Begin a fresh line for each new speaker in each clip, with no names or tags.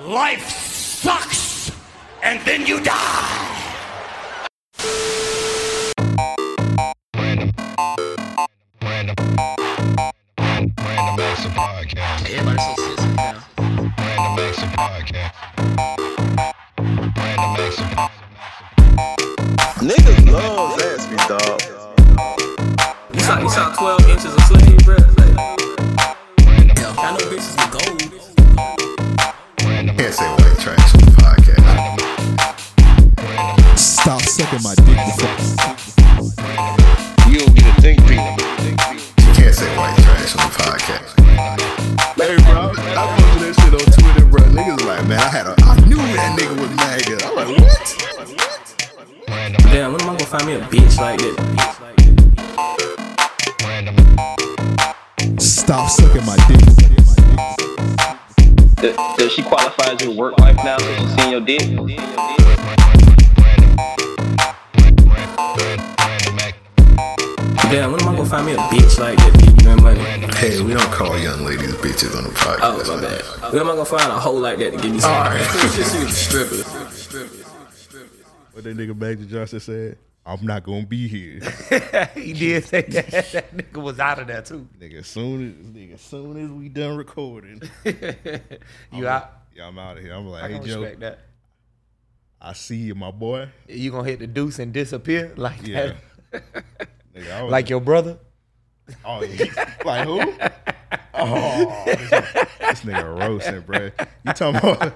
Life sucks, and then you die.
Random. Random Acts of Podcast.
Everybody's so sensitive now.
Random Acts of Podcast. Random Acts of
Niggas love Zaxby, dog.
You saw, you saw 12 inches of sleeve, bro. Like, I know bitches with gold.
Can't say white trash on the podcast.
Stop sucking my dick. you fuck.
You don't get a think piece.
You can't say white trash on the podcast. Hey, bro, I posted that shit on Twitter, bro. Niggas like, man, I had a, I knew that nigga was MAGA. I'm like, what?
Damn, when am I gonna find me a bitch like this?
Random.
Stop sucking my dick.
Does, does she qualify as your work wife now since she's seen your dick?
Random Act.
Damn, when am I gonna find me a bitch like this? Give me money.
Hey, we don't call young ladies bitches on the
Oh,
podcast.
my
man.
bad. When am I gonna find a hoe like that to give me some?
All right.
Shit, she was a stripper.
What that nigga Magic Johnson said, I'm not gonna be here.
He did say that. That nigga was out of there too.
nigga, as soon as nigga, as soon as we done recording,
You out?
yeah, I'm out of here. I'm like,
I
hey
can
Joe,
respect that.
I see you, my boy.
You gonna hit the deuce and disappear like
Yeah.
that?
Nigga, I was
Like your brother?
oh, yeah. like who? Oh, this, this nigga roasting, bro. You talking about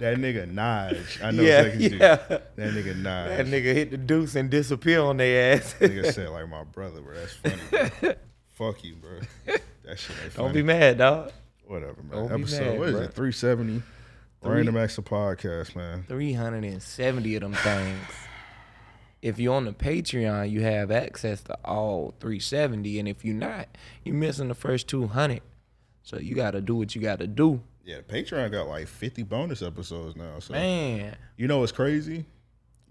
that nigga Nige? I know
Yeah,
exactly. who-
yeah.
That nigga Nige.
That nigga hit the deuce and disappear on their ass.
Nigga said like my brother, bro. That's funny. Bro. Fuck you, bro. That shit ain't funny.
Don't be mad, dog.
Whatever,
Don't
man.
be
Episode
mad,
what is
bro.
it? Three seventy. Random Acts of Podcast, man.
370 of them things. If you're on the Patreon, you have access to all 370. And if you're not, you're missing the first 200. So you got to do what you got to do.
Yeah, Patreon got like fifty bonus episodes now. So
Man,
you know what's crazy?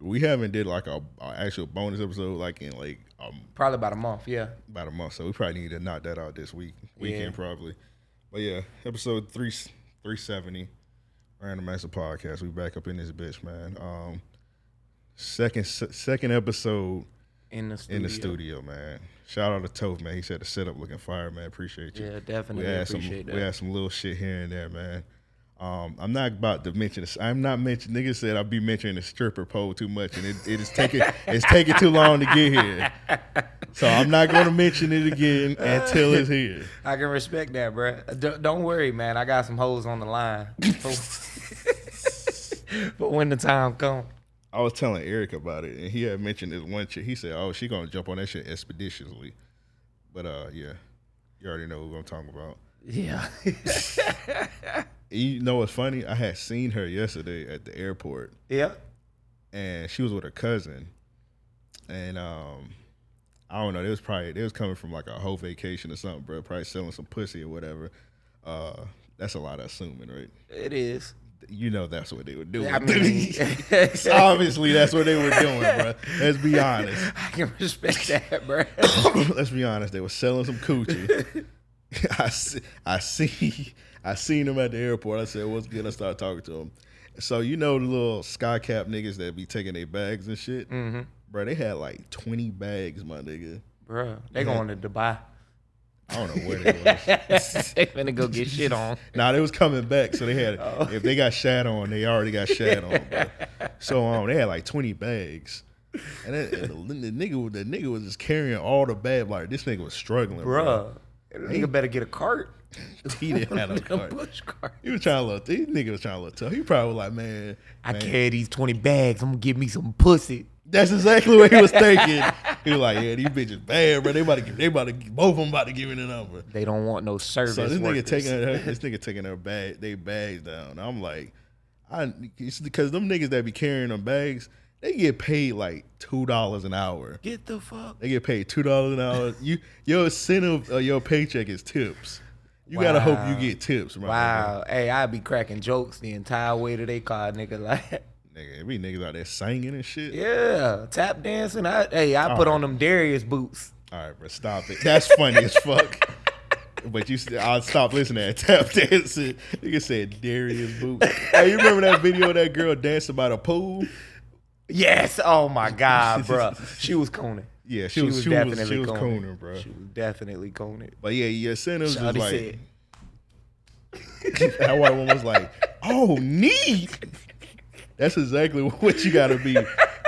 We haven't did like a, a actual bonus episode like in like um,
probably about a month, yeah.
about a month. So we probably need to knock that out this week weekend probably. But yeah, episode three three seventy, Random Acts of Podcast. We back up in this bitch, man. Um, second se- second episode.
In the studio.
in the studio, man. Shout out to Tove, man. He said the setup looking fire, man. Appreciate you.
Yeah,
we
definitely
had some
appreciate
we
that.
had some little shit here and there, man. Um, I'm not about to mention this. I'm not mentioning. Niggas said I'd be mentioning the stripper pole too much, and it, it is taking it's taking too long to get here. So I'm not going to mention it again until it's here.
I can respect that, bro. D- don't worry, man. I got some hoes on the line. but when the time comes,
I was telling Eric about it, and he had mentioned this one chick. He said, "Oh, she gonna jump on that shit expeditiously," but uh, yeah, you already know who I'm talking about.
yeah.
You know what's funny? I had seen her yesterday at the airport,
yeah.
and she was with her cousin, and um, I don't know. They was probably they was coming from like a whole vacation or something, bro. Probably selling some pussy or whatever. Uh, that's a lot of assuming, right?
It is.
You know that's what they were doing.
I mean,
Obviously, that's what they were doing, bro. Let's be honest.
I can respect that, bro.
Let's be honest. They were selling some coochie. I see, I see, I seen him at the airport. I said, "What's good?" I started talking to him. So you know the little sky cap niggas that be taking their bags and shit, mm-hmm. bro. They had like twenty bags, my nigga.
bro, they going to Dubai.
I don't know where they was.
they finna go get shit on.
nah, they was coming back, so they had. If they got shat on, they already got shat on. Bro. So um, they had like twenty bags, and, then, and the, the nigga, the nigga was just carrying all the bag. Like this nigga was struggling, bro.
Bro, nigga better get a cart.
He didn't have no
A
cart.
push cart.
He was trying to look. This nigga was trying to look tough. He probably was like, man,
I
man,
carry these 20 bags. I'm gonna give me some pussy.
That's exactly what he was thinking. he was like, yeah, these bitches bad, bro. They about to give. They about to give- both of them about to give me the number.
They don't want no service.
So this nigga
workers.
taking her, this nigga taking her bag, they bags down. I'm like, I it's because them niggas that be carrying them bags, they get paid like two dollars an hour.
Get the fuck.
They get paid two dollars an hour. You your incentive, uh, your paycheck is tips. You gotta hope you
Wow.
get tips, right?
Wow. Hey, I be cracking jokes the entire way to they car, nigga. Like,
Nigga, we niggas out there singing and shit.
yeah, tap dancing.
Oh.
I, hey, I put on them Darius boots.
All right, bro, stop it. That's funny as fuck. But you, st- I stopped listening at tap dancing. Nigga said Darius Boot. Hey, you remember that video of that girl dancing by the pool?
Yes. Oh my God, bro. She was cooning.
Yeah, she was- she was- she was cooning, bruh.
She was definitely cooning.
But yeah, your sentence was
Shawty
like
said,
that white woman was like, "Oh, neat." That's exactly what you gotta be.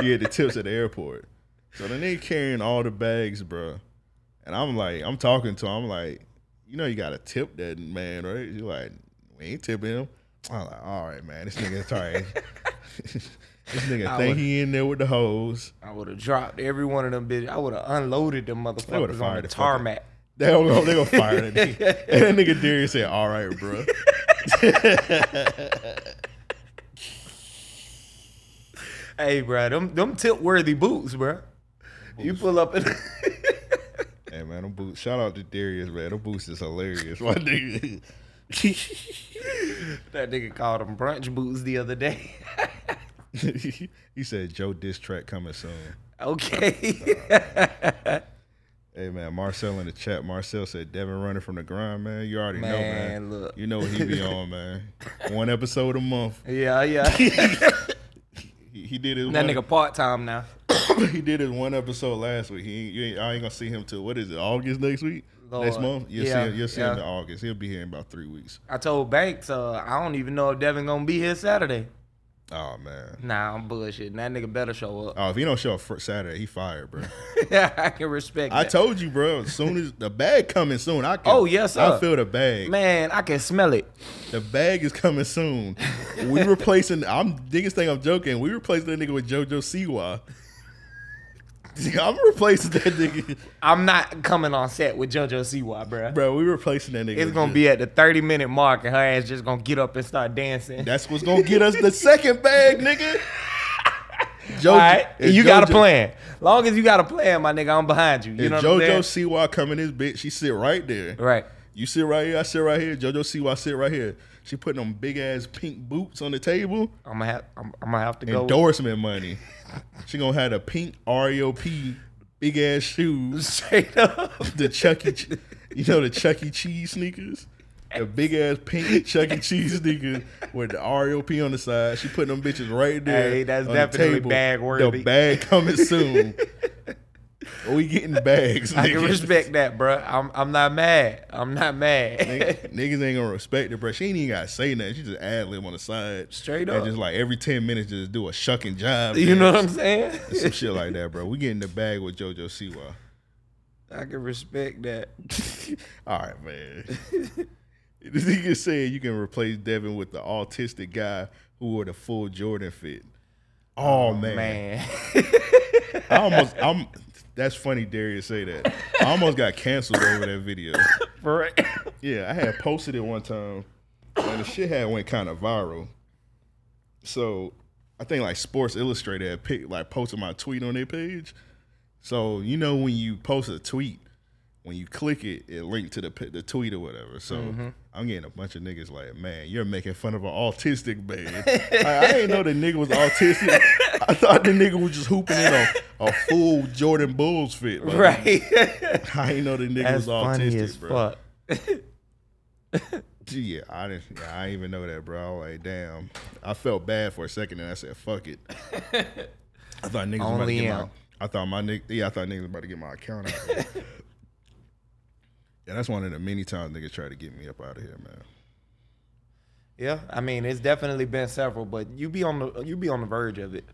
You had the tips at the airport. So then they carrying all the bags, bruh. And I'm like, I'm talking to him. I'm like, you know, you gotta tip that man, right? You're like, we ain't tipping him. I'm like, all right, man, this nigga, sorry. this nigga think he in there with the hose.
I would have dropped every one of them bitches. I would have unloaded them motherfuckers on
fired
the
the fucker.
tarmac.
They gonna, they gonna fire that nigga. And that nigga Darius said, all right, bruh.
Hey, bro, them them tip worthy boots, bro. You pull up and
Hey man, them boots. Shout out to Darius, man. Them boots is hilarious. My nigga.
that nigga called them brunch boots the other day.
he said Joe diss track coming soon.
okay.
Hey man, Marcel in the chat. Marcel said Devin running from the grind, man. You already know,
Man,
man.
look.
You know what he be on, man. One episode a month.
yeah, yeah.
He, he did his
that
one,
nigga part time now.
he did his one episode last week. He ain't, you ain't, I ain't gonna see him till what is it, August next week? Next
Lord.
month? You'll
Yeah,
see him, you'll see him
yeah.
in August. He'll be here in about three weeks.
I told Banks, uh, I don't even know if Devin gonna be here Saturday.
Oh man.
Nah, I'm bullshitting. That nigga better show up.
Oh, if he don't show up for Saturday, he fired, bro.
I can respect
I
that.
told you, bro. As soon as the bag coming soon, I can,
Oh, yes, sir.
I feel the bag.
Man, I can smell it.
The bag is coming soon. We replacing. I'm niggas think I'm joking. We replacing that nigga with JoJo Siwa. I'm replacing that nigga,
I'm not coming on set with JoJo Siwa, bro.
bro. We replacing that nigga.
It's
with
gonna
J-
be at the 30 minute mark, and her ass just gonna get up and start dancing.
That's what's gonna get us the second bag, nigga. JoJo,
All right,
if
you got a
JoJo-
plan. Long as you got a plan, my nigga, I'm behind you. You
If
know what
JoJo
I'm saying?
Siwa coming this bitch, she sit right there.
Right.
You sit right here. I sit right here. JoJo Siwa sit right here. She putting them big ass pink boots on the table.
I'm gonna have I'm, I'm gonna have to go.
endorsement money. She gonna have the pink REOP big ass shoes,
straight up.
the Chuck E. Ch- you know the Chuck E. Cheese sneakers, the big ass pink Chuck E. Cheese sneakers with the REOP on the side. She putting them bitches right there.
Hey, that's
on
definitely
the table.
bag worthy.
The bag coming soon. we getting bags.
I can
nigga.
respect that, bro. I'm I'm not mad. I'm not mad.
Niggas, niggas ain't gonna respect it, bro. She ain't even gotta say nothing. She just ad lib on the side,
Straight
and
up.
just like every ten minutes, just do a shucking job.
you know what
dance.
I'm saying?
some shit like that, bro. We get in the bag with JoJo Siwa.
I can respect that.
All right, man. this nigga said you can replace Devin with the autistic guy who wore the full Jordan fit. Oh man,
Man,
I almost I'm. That's funny, Darius say that. I almost got canceled over that video.
for real.
Yeah, I had posted it one time, and the shit had went kind of viral. So I think like Sports Illustrated had picked, like posted my tweet on their page. So you know when you post a tweet, when you click it, it linked to the pi- the tweet or whatever. So
Mm-hmm.
I'm getting a bunch of niggas like, man, you're making fun of an autistic man. I, I didn't know the nigga was autistic. I thought the nigga was just hooping in a, a full Jordan Bulls fit. Like,
right?
I didn't know the nigga
That's
was
funny
autistic,
as
bro.
fuck.
Gee, Yeah, I didn't. Yeah, I didn't even know that, bro. I was like, damn. I felt bad for a second, and I said, "Fuck it." I thought niggas was about to
Only
get my.
him.
I thought my nigga. Yeah, I thought niggas was about to get my account out. yeah, that's one of the many times niggas tried to get me up out of here, man.
Yeah, I mean, it's definitely been several, but you be on the you be on the verge of it.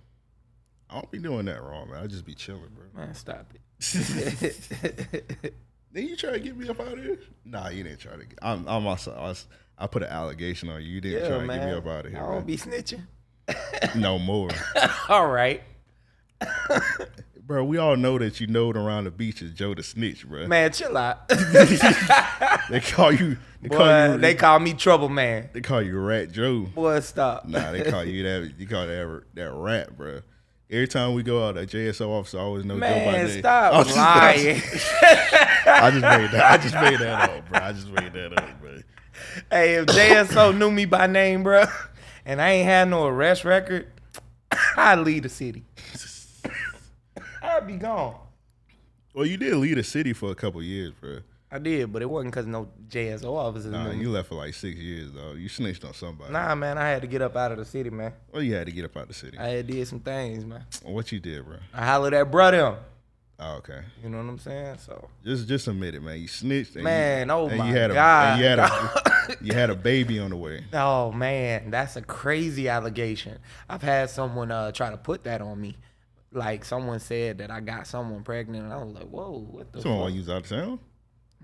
I don't be doing that wrong, man. I just be chilling, bro.
Man, stop it.
Then you try to get me up out of here? Nah, you didn't try to. Get, I'm. I'm also. I, was, I put an allegation on you. You didn't try
yeah,
to
man.
get me up out of here.
I don't
man.
be snitching.
no more.
All right.
Bro, we all know that you know around the beach is Joe the Snitch, bro.
Man, chill out.
They call you. They
Boy,
call you.
they
They,
call me Trouble Man.
call you Rat Joe.
Boy, stop.
Nah, they call you that. You call that that rat, bro. Every time we go out, that JSO officer always knows Joe by
Man,
name. I
stop
was just-
lying.
I just made that. I just made that up, bro. I just made that up, bro.
hey, if JSO knew me by name, bro, and I ain't had no arrest record, I'd leave the city. I'd be gone.
Well, you did lead a city for a couple years, bro.
I did, but it wasn't because no JSO officers.
Nah,
knew me.
you left for like six years though. You snitched on somebody.
Mm-hmm. Nah, man, I had to get up out of the city, man.
Well, you had to get up out of the city.
I had did some things, man.
what you did, bro?
I hollered at brother,
Oh, okay.
you know what I'm saying? So
Just just admit it, man. You snitched. And
Man,
you,
oh
and
my
you had
God.
A, and you had a you had a baby on the way.
Oh man, that's a crazy allegation. I've had someone uh, try to put that on me. Like someone said that I got someone pregnant, and I was like, "Whoa, what the
Someone while
fuck?"
you was out of town.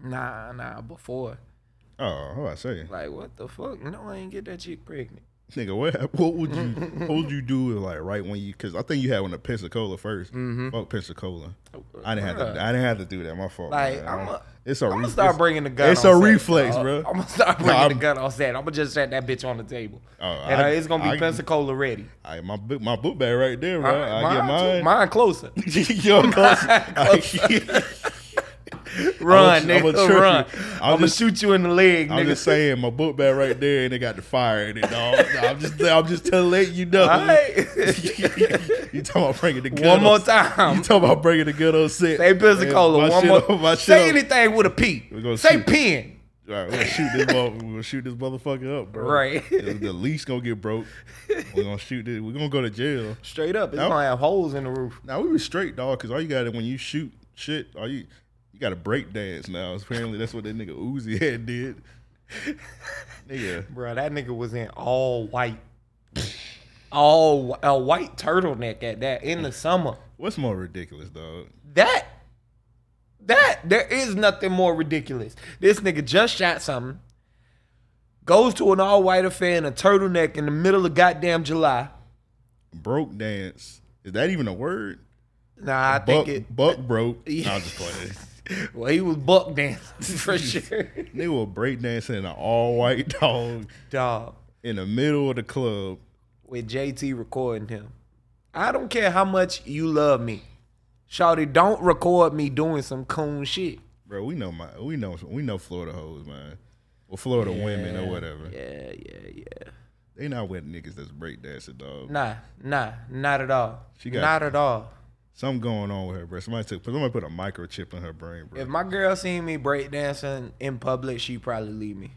Nah, nah. Before,
Oh, oh, I say,
like, what the fuck? No, I ain't get that chick pregnant.
nigga, what hap- what would you what would you do like right when you? Because I think you had one at Pensacola 1st
Mm-hmm.
Fuck Pensacola. I didn't have to. I didn't have to do that. My fault.
Uh, Like,
man.
I'ma-
it's a
I'm
re-
gonna start
it's-
bringing the gun.
It's
on
a
set,
reflex,
dog.
bro.
I'm gonna start bringing the
I'm-
gun on set. I'm gonna just set that bitch on the table,
Oh,
and uh,
I-
it's gonna be
I-
Pensacola ready.
I, my book, my book bag right there, bro.
Mine-
I get
mine too.
mine.
mine closer.
Yo, close. I-
Run,
I'ma- I'ma
nigga,
trip
run.
you. I'll
I'm gonna
just-
shoot you in the leg,
I'm
nigga.
just saying, my book bag right there, and it got the fire in it, dog. Nah, I'm just, I'm just to let you know.
All right.
you talking about bringing the good
One more
old-
time.
You talking about bringing the good old set?
Say Pensacola
Man, my
one
shit
more.
on- my shit
Say
on-
anything with a P.
We gonna
Say
shoot.
pen.
All right, we're gonna shoot this. mother- we're gonna shoot this motherfucker up, bro.
Right.
The, the lease gonna get broke. We're gonna shoot this. We're gonna go to jail.
Straight up, it's
Nope.
gonna have holes in the roof.
Now we was straight, dog. Cause all you got to when you shoot shit, all you you got to break dance. Now apparently that's what that nigga Uzi had did. nigga,
Bro, that nigga was in all white. All wh- a white turtleneck at that in the summer.
what's more ridiculous, dog?
That that there is nothing more ridiculous. This nigga just shot something. Goes to an all white affair in a turtleneck in the middle of goddamn July.
Broke dance. Is that even a word?
Nah, I think
Buck,
it.
buck broke. Nah, I'm just playing.
Well, he was buck dancing for sure.
They were break dancing in an all white dog
Dog.
in the middle of the club.
with JT recording him. I don't care how much you love me. Shawty, don't record me doing some coon shit.
Bro, we know my we know we know Florida hoes, man. Or Florida women or whatever.
Yeah, yeah, yeah.
They not with niggas that's break dancing, dog.
Nah, nah, not at all.
She got-
not at all.
Something going on with her, bro. Somebody took somebody put a microchip in her brain, bro.
If my girl seen me breakdancing in public, she probably leave me.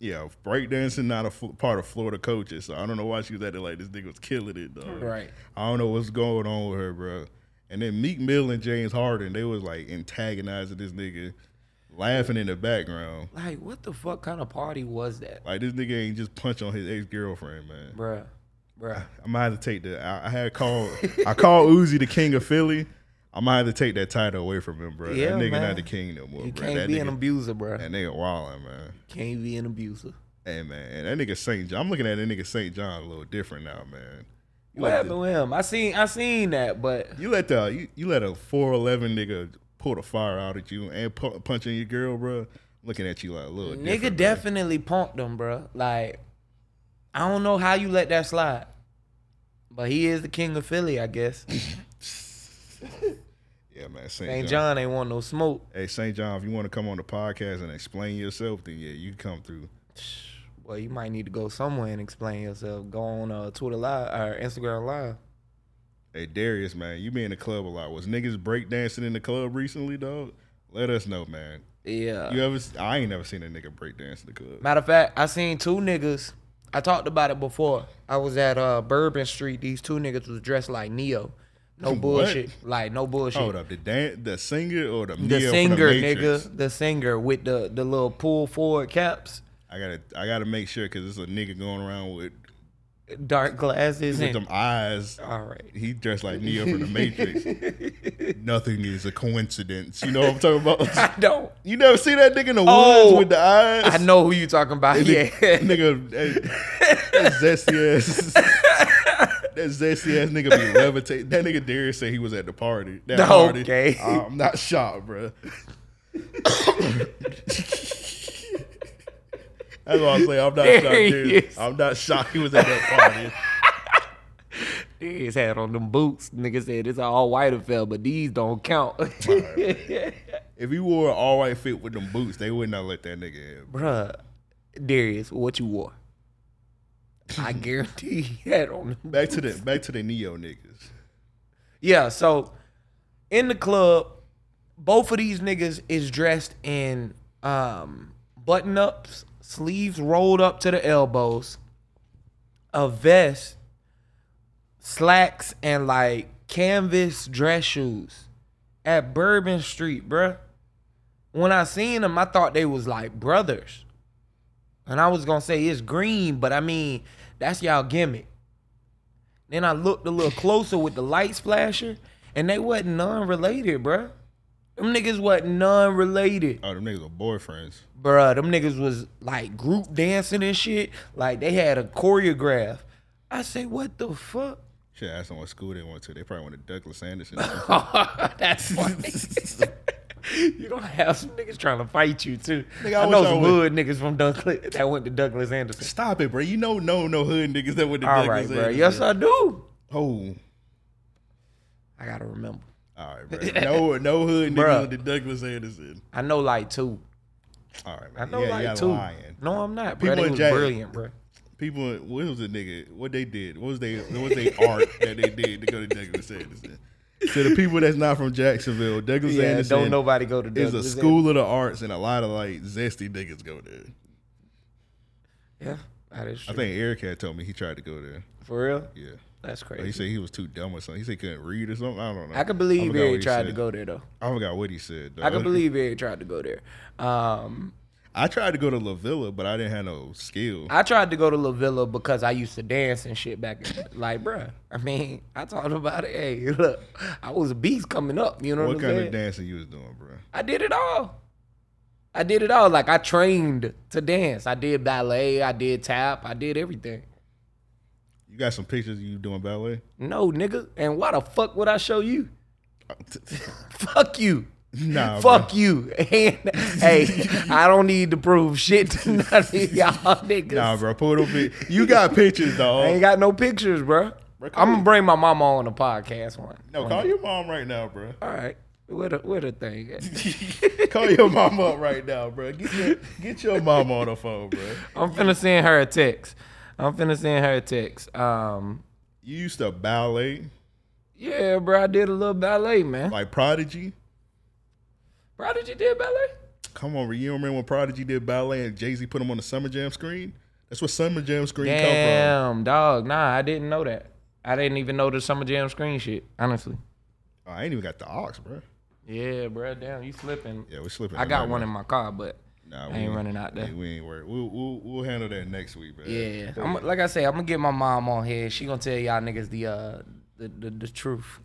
yeah, breakdancing not a fl- part of Florida culture, so I don't know why she was acting like this nigga was killing it, dog.
Right.
I don't know what's going on with her, bro. And then Meek Mill and James Harden, they was like antagonizing this nigga, laughing in the background.
Like, what the fuck kind of party was that,
Like this nigga ain't just punch on his ex girlfriend, man.
bruh? Bruh.
I'm gonna have to take the. I, I had called. I called Uzi the king of Philly. I'm gonna have to take that title away from him, bro.
Yeah,
that nigga
man.
not the king no more,
You
bro.
can't
that,
be
nigga,
an abuser, bruh.
that nigga wildin', man.
Can't be an abuser.
Hey man, and that nigga Saint John. I'm looking at that nigga Saint John a little different now, man. You
What
let
happened
the,
with him? I seen, I seen that, but
you let the you, you let a 411 nigga pull the fire out at you and pu- punching your girl, bro. Looking at you like a little
Nigga
different, bro.
definitely punked him, bro. Like, I don't know how you let that slide. But he is the king of Philly, I guess.
Yeah, man. Saint,
St.
John.
John ain't want no smoke.
Hey, Saint John, if you want to come on the podcast and explain yourself, then yeah, you can come through.
Well, you might need to go somewhere and explain yourself. Go on uh, Twitter Live or Instagram Live.
Hey Darius, man, you be in the club a lot. Was niggas breakdancing in the club recently, dog? Let us know, man.
Yeah.
You ever? s- I ain't never seen a nigga breakdance in the club.
Matter of fact, I seen two niggas. I talked about it before. I was at uh, Bourbon Street. These two niggas was dressed like Neo. No
What?
bullshit. Like, no bullshit.
Hold up, Oh, the dan- the singer or the
The
Neo from
singer,
Matrix?
nigga. The singer with the, the little pull forward caps.
I gotta, I gotta make sure because it's a nigga going around with
dark glasses
with
and
them eyes.
all right
He dressed like Neo from the Matrix. Nothing is a coincidence. You know what I'm talking about?
i don't
You never see that nigga in the woods
Oh,
with the eyes?
i know who you talking about yeah
Nigga- nigga, that, that zesty ass, that zesty ass nigga be levitating. That nigga Darius said he was at the party. That party. Oh,
Okay.
I'm not shocked, bro. That's what I'm saying. I'm not shocked. Darius.
Darius.
I'm not shocked he was at that party.
his hat on them boots nigga said it's an all white affair but these don't count
If he wore an all right fit with them boots, they would not let that nigga in.
bruh darius what you wore i guarantee he had on them
Back to the back to the neo niggas.
Yeah, so in the club, both of these niggas is dressed in um, button ups, sleeves rolled up to the elbows, a vest, slacks, and like canvas dress shoes at Bourbon Street, bruh. When I seen them, I thought they was like brothers. And I was gonna say it's green, but I mean, that's y'all gimmick. Then I looked a little closer with the light splasher, and they wasn't none related, bruh. Them niggas wasn't none related.
Oh, them niggas are boyfriends.
Bruh, them niggas was like group dancing and shit. Like they had a choreograph. I say, what the fuck?
Should ask them what school they went to. They probably went to Douglas Anderson.
That's funny. you don't have some niggas trying to fight you too.
Nigga, I
I,
wish
know
I
some
would.
hood niggas from Douglas that went to Douglas Anderson.
Stop it, bro. You know, no, no hood niggas that went to
All right,
Douglas
bruh.
Anderson.
Yes, I do.
Oh,
I gotta remember.
all right, bro. No, no hood niggas
Bruh.
went to Douglas Anderson.
I know like two.
All right,
I
man.
know
yeah,
like
you're
two.
lying.
No, I'm not, bro.
People
They
in
was
jail.
brilliant, bro.
People, what was the nigga? What they did? What was they? What was they art that they did to go to Douglas Anderson? To the people that's not from Jacksonville, Douglas
Yeah,
Anderson
don't nobody go to
is
Douglas.
a
Anderson.
school of the arts, and a lot of like zesty niggas go there.
Yeah, that is
I
true.
think Eric had told me he tried to go there.
For real,
Yeah,
that's
But he
crazy.
said he was too dumb or something. He said he couldn't read or something. I don't know.
I could
I
believe
forgot what
Eric
he
tried to
said.
go there though.
I forgot what he said. Though.
I could believe Eric tried to go there. Um,
I tried to go to La Villa, but I didn't have no skill.
I tried to go to La Villa because I used to dance and shit back in like, bruh. I mean, I talked about it. Hey, look, I was a beast coming up. You know what,
what
I'm
kind
saying?
of dancing you was doing, bro?
I did it all. I did it all. Like I trained to dance. I did ballet. I did tap. I did everything.
You got some pictures of you doing ballet?
No, nigga. And why the fuck would I show you?
Uh,
fuck you.
Nah,
Fuck you. And hey, I don't need to prove shit to none of y'all niggas.
Nah, bro. Pull them pic- You got pictures,
I
dog.
ain't got no pictures, bruh.
Bro, call
I'm gonna
your-
bring my mama on the podcast one.
no, call your mom right now, bro.
All right. Where the where the thing at?
call your mom up right now, bro. Get your, get your mom on the phone, bro.
I'm finna send her a text. I'm finna send her a text. Um
You used to ballet
yeah, bro, I did a little ballet, man.
like Prodigy.
Prodigy did ballet?
Come on, bro. you remember when Prodigy did ballet and Jay Z put him on the Summer Jam screen? That's what Summer Jam screen come
Damn, dog. Nah, I didn't know that. I didn't even know the Summer Jam screen shit, honestly.
from. Oh, I ain't even got the ox, bro.
Yeah, bro, damn, you slipping.
Yeah, we're slipping.
I got one in my car, but
Nah,
I ain't running out there.
Yeah, we ain't worried. We'll, we'll we'll handle that next week, bro.
yeah. I'm, like I say, I'm gonna get my mom on here. She gonna tell y'all niggas the uh the the, the truth.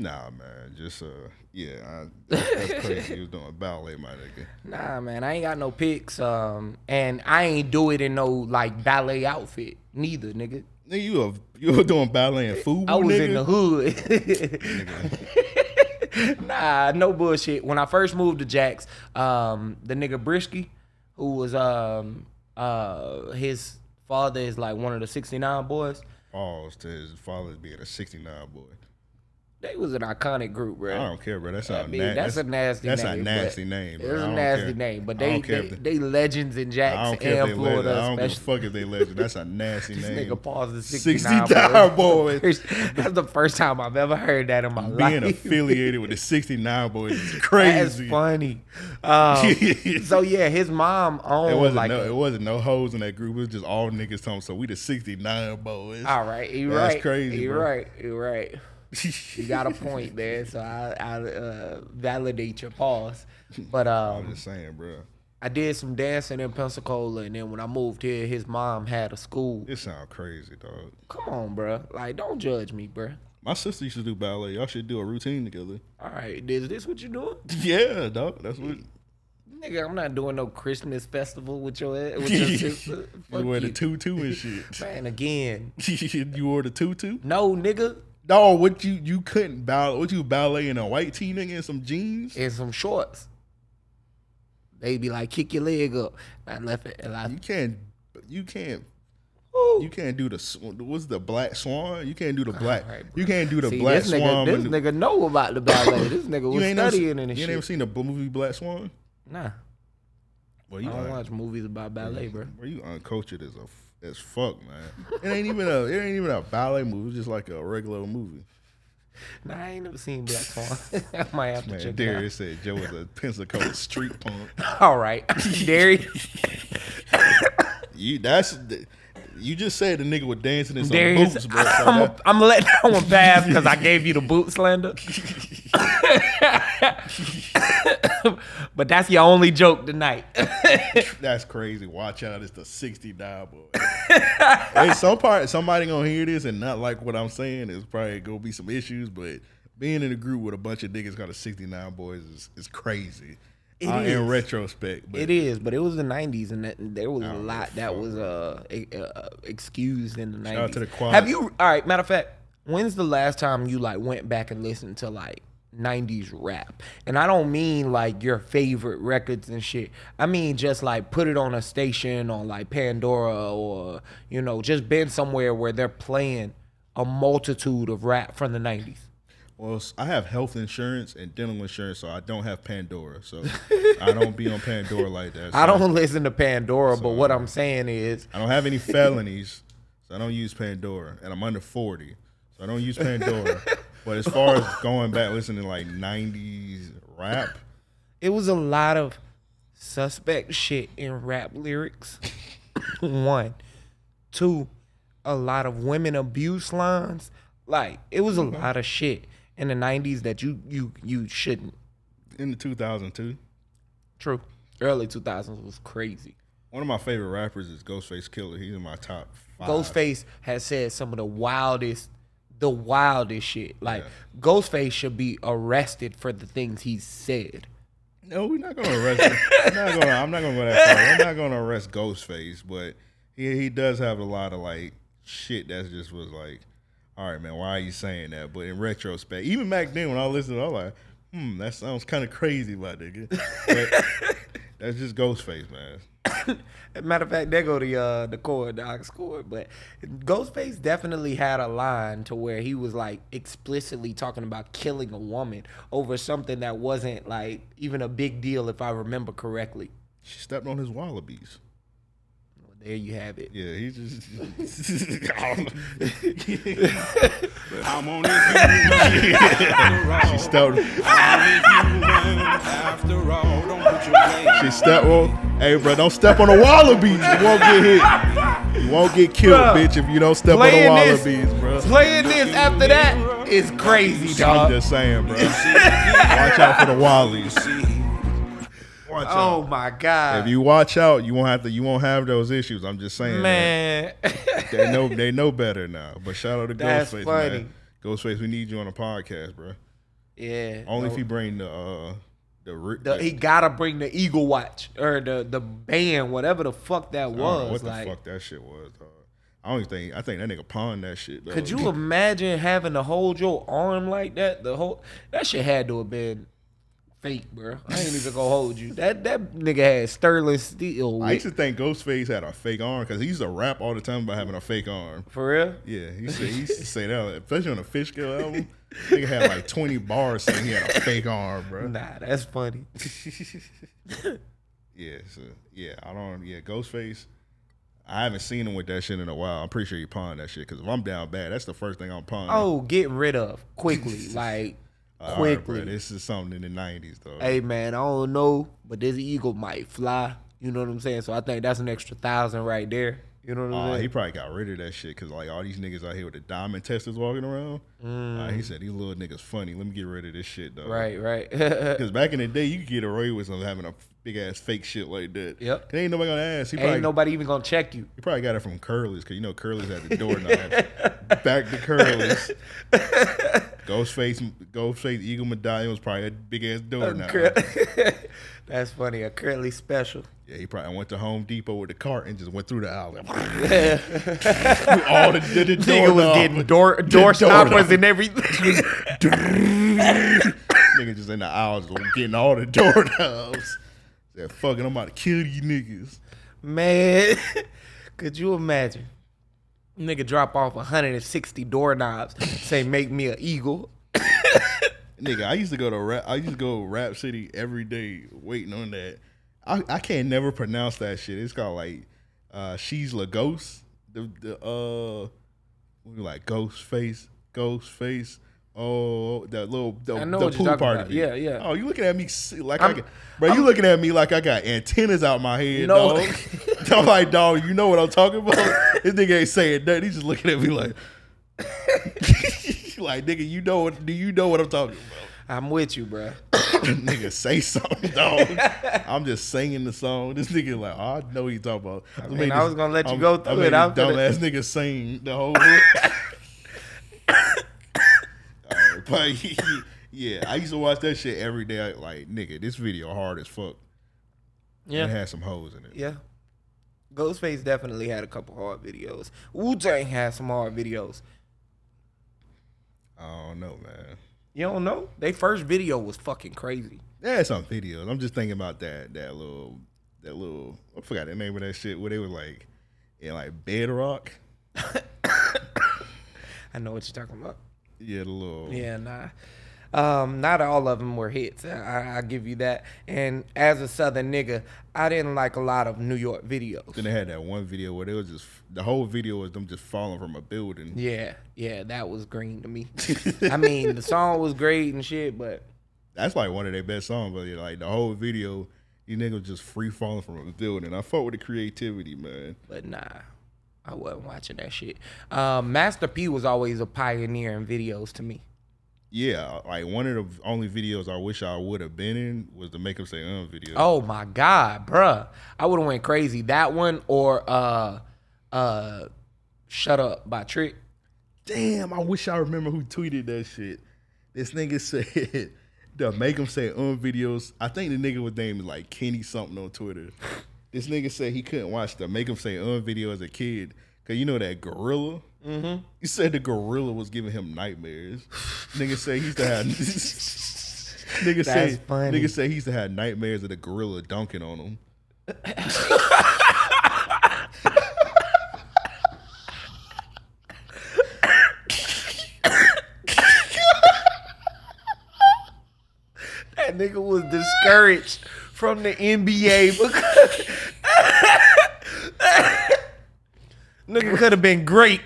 Nah, man. Just uh, yeah. I, that's crazy. he was doing ballet, my nigga.
Nah, man, I ain't got no pics. Um, and I ain't do it in no like ballet outfit neither, nigga.
Nigga, you a, you were doing ballet and food.
I was
nigga?
in the hood. nah, no bullshit. When I first moved to Jax, um, the nigga Brisky, who was um uh his father is like one of the sixty nine boys.
Pause to his father being a '69 boy.
They was an iconic group, bro.
I don't care, bro. That's not.
I mean,
na-
that's, a nasty
That's
name.
a
but-
nasty name. Bro.
It's
I
a
don't
nasty
care.
name, but
I
they
don't care
they,
if
they legends in
I don't
Jackson
care if
and
they legend. I
Florida,
don't give a
especially.
fuck if they legend. That's a nasty
This
name.
nigga paused the 69
69
boys.
boys.
First- That's the first time I've ever heard that in my
Being
life.
affiliated with the '69 boys is
That's
crazy.
funny. Um, so yeah, his mom
It
owned
wasn't
like.
no, it
a-
wasn't no hoes in that group. It was just all niggas talking. So we the sixty nine boys.
all right, you
That's
right.
crazy,
You
bro.
right. You right. You got a point there, so I, I uh, validate your pause. But
I'm
um,
just saying, bro.
I did some dancing in Pensacola, and then when I moved here, his mom had a school.
It sound crazy, dog.
Come on, bro. Like, don't judge me, bro.
My sister used to do ballet. Y'all should do a routine together.
All right, is this what you doing?
Yeah, dog. That's what.
Nigga, I'm not doing no Christmas festival with your with your sister.
you
Fuck
wear the
you.
tutu and shit.
Man, again.
you wore the tutu.
No, nigga.
No, what you you couldn't ballet? What you ballet in a white tee nigga and some jeans?
And some shorts. They be like, kick your leg up. And I left it. And I,
You can't. You can't.
Ooh.
You can't do the sw- what's the black swan? You can't do the black.
right, bro.
you can't do the
see,
black
this nigga,
swan.
this
when-
nigga know about the ballet. this nigga
you
was
ain't never,
studying
se-
and this
you ain't never
shit.
seen the b- movie Black Swan?
Nah,
Well,
I
you
don't
un-
watch movies about ballet, bro.
bro, you uncultured as a f- as fuck, man. it ain't even a it ain't even a ballet movie. It's just like a regular movie.
Nah, I ain't never seen Black Swan. I might have to
Man,
check
Darius said Joe was a Pensacola street punk.
it out. All right, Darius.
You that's the- you just said the nigga was dancing in some
Darius,
boots, bro. So
I'm,
that-
I'm letting that one pass because I gave you the boot slander. but that's your only joke tonight.
that's crazy. Watch out, it's the '69 boy. hey, some part somebody gonna hear this and not like what I'm saying. It's probably gonna be some issues, but being in a group with a bunch of niggas called the '69 boys is, is crazy.
It
Uh,
is.
In retrospect, but
It is, but it was the '90s, and that, there was a lot that was uh, e- uh excused in the '90s.
Shout out to the quad.
Have you? All right. Matter of fact, when's the last time you like went back and listened to like '90s rap? And I don't mean like your favorite records and shit. I mean just like put it on a station on like Pandora or you know just been somewhere where they're playing a multitude of rap from the '90s.
Well, s- I have health insurance and dental insurance, so I don't have Pandora. So I don't be on Pandora like that.
I
so
don't listen to Pandora, but what I'm saying is
I don't have any felonies, so I don't use Pandora, and I'm under forty, so I don't use Pandora. but as far as going back listening to like '90s rap,
it was a lot of suspect shit in rap lyrics. One, two, a lot of women abuse lines. Like it was a lot of shit in the '90s that you you you shouldn't.
in the 2002,
True. Early 2000s was crazy.
one of my favorite rappers is Ghostface Killer. He's in my top five.
Ghostface has said some of the wildest, the wildest shit. Like Ghostface should be arrested for the things he said.
No, we're not gonna arrest. him. I'm not gonna. I'm not gonna go that far. We're not gonna arrest Ghostface, but he he does have a lot of like shit that just was like, all right, man, why are you saying that? But in retrospect, even back then when I listened, to it, I was like, hmm, that sounds kind of crazy, my nigga. But that's just Ghostface, man.
Matter of fact, there go the uh, the core dog score. But Ghostface definitely had a line to where he was like explicitly talking about killing a woman over something that wasn't like even a big deal, if I remember correctly.
She stepped on his wallabies.
Well, there you have it.
Yeah, he just. I don't know.
I'm on this
she stepped.
after all. Don't put your blame.
She step on. Hey, bro, don't step on the wallabies. You won't get hit. You won't get killed,
Bruh.
bitch, if you don't step on the
Playing this-
wallabies, bro.
Playing this after that is crazy,
I'm
dog.
just saying, bro. watch out for the wallies. Watch
Oh my
out. If
god,
you watch out, you won't have to. You won't have those issues. I'm just saying, man.
man.
They know. They know better now. But shout out to
That's
Ghostface,
funny.
man. Ghostface, we need you on the podcast, bro.
yeah.
Only if you bring the uh, the, ri-
The, he gotta bring the Eagle Watch or the the band, whatever the fuck that
I don't know
was.
what the
like,
fuck that shit was. Dog. I don't even think. I think that nigga pawned that shit. Dog.
Could you imagine having to hold your arm like that? The whole that shit had to have been fake, bro. I ain't even gonna hold you. That that nigga had sterling steel.
I
With,
used to think Ghostface had a fake arm because he used to rap all the time about having a fake arm.
for real.
Yeah, he said he used to say that, especially on the Fishkill album. Nigga had like twenty bars saying he had a fake arm, bro.
Nah, that's funny.
Yeah, so, yeah, I don't. Yeah, Ghostface. I haven't seen him with that shit in a while. I'm pretty sure he pawned that shit because if I'm down bad, that's the first thing I'm pawning.
Oh, get rid of quickly, like
All right,
quickly.
bro, this is something in the '90s though.
hey man, I don't know, but this eagle might fly. You know what I'm saying? So I think that's an extra thousand right there. You know what I'm
Uh,
saying?
he probably got rid of that shit because like all these niggas out here with the diamond testers walking around. Uh, he said these little niggas funny. Let me get rid of this shit though.
Mm. right, right.
Because back in the day, you could get away with some having a big ass fake shit like that.
Yep.
'Cause ain't nobody gonna ask. He probably,
Ain't nobody even gonna check you.
he probably got it from Curly's because you know Curly's had the doorknob. Back to Curly's. Ghostface, Ghostface Eagle Medallion was probably a big ass
Oh,
doorknob.
that's funny. A currently special.
yeah, he probably went to Home Depot with the cart and just went through the aisle. Through all the, the, the
Nigga was
doorknob.
getting door door stoppers and everything.
Nigga just in the aisles getting all the doorknobs. Said, fucking, I'm about to kill you niggas.
Man, could you imagine? Nigga drop off 160 doorknobs, say make me an eagle.
Nigga, I used to go to rap. I used to go to Rap City every day, waiting on that. I, I can't never pronounce that shit. It's called like uh, she's La Ghost. The the uh, we were like Ghost Face, Ghost Face, Oh, that little the,
I know
the
what you're
poo
talking
part
about.
of it.
Yeah, yeah.
Oh, you looking at me s- like i
I'm-
got, bro? You looking at me like I got antennas out my head,
No.
dog. I'm like, dog, you know what I'm talking about? this nigga ain't saying nothing. He's just looking at me like, like nigga, you know what? Do you know what I'm talking about?
I'm with you, bruh.
nigga, say something, dog. I'm just singing the song. This nigga like, oh, I know what you talking about. I,
mean, I was gonna let you
I'm-
go through
I
it.
made
I'm
this
gonna-
dumbass nigga sing the whole. book. Oh, But yeah, I used to watch that shit every day. Like, nigga, this video hard as fuck. It
Yeah.
had some hoes in it.
Yeah. Ghostface definitely had a couple hard videos. Wu Tang had some hard videos.
I don't know, man.
You don't know? They first video was fucking crazy.
They had some videos. I'm just thinking about that that little that little I forgot the name of that shit where they were like in like bedrock.
I know what you're talking about.
Yeah, the little
Yeah, nah. Um, not all of them were hits. I, I give you that. And as a Southern nigga, I didn't like a lot of New York videos.
Then they had that one video where they was just the whole video was them just falling from a building.
Yeah, yeah, that was green to me. I mean, the song was great and shit, but
That's like one of their best songs, but yeah, like the whole video, you niggas just free falling from a building. I fought with the creativity, man.
but nah, I wasn't watching that shit. Um, Master P was always a pioneer in videos to me.
Yeah, like one of the only videos I wish I would have been in was the makeup say um video.
Oh my god, bruh. I would have went crazy. That one or uh uh Shut Up by Trick.
damn! I wish I remember who tweeted that shit. This nigga said the make him say um videos. I think the nigga was named like Kenny something on Twitter. This nigga said he couldn't watch the make him say um video as a kid because you know that gorilla. Mm-hmm. He said the gorilla was giving him nightmares. nigga say he used to have. Nigga
That's
say,
funny.
nigga say he used to have nightmares of the gorilla dunking on him.
That nigga was discouraged from the NBA because nigga could have been great,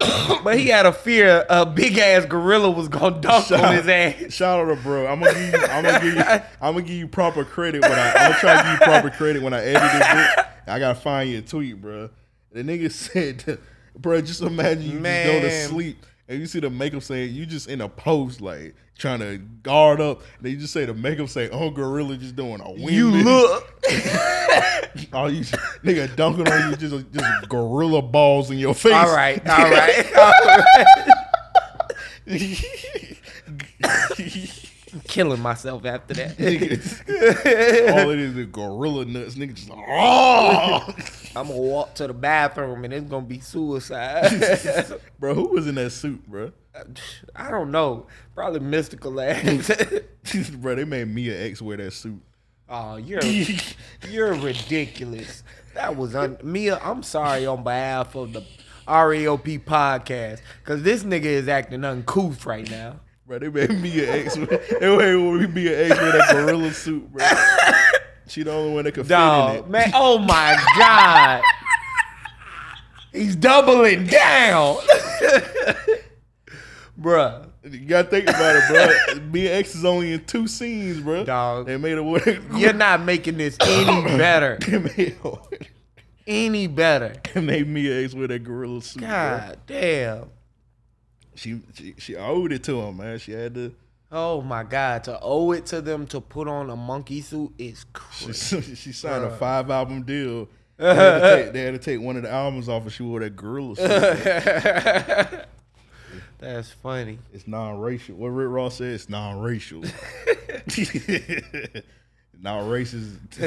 but he had a fear a big ass gorilla was gonna dunk on his ass.
Shout out to bro. I'm gonna give you, I'm gonna give you, I'm gonna give you proper credit when I, I'm gonna try to give you proper credit when I edit this. Bit. I gotta find your tweet, bro. The nigga said, bro, just imagine you just go to
Man.
sleep and you see the makeup saying you just in a post like trying to guard up. They just say the makeup say, oh, gorilla just doing a win.
You look,
all you nigga dunking on you just just gorilla balls in your face.
all right, all right, all right. I'm killing myself after that.
Nigga, all it is is gorilla nuts. Nigga just like, oh.
I'm gonna walk to the bathroom and it's gonna be suicide.
Bro, who was in that suit, bro?
I don't know, probably mystical ass.
bro, they made Mia X wear that suit.
Oh, you're you're ridiculous. That was un- Mia. I'm sorry on behalf of the REOP podcast because this nigga is acting uncouth right now.
Bro, they made Mia X wear, they made Mia X wear that gorilla suit, bro. She the only one that could fit
Dog,
in it.
man. Oh my god. He's doubling down, bruh.
You gotta think about it, bro. Mia X is only in two scenes, bro.
Dog.
They made her wear that
You're not making this any better.
They made, her wear-
Any better.
they made Mia X wear that gorilla suit. bro.
God damn.
She, she she owed it to him, man. She had to
Oh my god. To owe it to them to put on a monkey suit is crazy.
she, she signed a five album deal. They had, to take, they had to take one of the albums off and she wore that gorilla suit.
That's funny.
It's non-racial. What Rick Ross said, it's non-racial. Not racist.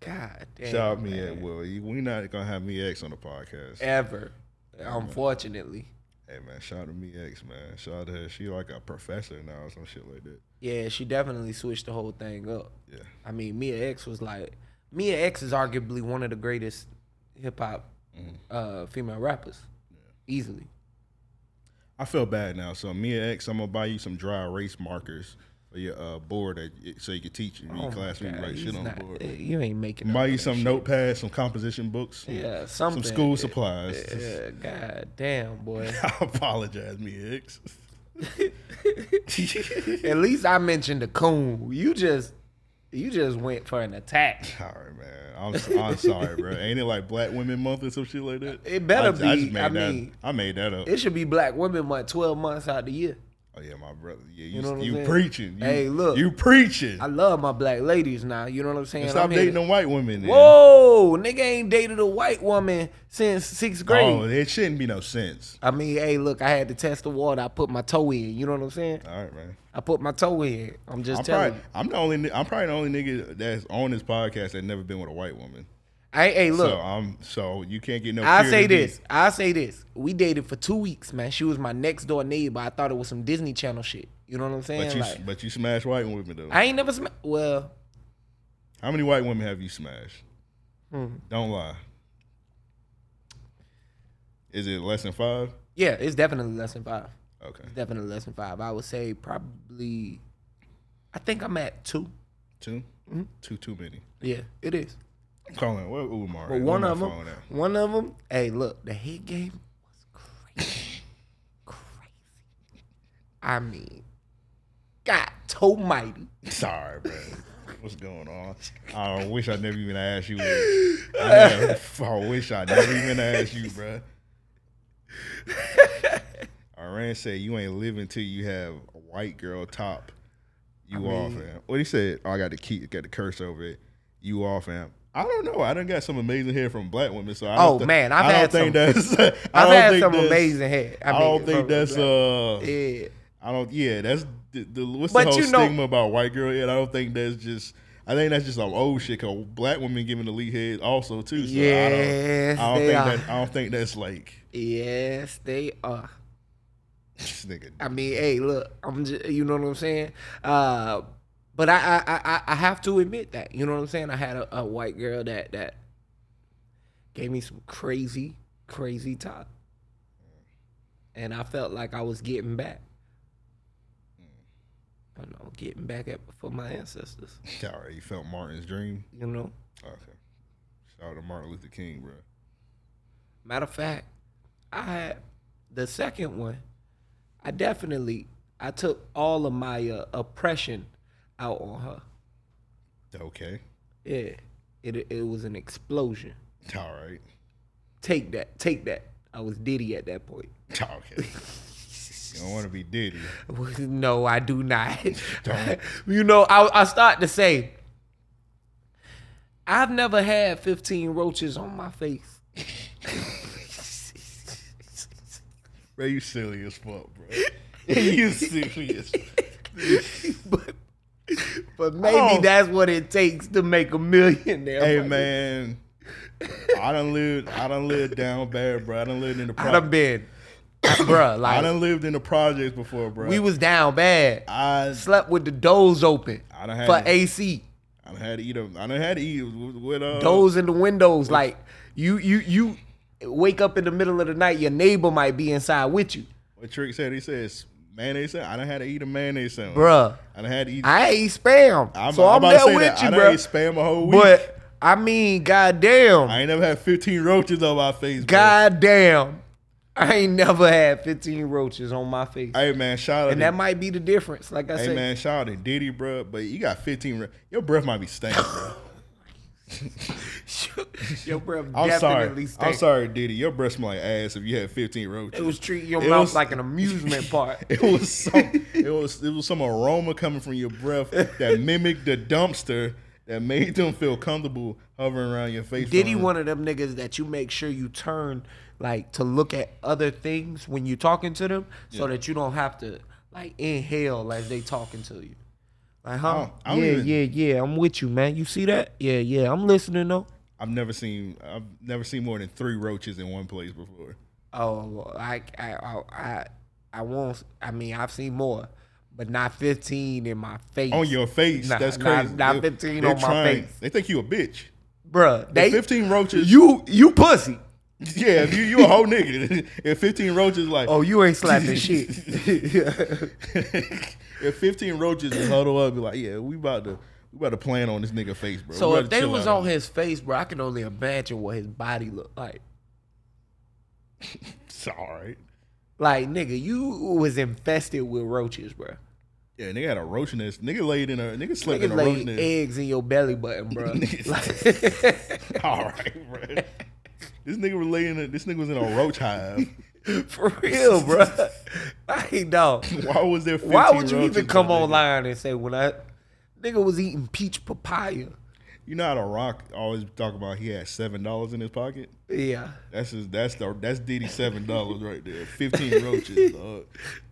God damn.
Shout me at well. you- We not gonna have me X on the podcast.
Ever. Unfortunately.
Hey man, shout out to me X man. Shout out to her. She like a professor now or some shit like that.
Yeah, she definitely switched the whole thing up.
Yeah.
I mean, Mia X was like, Mia X is arguably one of the greatest hip hop
Mm-hmm.
uh, female rappers. Easily.
I feel bad now. So Mia X, I'm gonna buy you some dry erase markers or your uh, board that y- so you can teach and read
Oh my
class, read
God,
write
he's
shit on
not- eh,
the board.
You ain't making.
Buy
up
you
that
some
shit.
notepads, some composition books, some-
Yeah,
some
something.
school supplies.
Yeah, God damn, boy.
I apologize, me ex.
At least I mentioned the coon. You just, you just went for an attack.
All right, man. I'm, s- I'm sorry, bro. Ain't it like Black Women Month or some shit like that?
It better
ju-
be.
made
I
that.
mean-
I made that up.
It should be Black Women Month, twelve months out the year.
Oh yeah, my brother. Yeah, you,
You know what I'm
you
saying?
preaching. You,
Hey, look.
you preaching.
I love my black ladies now. You know what I'm saying?
And stop
I'm here
dating
to-
them white women. then.
Whoa, nigga ain't dated a white woman since sixth grade.
Oh, it shouldn't be no sense.
I mean, hey, look, I had to test the water. I put my toe in. You know what I'm saying?
All right, man.
I put my toe in. I'm just
I'm
telling
probably,
you.
I'm the only. ni- I'm probably the only nigga that's on this podcast that never been with a white woman.
Hey, hey, look.
so I'm. So you can't get no.
I
pure
say
to me.
this. I say this. We dated for two weeks, man. She was my next door neighbor. I thought it was some Disney Channel shit. You know what I'm saying?
But you,
Like,
but you smash white women though.
I ain't never sm- well.
How many white women have you smashed?
Hmm.
Don't lie. Is it less than five?
Yeah, it's definitely less than five.
Okay,
Definitely less than five. I would say probably. I think I'm at two.
2
Mm-hmm.
two too many.
Yeah, it is.
I'm calling. Where Umar? at?
But
Where
one
my
of them,
phone at?
one of them. Hey, look, the head game was crazy, crazy. I mean, God, to mighty.
Sorry, bro. What's going on? I wish I never even asked you. this. I, never- I wish I never even asked you, bro. Iran said you ain't living till you have a white girl top. You off, fam. What he said? Oh, I got the key, got the curse over it. You off, fam. I don't know. I done got some amazing hair from black women, so I don't
Oh,
thi-
man, I've
I don't
had
think that's. I
I've
don't
had
think
some
that's-
amazing hair.
I, don't
mean,
think
bro,
that's
bro.
uh.
yeah.
I don't. Yeah, that's the, the what's
But
the whole
you know-
stigma about white girl. And I don't think that's just. I think that's just some old shit. Cause black women giving the lead head also too. So
Yes,
I don't, I don't
they
think
are.
that. I don't think that's like
Yes, they are.
this nigga.
I mean, hey, look, I'm just, you know what I'm saying? Uh, but I, I, I- I, I have to admit that, you know what I'm saying? I had a, a white girl that, that gave me some crazy, crazy top. And I felt like I was getting back. I know, getting back at for my ancestors,
All right, you felt Martin's dream.
you know?
Okay, shout out to Martin Luther King, bro.
Matter of fact, I had the second one. I definitely I took all of my uh, oppression out on her.
Okay,
Yeah, it it was an explosion.
all right,
Take that, take that. I was Diddy at that point.
okay. you don't want to be Diddy.
no, I do not.
Don't.
you know, I I start to say, I've never had fifteen roaches on my face.
Bro, you silly as fuck, bro. you silly as.
but but maybe
Oh.
that's what it takes to make a millionaire.
Hey
Like,
man, I done lived. I done lived down bad, bro. I done lived in the.
I
Pro-
done been, bruh.
I
Like
done lived in the projects before, bro.
we was down bad.
I
Slept with the doors open
I done had
for
it.
AC.
I done had to eat them. I done had to eat with, with uh.
Doors in the windows. Like you, you, you wake up in the middle of the night. Your neighbor might be inside with you,
What trick said? He says mayonnaise. Sandwich. I done had to eat a mayonnaise sandwich.
bruh.
I done had to eat.
I ate spam,
I'm-
so I'm,
about to
there
say
with
that.
you,
I done
bruh.
ate spam a whole week.
But I mean, goddamn,
I ain't never had 15 roaches on my face. bro.
goddamn, I ain't never had 15 roaches on my face.
Hey man, shout out.
And
to,
that might be the difference. Like I
hey
said,
man, shout out to Diddy, bro. But you got 15. Ro- Your breath might be stinking, bro.
your breath
I'm
definitely
sorry.
stank.
I'm sorry, Diddy. Your breath smell like ass if you had 15 roaches.
It was treating your
It
mouth
was-
like an amusement park.
It was some, it was it was some aroma coming from your breath that mimicked the dumpster that made them feel comfortable hovering around your face.
Diddy
from-
one of them niggas that you make sure you turn like to look at other things when you talking to them, so that you don't have to like inhale as they talking to you. Like, huh?
don't- Oh, I don't
yeah,
even-
yeah, yeah. I'm with you, man. You see that? Yeah, yeah. I'm listening though.
I've never seen I've never seen more than three roaches in one place before.
Oh, I, I, I, I, I won't. I mean, I've seen more, but not 15 in my face.
On your face,
Nah,
that's
nah,
crazy.
nah,
They're-
15
they're
on my
trying-
face.
They think you a bitch.
bruh. They
15 roaches.
You, you pussy.
Yeah, if you you a whole nigga. If fifteen roaches like
Oh, you ain't slapping shit.
if fifteen roaches just huddle up, be like, yeah, we about to we about to plan on this nigga face, bro.
So
We
if
about to
they
chill
was
out
on his face, bro, I can only imagine what his body looked like.
It's all right.
Like nigga, you was infested with roaches, bro.
Yeah, nigga had a roach nest. Nigga laid in a nigga slept in
Niggas
a roach
laid
nest.
eggs in your belly button, bro.
All right, bro. This nigga was laying. in- This nigga was in a roach hive.
For real, bro. Like, dog.
Why was there? 15
Why would you
roaches,
even come
my nigga?
online and say when I nigga was eating peach papaya?
You know how the Rock always talk about he had seven dollars in his pocket.
Yeah.
That's his. That's the. That's Diddy seven dollars right there. Fifteen roaches. Dog.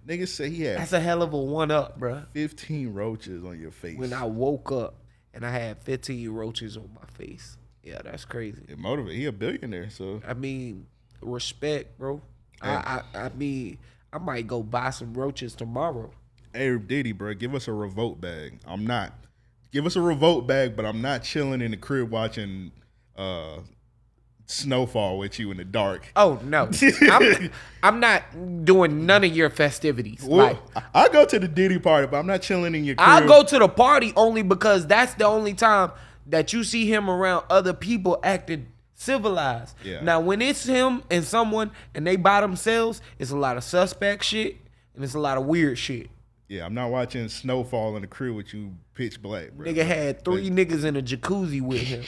Nigga say he had
That's a hell of a one up, bro.
fifteen roaches on your face.
When I woke up and I had 15 roaches on my face. Yeah, that's crazy.
it motivated. He a billionaire, so
I mean, respect, bro. I, I I mean, I might go buy some roaches tomorrow.
hey Diddy, bro, give us a revolt bag. I'm not. Give us a revolt bag, but I'm not chilling in the crib watching uh snowfall with you in the dark.
Oh no, I'm, I'm not doing none of your festivities.
Well,
like,
I- I go to the Diddy party, but I'm not chilling in your crib.
I go to the party only because that's the only time that you see him around other people acting civilized.
Yeah.
Now, when it's him and someone and they by themselves, it's a lot of suspect shit and it's a lot of weird shit.
yeah, I'm not watching snowfall in the crib with you, pitch black, bro.
Nigga had three niggas in a jacuzzi with him.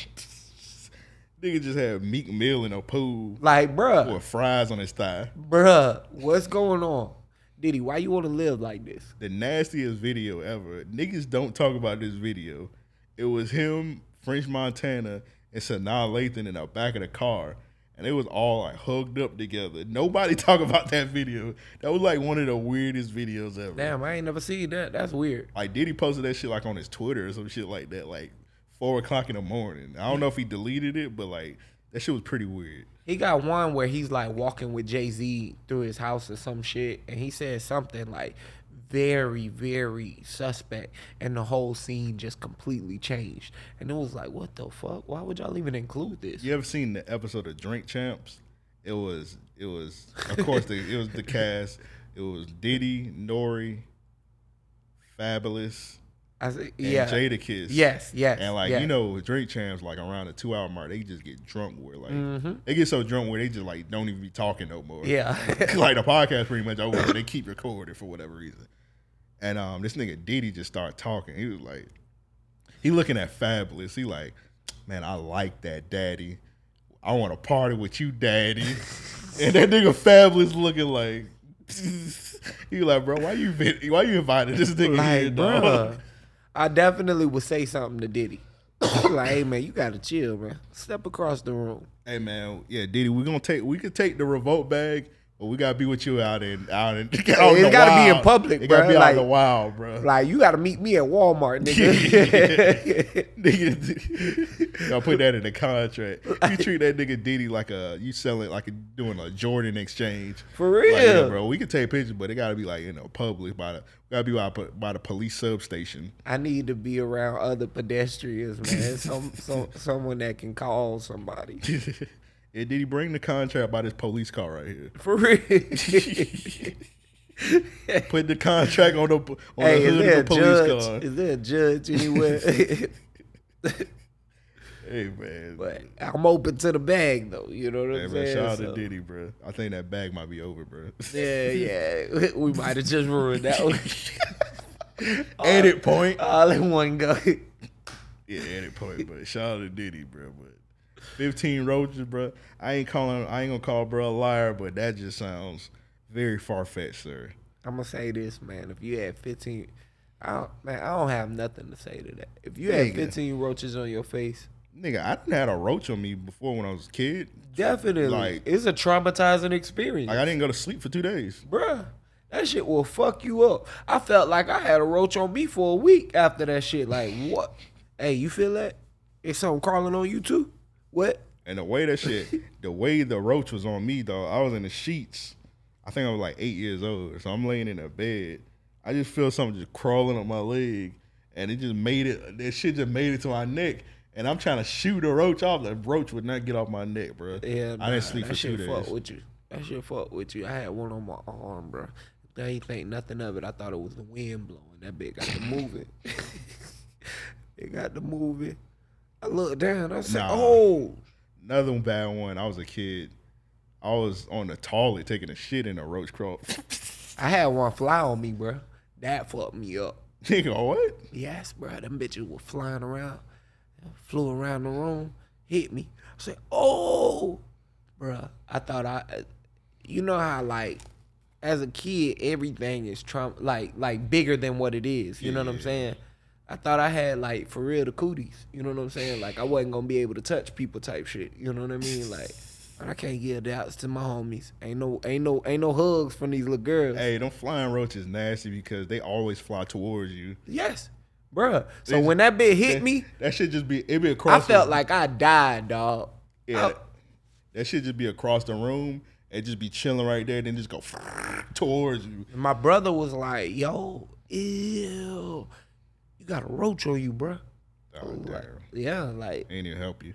Nigga just had Meek Mill in a pool
Like, bruh,
with fries on his thigh.
bruh, what's going on? Diddy, why you want to live like this?
The nastiest video ever. Niggas don't talk about this video. It was him, French Montana, and Sanaa Lathan in the back of the car. And they was all like hugged up together. Nobody talk about that video. That was like one of the weirdest videos ever.
Damn, I ain't never seen that. That's weird.
Like Diddy posted that shit like on his Twitter or some shit like that, like four o'clock in the morning. I don't know if he deleted it, but like that shit was pretty weird.
He got one where he's like walking with Jay Z through his house or some shit, and he said something like very, very suspect, and the whole scene just completely changed. And it was like, what the fuck? Why would y'all even include this?
You ever seen the episode of Drink Champs? It was it was of course the, it was the cast. It was Diddy, Nori, Fabulous,
I said,
and
yeah.
Jada Kiss.
Yes, yes.
And like
yes.
you know, with Drink Champs like around the two hour mark, they just get drunk where like they get so drunk where they just like don't even be talking no more.
Mm-hmm. Yeah.
like the podcast pretty much over. but They keep recording for whatever reason. And um, this nigga Diddy just started talking. He was like, he looking at Fabulous. He like, man, I like that, Daddy. I want to party with you, Daddy. and that nigga Fabulous looking like, he like, bro, why you been, why you invited this nigga here,
like,
dog?"
bruh, I definitely would say something to Diddy. like, hey man, you gotta chill, man. Step across the room.
Hey man, yeah, Diddy, we're gonna take we could take the revolt bag, but we gotta be with you out in out in. out in
It's
the
gotta be in
wild.
public,
It gotta
bruh,
be out in
like-
the wild, bro.
Like, you gotta meet me at Walmart, nigga.
Nigga, Y'all put that in the contract. You treat that nigga Diddy like a you selling like a, doing a Jordan exchange
For
Like, yeah,
real.
bro. We could take pictures, but it gotta be like you know public by the gotta be by, by the police substation.
I need to be around other pedestrians, man. Some, some someone that can call somebody.
and Diddy bring the contract by this police car right here?
For real. hey,
Put the contract on the on the
is
hood
there a
of the police
judge?
car.
Is there a judge anywhere?
Hey man.
but I'm open to the bag though. You know what
Hey,
I'm
man,
saying?
shout out
So,
to Diddy, bro. I think that bag might be over, bro.
Yeah, yeah. We might have just ruined that one. Uh,
edit point.
All in one go.
Yeah, edit point. But shout out to Diddy, bro. But fifteen roaches, bro. I ain't calling. I ain't gonna call bro a liar, but that just sounds very far fetched, sir.
I'm gonna say this, man. If you had 15, I don't, man, I don't have nothing to say to that. If you had
Nigga.
15 roaches on your face,
Nigga, I didn't had a roach on me before when I was a kid.
definitely,
Like-
it's a traumatizing experience.
Like I didn't go to sleep for two days.
Bruh, that shit will fuck you up. I felt like I had a roach on me for a week after that shit. Like, what? Hey, you feel that? It's something crawling on you too? What?
And the way that shit, the way the roach was on me, though, I was in the sheets. I think I was like eight years old. So I'm laying in a bed. I just feel something just crawling up my leg. And it just made it, that shit just made it to my neck. and I'm trying to shoot a roach off. The roach would not get off my neck, bro.
Yeah,
I
nah,
didn't sleep
that
for two
shit fuck
days.
with you. That shit fuck with you. I had one on my arm, bro. I ain't think nothing of it. I thought it was the wind blowing. That bitch got to moving. it got to moving. I looked down. I said,
Nah.
"Oh,
Another bad one. I was a kid. I was on the toilet taking a shit, and a roach crawled.
I had one fly on me, bro. That fucked me up."
Nigga, what?
Yes, bro. Them bitches were flying around, flew around the room, hit me. I said, "Oh, bro." I thought I, you know how like, as a kid, everything is trauma, like like bigger than what it is. You know what I'm saying? I thought I had like for real the cooties. You know what I'm saying? Like I wasn't gonna be able to touch people type shit. You know what I mean? Like. I can't give doubts to my homies. Ain't no, ain't no, ain't no hugs from these little girls.
Hey, them flying roaches nasty because they always fly towards you.
Yes, bruh. So when that bitch hit
That-
me,
That should just be it be
I
across. the-
felt like I died, dog.
yeah, that, that should just be across the room and just be chilling right there. Then just go towards you.
My brother was like, "Yo, ew, you got a roach on you, bruh."
Oh,
Like,
damn.
yeah, like
Ain't even help you.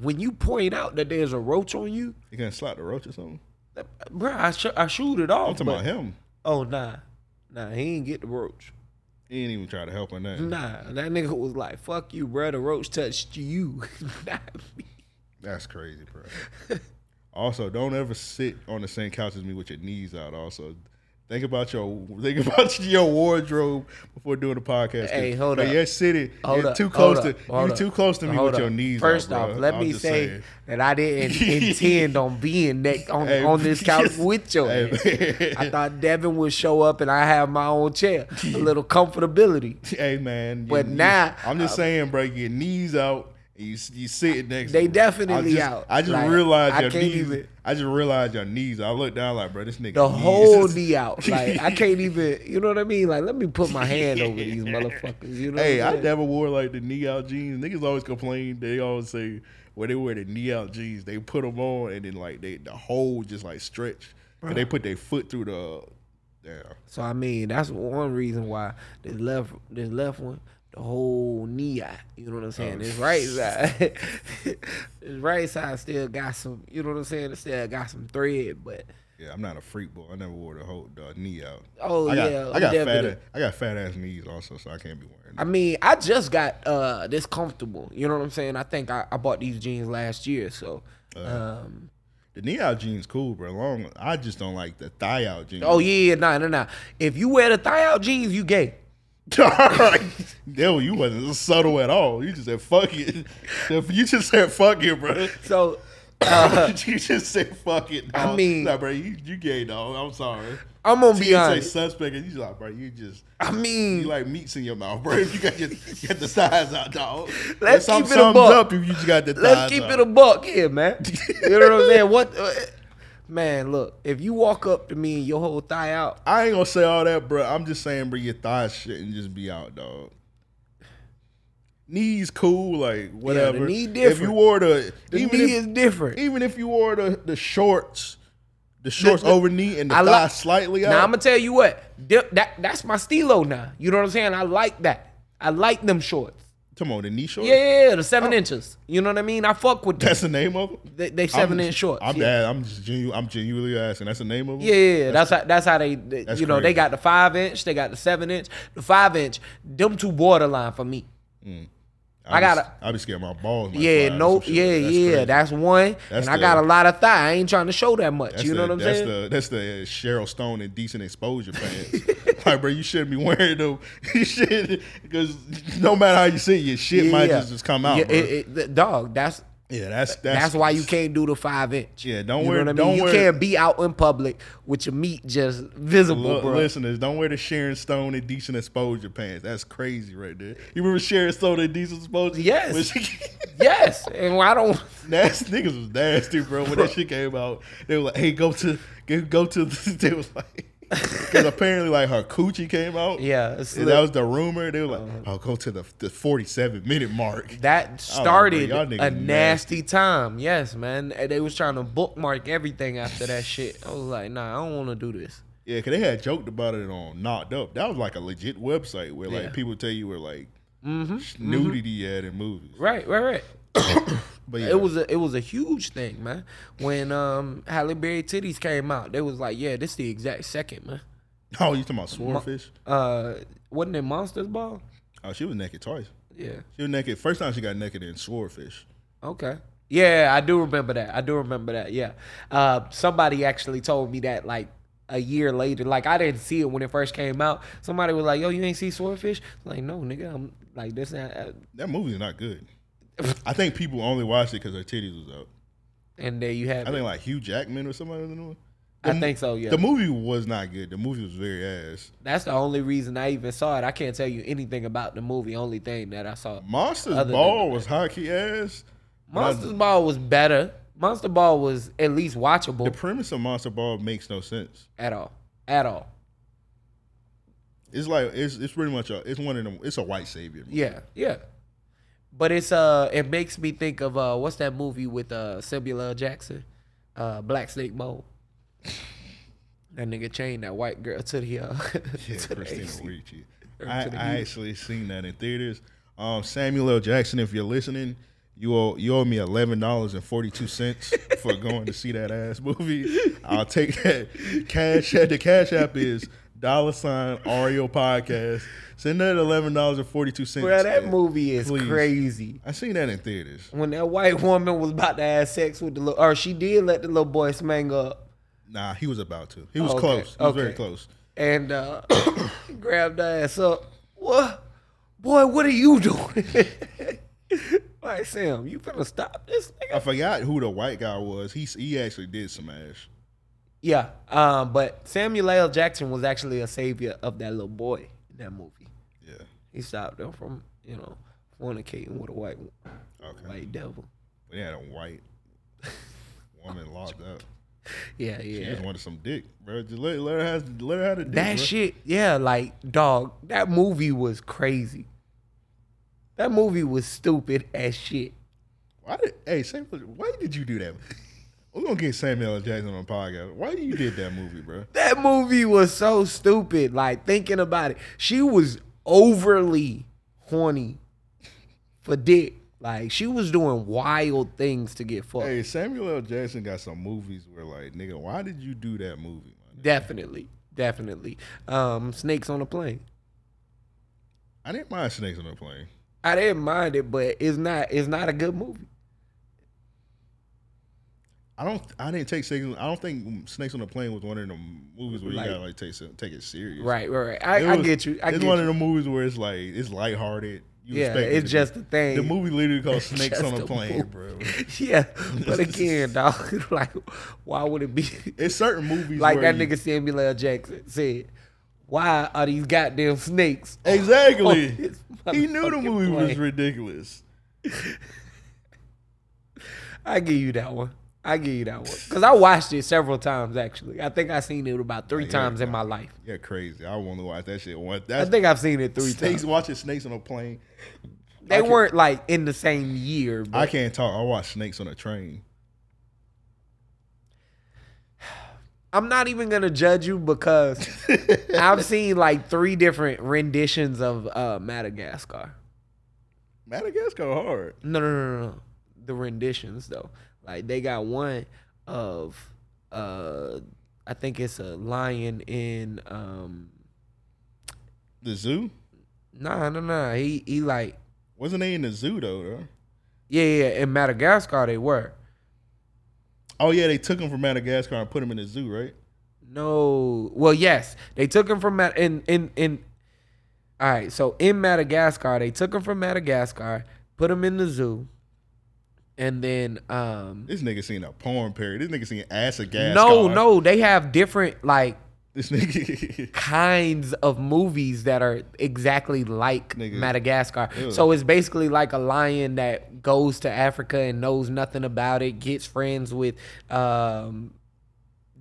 when you point out that there's a roach on you,
You gonna slap the roach or something?
that- bruh, I sh- I shoot it
I'm
off.
talking
but-
about him.
Oh nah, nah, he ain't get the roach.
He ain't even try to help on that.
Nah, that nigga was like, "Fuck you, bruh. The roach touched you, not me."
That's crazy, bro. also, don't ever sit on the same couch as me with your knees out. Also, think about your think about your wardrobe before doing the podcast. 'cause
Hey, hold
when
up.
You're sitting.
Hold
you're
up,
too
hold
close
up,
to
hold
you.
up,
Too close to me
hold
with your
up.
knees.
First
out,
off,
bruh.
let
I'm
me
just
say
saying.
that I didn't intend on being next on,
Hey,
on this couch
yes.
with your
Hey,
ass.
man.
I thought Devin would show up and I have my own chair, a little comfortability.
Hey man,
But
your-
now- uh,
I'm just saying, bro, your knees out. and You s- you sitting next.
They
to me.
definitely
I just,
out.
I just
Like,
realized
I
your
can't
knees.
even-
I just realized your knees. I looked down like, bro, this nigga.
The
knees
whole
is-
knee out, like I can't even. You know what I mean? Like let me put my hand over these motherfuckers. You know?
Hey,
what
I
I'm saying?
never wore like the knee out jeans. Niggas always complain. They always say when they wear the knee out jeans, they put them on and then like they the hole just like stretch and they put their foot through the. Yeah,
So I mean, that's one reason why this left this left one, the whole knee eye. You know
Oh,
what I'm saying? This right side, this right side still got some. You know what I'm saying? It still got some thread, but
yeah. I'm not a freak, boy. I never wore the whole the knee out.
oh
I got,
yeah,
I got
definitely.
fat. I got fat ass knees also, so I can't be wearing.
I mean, I just got uh this comfortable. You know what I'm saying? I think I, I bought these jeans last year, so. Um,
The knee out jeans cool, bro. Long. I just don't like the thigh out jeans.
oh yeah, nah, nah, nah. If you wear the thigh out jeans, you gay.
yeah. Yo, you wasn't subtle at all. You just said fuck it. You just said fuck it, bro.
So
you just said fuck it. Dog.
Uh-huh. I mean-
nah, bro, you, you gay dog. I'm sorry.
I'm gonna be
You say
honest.
suspect, and you just like, bro, you just
I mean,
you like meats in your mouth, bro. You got your, you got the thighs out, dog.
Let's
That sum-
keep it a
sums
buck.
up if you just got the thighs
Let's keep it a
out.
buck here, man. You know what I'm saying? What, uh, man? Look, if you walk up to me and your whole thigh out,
I ain't gonna say all that, bro. I'm just saying, bro, your thighs shouldn't just be out, dog. Knees cool, like whatever.
knee
If you
different.
wore the,
the
even
knee
if,
is different.
even if you wore the the shorts, the shorts
the-
over knee and the
I li-
thigh slightly out.
Now I'm gonna tell you what. dip- that that's my stilo now. You know what I'm saying? I like that. I like them shorts.
Come on, the knee shorts.
Yeah, yeah, yeah the seven inches. You know what I mean? I fuck with them.
That's the name of them.
They, they 7
I'm-
inch shorts.
I'm
yeah.
yeah. I'm just genu- I'm genuinely asking. That's the name of them.
Yeah, yeah, yeah. That's, how that's how they, they-
That's
you know, they
crazy.
got the five inch, they got the seven inch, the five inch. Them two borderline for me. I gotta-
I'll be scared. My balls. might fly out
Yeah,
or
no,
some shit.
yeah,
That's
yeah.
crazy.
That's one. and
That's
I
the-
got a lot of thigh. I ain't trying to show that much.
That's
you know
the,
what I'm
that's
saying?
The, that's the Cheryl Stone indecent exposure pants. like, bro, you shouldn't be wearing them. You should because no matter how you sit, your shit
yeah,
might
yeah.
just, just come out.
Yeah,
bro.
it- it- the- dog, that's
yeah, that's that's
that's, why you can't do the five inch.
Yeah, don't
you know
wear-
what I mean?
don't
you
wear-
can't be out in public with your meat just visible,
Look,
bro.
listeners, don't wear the Sharon Stone indecent exposure pants. That's crazy right there. You remember Sharon Stone indecent exposure?
Yes.
When she-
Yes, and I don't.
Nasty niggas was nasty, bro. When that shit came out, they were like, "Hey, go to go, go to." The, they was like, because apparently, like her coochie came out.
Yeah, it's
and that
lit. Uh-huh.
was the rumor. They were like, "Oh, go to the the forty-seven minute mark."
That
Oh, bro,
started
y'all
a
niggas
nasty,
nasty.
time. Yes, man. And They was trying to bookmark everything after that shit. I was like, nah, I don't want to do this.
Yeah, because they had joked about it on Knocked Up. That was like a legit website where like
Yeah. Mm-hmm,
people tell you where like nudity at in movies.
Right, right, right.
But yeah,
It was a it was a huge thing, man. When um Halle Berry titties came out, they was like, yeah, this the exact second, man.
oh, you talking about swordfish?
Uh, wasn't it Monsters Ball?
Oh, she was naked twice.
Yeah.
She was naked. First time she got naked in swordfish.
Okay. Yeah, I do remember that. I do remember that. Yeah. Uh, somebody actually told me that like a year later. Like I didn't see it when it first came out. Somebody was like, "Yo, you ain't see Swordfish?" I'm like, no, nigga. I'm like, this. Not, uh,"
That movie's not good. I think people only watched it because her titties was out.
and there you have.
I
it.
think like Hugh Jackman or somebody was in the one.
I think so, yeah.
The movie was not good. The movie was very ass.
That's the only reason I even saw it. I can't tell you anything about the movie. Only thing that I saw.
Monsters
Other than
Ball was hockey ass.
Monsters Ball was better. Monster Ball was at least
The
watchable
premise of Monster Ball makes no sense.
at all. At all.
It's like it's it's pretty much a it's one of them. It's a white savior. movie.
Yeah, yeah. But it's uh, it makes me think of uh, what's that movie with uh, Samuel L. Jackson, uh, Black Snake Mode. That nigga chained that white girl to the uh,
Yeah,
to the
Christina
AC.
Ricci.
Or
I,
to the E.
I
youth.
actually seen that in theaters. Um, Samuel L. Jackson, if you're listening, you owe you owe me eleven dollars and forty two cents for going to see that ass movie. I'll take that cash. App- The cash app is dollar sign Ario podcast. Send that eleven dollars and forty two cents.
Bro, that movie is
Please.
crazy.
I seen that in theaters.
When that white woman was about to have sex with the little, or she did let the little boy smang up
Nah, he was about to. He was
Okay,
close. He was very
okay.
close.
and uh, grabbed her ass up. What, boy? What are you doing? like Sam, you finna stop this nigga?
I forgot who the white guy was. He he actually did some ass.
Yeah, um, but Samuel L. Jackson was actually a savior of that little boy in that movie.
Yeah.
He stopped him from, you know, fornicating with a white
Okay.
white devil.
They had a white woman locked up.
Yeah,
She
yeah.
just wanted some dick, bro. Just let, let her have let her have the dick.
That
bro.
shit, yeah, like dog. That movie was crazy. That movie was stupid as shit.
Why did hey Samuel? Why did you do that? We're gonna get Samuel L. Jackson on the podcast. Why you did that movie, bro?
That movie was so stupid. Like thinking about it, she was overly horny for dick. Like she was doing wild things to get fucked.
Hey, Samuel L. Jackson got some movies where like, nigga, why did you do that movie? Man?
Definitely, definitely. Um, snakes on a plane.
I didn't mind Snakes on a Plane.
I didn't mind it, but it's not it's not a good movie.
I don't. I didn't take Snakes. I don't think Snakes on a Plane was one of the movies where you
Like-
gotta like take some- take it serious.
Right, right, right.
It
I, I
was-
get you. I
it's
get
one
you.
of the movies where it's like it's lighthearted. You
Yeah,
expect it
it's
to be-
just a thing.
The movie literally called Snakes
just
on a
a
Plane,
movie.
bro.
yeah, but again, dog, like, why would it be
It's certain movies
like
where
that
you-
nigga Samuel L. Jackson said? Why are these goddamn snakes?
Exactly.
on "Oh, this
he knew the
motherfucking
movie was
plane?
ridiculous.
I give you that one. I give you that one because I watched it several times. Actually, I think I seen it about three times in my life.
Yeah, crazy. I want to watch that shit once.
I
That's
think I've seen it three
snakes
times.
watching snakes on a plane.
They
can't-
weren't like in the same year. But
I can't talk. I watch snakes on a train.
I'm not even gonna judge you because I've seen like three different renditions of uh, Madagascar.
Madagascar hard.
No, no, no, no, no. The renditions though, like they got one of, uh, I think it's a lion in. Um,
The zoo
nah, no, no. He he like
wasn't they in the zoo though? though?
yeah, yeah. In Madagascar they were.
Oh yeah, they took him from Madagascar and put him in the zoo, right?
No. Well, yes, they took him from Mad- in in in. All right, so in Madagascar, they took him from Madagascar, put him in the zoo, and then um.
This nigga seen a porn parody. This nigga seen ass of gas.
No, no, they have different like
This nigga.
kinds of movies that are exactly like
Nigga.
Madagascar.
Ew.
So it's basically like a lion that goes to Africa and knows nothing about it, gets friends with um,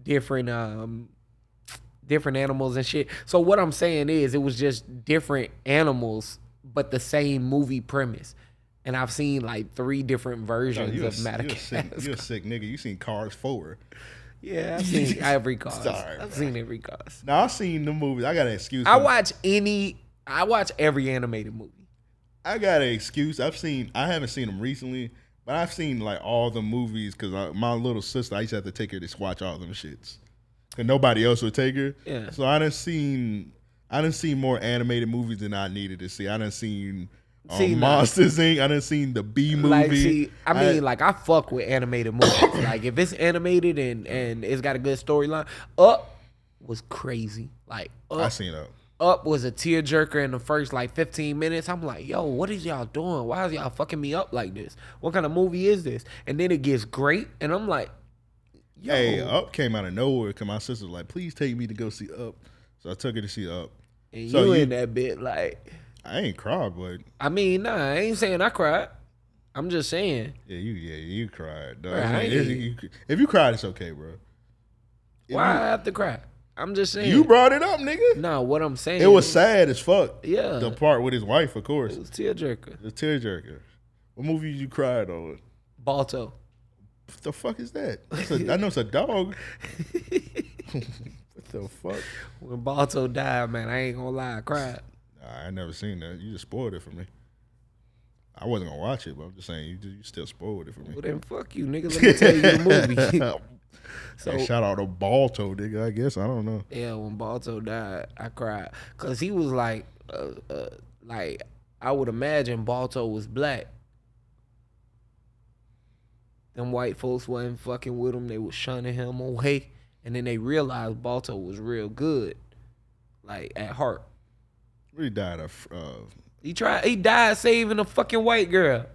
different um, different animals and shit. So what I'm saying is, it was just different animals, but the same movie premise. And I've seen like three different versions
you
of
a, you a sick,
Madagascar.
you a sick nigga. You seen Cars Forward.
yeah, I've seen every cause.
Sorry,
I've
bro.
seen every cause.
Now I seen the movies. I got an excuse.
I
for-
watch any. I watch every animated movie.
I got an excuse. I've seen. I haven't seen them recently, but I've seen like all the movies because my little sister. I used to have to take her to watch all them shits, and nobody else would take her.
Yeah.
So I done seen. I done seen more animated movies than I needed to see. I done seen. Um,
See, now-
Monsters Inc. I done seen the B
uh,
movie.
Like, see, I mean,
like.
like I fuck with animated movies. like, if it's animated and and it's got a good storyline, Up was crazy. Like,
I
Up,
seen that.
Up was a tearjerker in the first like 15 minutes. I'm like, yo, what is y'all doing? Why is y'all fucking me up like this? What kind of movie is this? And then it gets great, and I'm like, yo,
Hey, oh, Up came out of nowhere because my sister was like, please take me to go see Up. So I took her to see Up.
and
so
you
you-
in that bit like.
I ain't cried, but
I mean, nah, I ain't saying I cried. I'm just saying.
yeah, you yeah you cried. dog.
Right.
If, you, if you cried, it's okay, bro. If
Why I have to cry? I'm just saying.
You, you brought it up, nigga.
nah, what I'm saying.
It was sad as fuck.
Yeah.
The part with his wife, of course.
It was tearjerker.
The tearjerker. What movie you cried on?
Balto.
What the fuck is that? That's a- I know it's a dog. what the fuck?
When Balto died, man, I ain't gonna lie, I cried.
I never seen that. You just spoiled it for me. I wasn't gonna watch it, but I'm just saying you, you still spoiled it for me.
Well, then fuck you, nigga. Let me tell you the movie.
Hey,
so
shout out to Balto, nigga. I guess I don't know.
yeah, when Balto died, I cried because he was like, uh, uh, like I would imagine Balto was black. Them white folks wasn't fucking with him. They was shunning him away, and then they realized Balto was real good, like at heart.
Really died of. Uh, that's
He tried. He died saving a fucking white girl.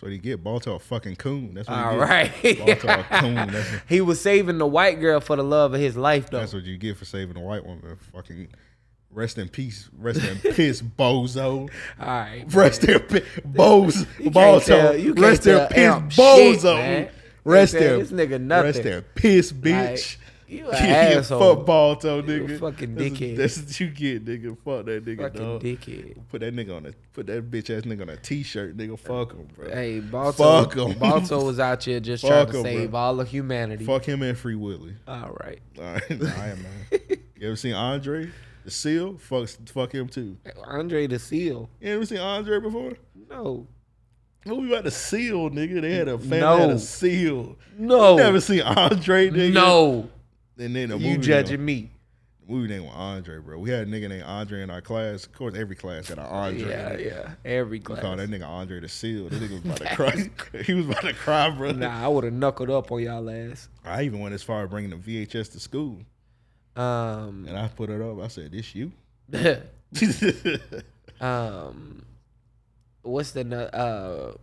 what he get. Balto a fucking coon. That's what.
All
he
right.
Get. Balto a coon. That's,
He was saving the white girl for the love of his life, though.
that's what you get for saving a white woman. Fucking. Rest in peace. Rest in peace, bozo.
All right.
Rest in peace, bozo. Balto.
tell- you can't
Rest in
tell
peace,
Amp shit, man.
bozo.
You
Rest
tell
in
this nigga
Rest
nothing.
in peace, bitch.
you a asshole.
fuck Balto, nigga.
a fucking
That's-
dickhead.
That's, what you get, nigga. Fuck that nigga,
Fucking
dog.
dickhead.
Put that nigga on a put that bitch ass nigga on a t shirt, nigga. Fuck him, bro.
Hey, Balto.
Fuck 'em.
Balto was out here just
Fuck
trying to
'em,
save
bro.
all of humanity.
Fuck him and Free Willy.
All right.
All right, nah, man. You ever seen Andre the Seal? Fuck, fuck him too.
Andre the Seal.
You ever seen Andre before?
No.
What we about the Seal, nigga? They had a family
No.
had a Seal.
No.
You never seen Andre, nigga?
No.
And then the
You
movie
judging
name-
me.
the movie name was Andre, bro. We had a nigga named Andre in our class. Of course, every class got an Andre. in
Yeah,
it.
yeah. Every
We called
class.
that nigga Andre the Seal. That nigga was about to cry. he was about to cry, bro.
Nah, I would have knuckled up on y'all ass.
I even went as far as bringing the VHS to school,
Um,
and I put it up. I said, "This you."
um, what's the nu- uh?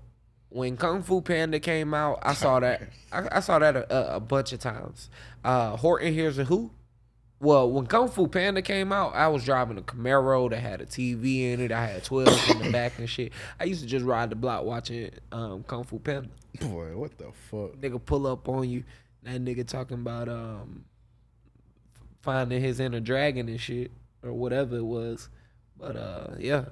When Kung Fu Panda came out, I saw that. I, I saw that a, a- a bunch of times. Uh, Horton hears a who. Well, when Kung Fu Panda came out, I was driving a Camaro that had a TV in it. I had twelve in the back and shit. I used to just ride the block watching um, Kung Fu Panda.
Boy, what the fuck?
Nigga pull up on you. That nigga talking about um f- finding his inner dragon and shit or whatever it was. But uh yeah,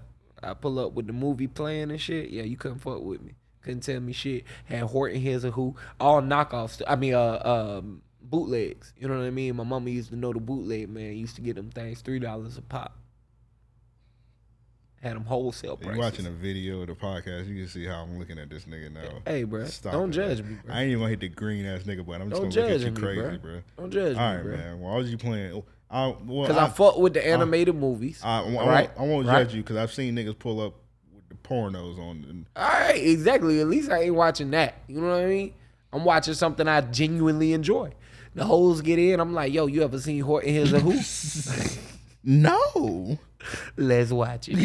I pull up with the movie playing and shit. Yeah, you couldn't fuck with me. Couldn't tell me shit. Had Horton here's a who all knockoffs. I mean uh um bootlegs. You know what I mean? My mama used to know the bootleg man. Used to get them things three dollars a pop. Had them wholesale
You
prices.
watching a video of the podcast? You can see how I'm looking at this nigga now.
Hey, bruh,
Stop
don't
it,
judge
man.
me, bruh.
I ain't even gonna hit the green ass nigga, but I'm just
Don't
gonna look at
judge
you
me,
crazy,
bruh.
bro.
Don't judge
All right,
me, bro.
man. Why was you playing? Oh, I uh, well,
Cause I, fuck with the animated movies.
I, I won't-
right?
I won't
Right?
judge you because I've seen niggas pull up with the pornos on. And
All right, exactly. At least I ain't watching that. You know what I mean? I'm watching something I genuinely enjoy. The hoes get in. I'm like, yo, you ever seen Horton Hills or Who?
no.
Let's watch it.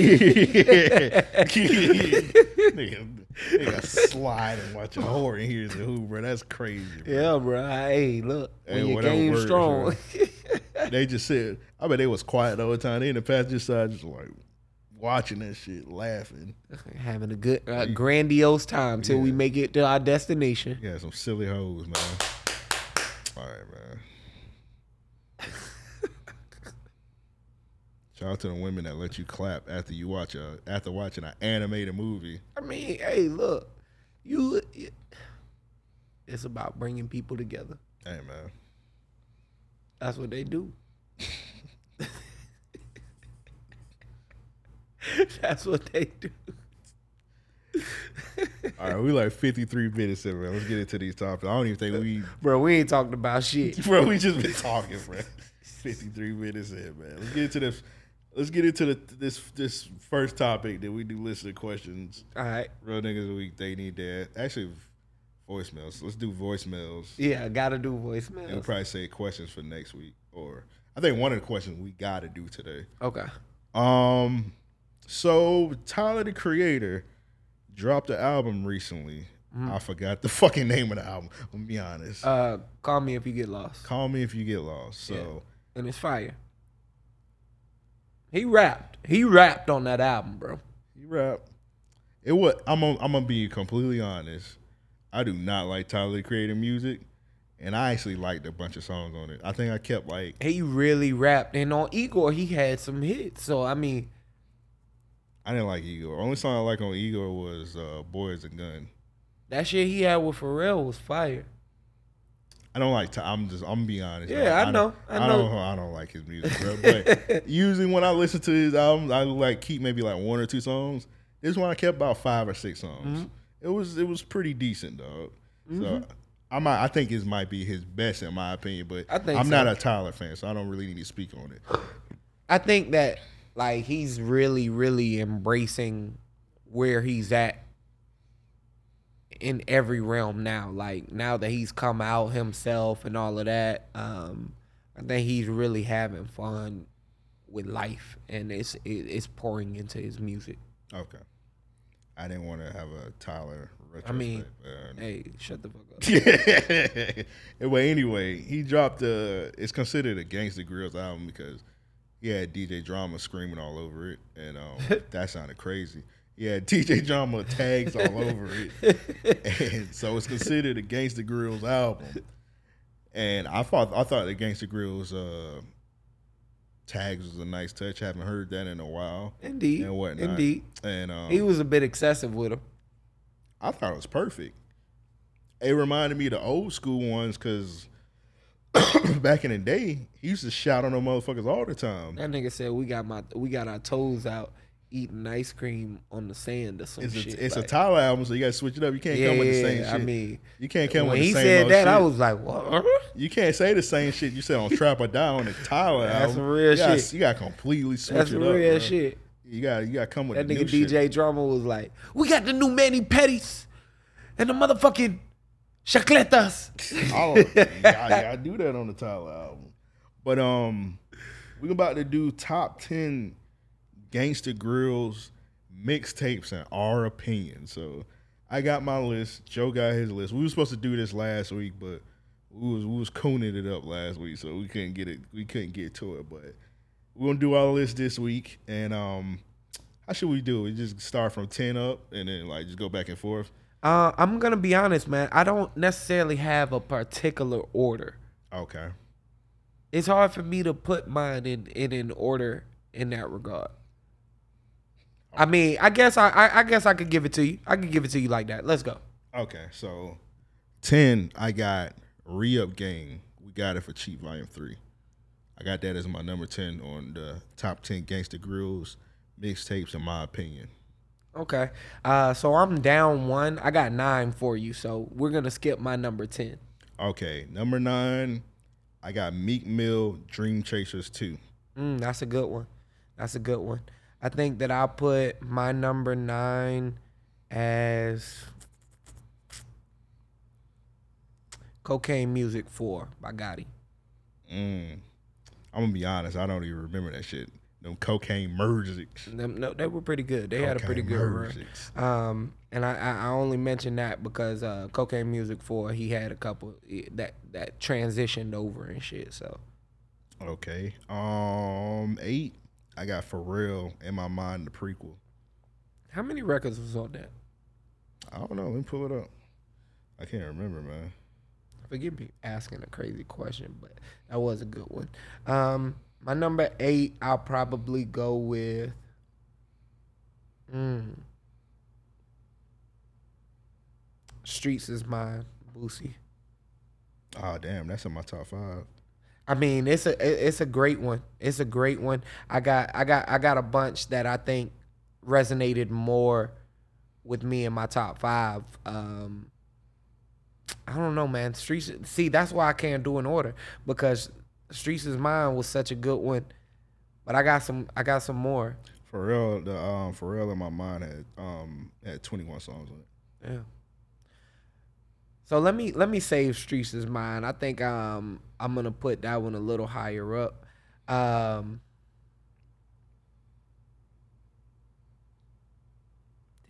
nigga, nigga slide and watch a whore in here is a who, bro. That's crazy. Bro.
Yeah, bro. Hey, look. When
Hey,
your
whatever
game's
works,
strong.
They just said, I bet they was quiet the whole time. They in the passenger side, just like watching that shit, laughing.
Having a good, uh, grandiose time till we make it to our destination.
Yeah, some silly hoes, man. All right, man. Shout out to the women that let you clap after you watch a after watching an animated movie.
I mean, hey, look. You. It's about bringing people together.
Hey, man.
That's what they do. That's what they do.
All right, we like 53 minutes in, man. Let's get into these topics. I don't even think we,
Bro, we ain't talking about shit.
bro, we just been talking, bro. 53 minutes in, man. Let's get into this. Let's get into the, this this first topic that we do listener questions.
All right.
Real niggas of the week, they need that. Actually, voicemails. Let's do voicemails.
Yeah, gotta do
And we'll
voicemails.
probably say questions for next week, or I think one of the questions we gotta do today.
Okay.
Um, so Tyler the Creator dropped an album recently. I forgot the fucking name of the album. I'm gonna be honest.
Uh, call me if you get lost.
Call me if you get lost. So
And it's fire. He rapped. He rapped on that album, bro.
you rap. It was. I'm. Gonna, I'm gonna be completely honest. I do not like Tyler the Creator music, and I actually liked a bunch of songs on it. I think I kept like
He really rapped. And on Igor, he had some hits. So, I mean,
I didn't like Igor. Only song I like on Igor was uh, "Boy Is a Gun."
that shit he had with Pharrell was fire.
I don't like. To, I'm just. I'm gonna be honest.
Yeah, I know,
I,
I
don't.
know.
I don't like his music, bro. But usually when I listen to his albums, I like keep maybe like one or two songs. This one I kept about five or six songs.
Mm-hmm.
It was it was pretty decent, dog. So I might. I think this might be his best in my opinion. But
I think
I'm
so.
not a Tyler fan, so I don't really need to speak on it.
I think that, like, he's really, really embracing where he's at in every realm now. Like, now that he's come out himself and all of that, um, I think he's really having fun with life and it's it, it's pouring into his music.
Okay. I didn't want to have a Tyler.
I mean,
retrospect, but-
hey, shut the fuck up.
well, anyway, he dropped a. It's considered a Gangsta Grills album because he had DJ Drama screaming all over it, and um, that sounded crazy. He had DJ Drama tags all over it, and so it's considered a Gangsta Grills album. And I thought I thought the Gangsta Grills uh, tags was a nice touch. Haven't heard that in a while,
Indeed.
and whatnot.
Indeed.
and um,
He was a bit excessive with him.
I thought it was perfect. It reminded me of the old school ones because back in the day, he used to shout on them motherfuckers all the time.
That nigga said we got my we got our toes out eating ice cream on the sand or some
It's
shit.
a, it's
like,
a Tyler album, so you got to switch it up. You can't
Yeah,
come with the
yeah,
same shit.
I mean,
you can't come
when
with the
he
same
said
old
that,
shit.
I was like, what?
You can't say the same shit you said on Trap or Die on the Tyler
That's
album.
some real
you gotta,
shit.
You got to completely switch
That's
it
real
up. bro.
shit.
You got to you got to come with
That
the
nigga
new
DJ
shit.
Drama was like, we got the new Manny Petties and the motherfucking chacletas.
Oh, I, I do that on the Tyler album. But um, we about to do top ten Gangsta Grills mixtapes in our opinion. So I got my list. Joe got his list. We were supposed to do this last week, but we was we was cooning it up last week, so we couldn't get it. We couldn't get to it. But we're gonna do our list this week, and um. How should we do? it? We just start from ten up, and then like just go back and forth.
Uh, I'm gonna be honest, man. I don't necessarily have a particular order.
Okay.
It's hard for me to put mine in in an order in that regard. I mean, I guess I, I I guess I could give it to you. I could give it to you like that. Let's go.
Okay, so ten, I got re up gang. We got it for cheap volume three. I got that as my number ten on the top ten gangster grills mixtapes in my opinion.
Okay. Uh, so I'm down one. I got nine for you. So we're gonna skip my number ten.
Okay, number nine, I got Meek Mill Dream Chasers two.
Mm, that's a good one. That's a good one. I think that I'll put my number nine as cocaine music for by Gotti.
Mm. I'm gonna be honest, I don't even remember that shit. Them cocaine merges.
Them, no, they were pretty good. They had a
Cocaine
pretty good run.
Merchants.
Um, and I, I I only mentioned that because uh, Cocaine Music Four, he had a couple eh, that that transitioned over and shit. So
Okay. Um eight, I got Pharrell in my mind the prequel.
how many records was on that?
I don't know, let me pull it up. I can't remember, man.
Forgive me asking a crazy question, but that was a good one. Um, my number eight, I'll probably go with. Mm, Streets is mine, Boosie.
Oh damn, that's in my top five.
I mean, it's a it- it's a great one. It's a great one. I got I got I got a bunch that I think resonated more with me in my top five. Um, I don't know, man. Streets. See, that's why I can't do an order because Streets is mine was such a good one, but I got some. I got some more.
Pharrell, the um, Pharrell in my mind had um had 21 songs on it.
Yeah. So let me let me save Streets is mine. I think um I'm gonna put that one a little higher up. Um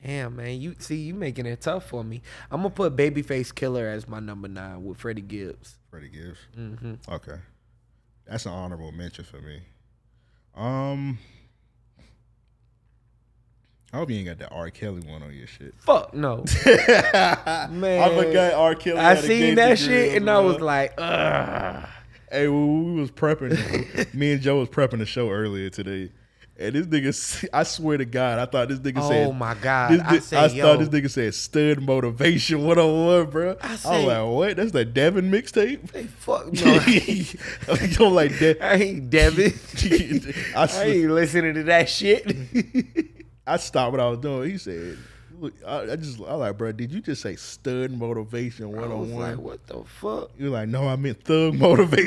Damn man, you see you making it tough for me. I'm gonna put Babyface Killer as my number nine with Freddie Gibbs.
Freddie Gibbs. Mm-hmm. Okay, that's an honorable mention for me. Um, I hope you ain't got the R. Kelly one on your shit.
Fuck no. Man.
I forgot R. Kelly.
I
had a
seen
gate
that
degree
shit
on
and I was
mine.
like, ugh.
Hey, when we was prepping, me and Joe was prepping the show earlier today, and this nigga, I swear to God, I thought this nigga said,
Oh my God.
this
I
ni-
said, yo.
thought this nigga said stud motivation 101, bro." I,
said-
was like, "What? That's the Devin mixtape."
Hey, fuck no.
I'm like that.
I ain't Devin.
I,
I
sl-
ain't listening to that shit.
I stopped what I was doing. He said, "Look, I, I just, I like, bro, did you just say stud motivation
I was
101?"
like, what the fuck?
You're like, "No, I meant thug motivation."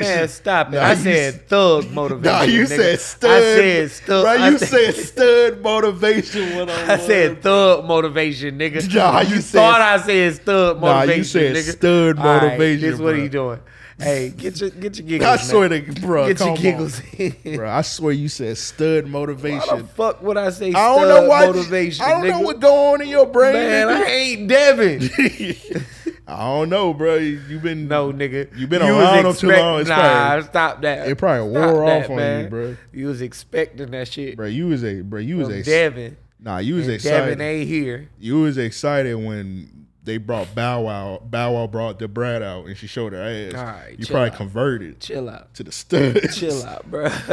Man, stop it.
Nah,
I
you
said thug motivation.
No, you
nigga.
said stud.
I said stud.
Bro,
I
you
said-
said stud motivation. What
I said thug motivation, nigga.
Nah, you said-
thought I said stud
Nah, you
motivation,
said
nigga.
stud
All right,
motivation,
this what he
bruh.
doing. Hey, get your get your giggles.
I
man.
swear to bro,
get
come
your
on.
giggles.
bro. I swear you said stud
Why the
motivation.
fuck would I say
I
stud
don't know why.
motivation,
I don't
nigga?
know what go on in your brain.
Man, I
nigga.
ain't Devin.
I don't know, bro. You've been
No, nigga.
You been
was
around him too
expect-
long, it's
nah,
probably-
stop that.
it probably
Stop
wore
that,
off on you, bro.
You was expecting that shit.
Bro, you was a bro. You was
from
a
Devin.
nah. You was
And
excited.
Devin ain't here.
you was excited when they brought Bow Wow. Bow Wow brought the brat out, and she showed her ass.
All right,
you
chill
probably
out.
converted
Chill out.
to the stud.
Chill out, bro.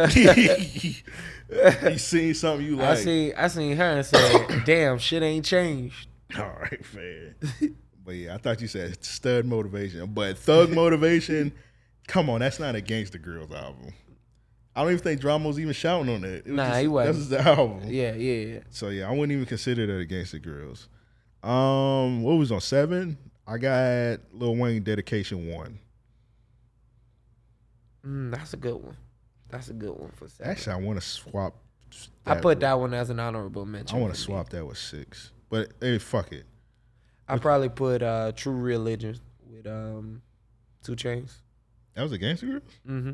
you seen something you like?
I seen I seen her and said, "Damn, shit ain't changed."
All right, man. but yeah, I thought you said stud motivation, but thug motivation. come on, that's not a gangsta girls album. I don't even think Drama was even shouting on that. It was
Nah,
just-
he wasn't.
That's the album.
Yeah, yeah, yeah.
So yeah, I wouldn't even consider that against the girls. Um, what was on seven? I got Lil Wayne dedication one.
Mm, that's a good one. That's a good one for seven.
Actually, I want to swap.
I put that one as an honorable mention.
I want to
for me.
swap that with six, but hey, fuck it.
I probably put uh, True Religion with um, Two Chains.
That was against the girls.
Mm-hmm.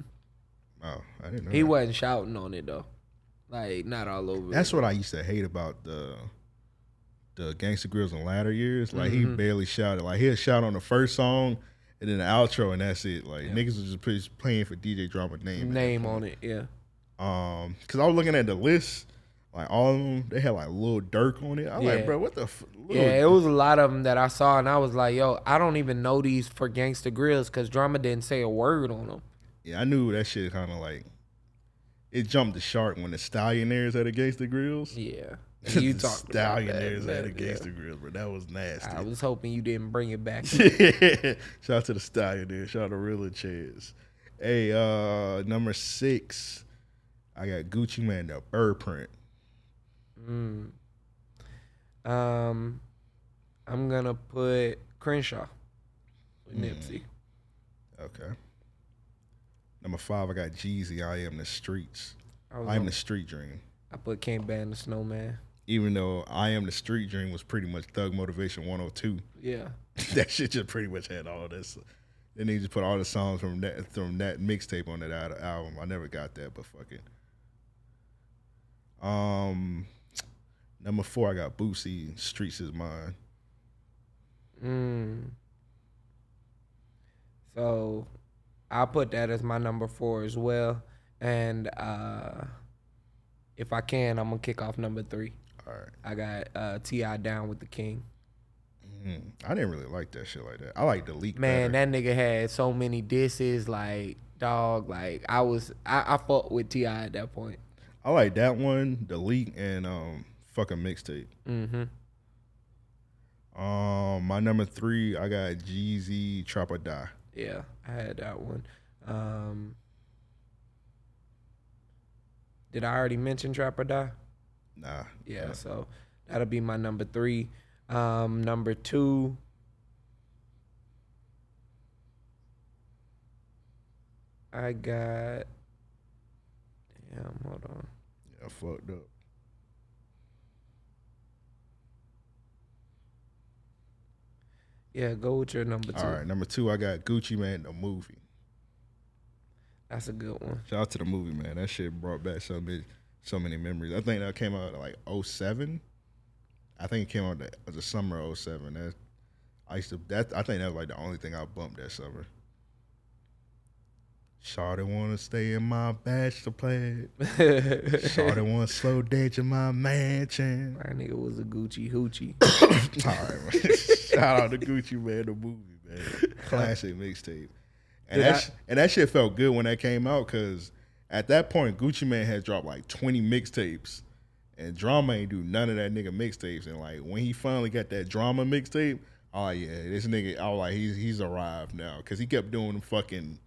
Oh, I didn't know.
He
that.
wasn't shouting on it though, like not all over.
That's
it.
what I used to hate about the the Gangsta Grills in latter years. Like
Mm-hmm.
he barely shouted. Like he'll shout on the first song and then the outro, and that's it. Like niggas was just pretty- playing for DJ Drama name.
name on it. Yeah.
Um, because I was looking at the list, like all of them, they had like Lil Durk on it. I'm
Yeah.
like, bro, what the? F- Lil
Yeah, it was a lot of them that I saw, and I was like, "Yo, I don't even know these for Gangsta Grills because Drama didn't say a word on them."
Yeah, I knew that shit kind of like it jumped the shark when the Stallionaires had against the grills.
Yeah, And you
the
talked about that,
Stallionaires
but,
had against
yeah.
the grills, but that was nasty.
I was hoping you didn't bring it back.
Shout out to the Stallionaires. Shout out to Real Chance. Hey, uh, number six, I got Gucci Man the bird print.
um, I'm gonna put Crenshaw with
Mm.
Nipsey.
Okay. Number five, I got Jeezy. I am the streets.
I, was
I am
gonna-
the street dream.
I put Can't Ban the Snowman.
even though I Am the Street Dream was pretty much Thug Motivation 102.
Yeah,
that shit just pretty much had all this. Then they just put all the songs from that from that mixtape on that al- album. I never got that, but fuck it. Um, number four, I got Boosie. Streets is mine.
Mm. So I'll put that as my number four as well. And uh, if I can, I'm going to kick off number three.
All right.
I got uh, T.I. down with the king.
Mm, I didn't really like that shit like that. I like the leak.
Man,
better.
that nigga had so many disses. Like, dog, like, I was, I, I fucked with T.I. at that point.
I like that one, the leak, and um, fucking mixtape.
Mm-hmm.
Um, my number three, I got Jeezy, Trap or Die.
Yeah, I had that one. Um, did I already mention Trap or Die?
Nah.
Yeah, so that'll be my number three. Um, number two. I got. Damn, hold on.
Yeah, fucked up.
Yeah, go with your number two.
All right, number two, I got Gucci Man the movie.
That's a good one.
Shout out to the movie, man. That shit brought back so many, so many memories. I think that came out like 07. I think it came out the, the summer of 07. That I used to that I think that was like the only thing I bumped that summer. Shawty wanna stay in my bachelor pad. Shawty wanna slow dance in my mansion.
My nigga was a Gucci hoochie.
All right, man. Shout out to Gucci Man, the movie, man. Classic mixtape. And
Did I-
that, sh- and that shit felt good when that came out because at that point, Gucci Man had dropped like 20 mixtapes. And Drama ain't do none of that nigga mixtapes. And like when he finally got that Drama mixtape, oh yeah, this nigga, I was like, he's, he's arrived now. Because he kept doing them fucking,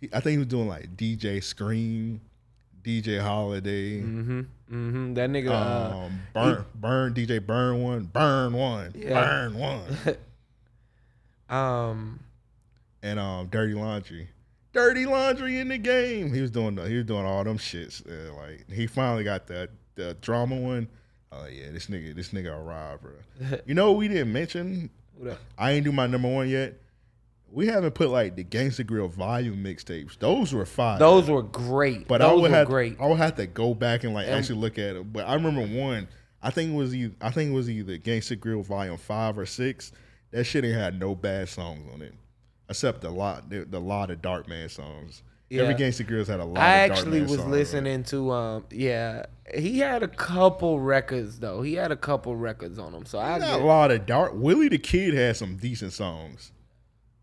he, I think he was doing like DJ Scream, DJ Holiday,
hmm That nigga. uh,
um, burn, burn, DJ burn one, burn one,
Yeah.
burn one,
Um,
and um, dirty laundry, dirty laundry in the game. He was doing, the, he was doing all them shits. uh, like he finally got that the drama one. Oh yeah, this nigga, this nigga arrived, bro. you know what we didn't mention?
what up?
I ain't do my number one yet. We haven't put like the Gangsta Grill volume mixtapes. Those were fire.
Those were great.
But
Those
I would
were
have
great.
I would have to go back and like actually look at it. But I remember one. I think it was either, I think it was either Gangsta Grill Volume Five or Six. That shit ain't had no bad songs on it, except the lot the, the lot of Dark Man songs. Every
Yeah.
Gangsta Grill's had a lot.
I
of Dark
actually
Man
was
songs on it.
listening to um yeah he had a couple records though he had a couple records on him so I
Not
get,
a lot of Dark. Willie the Kid had some decent songs.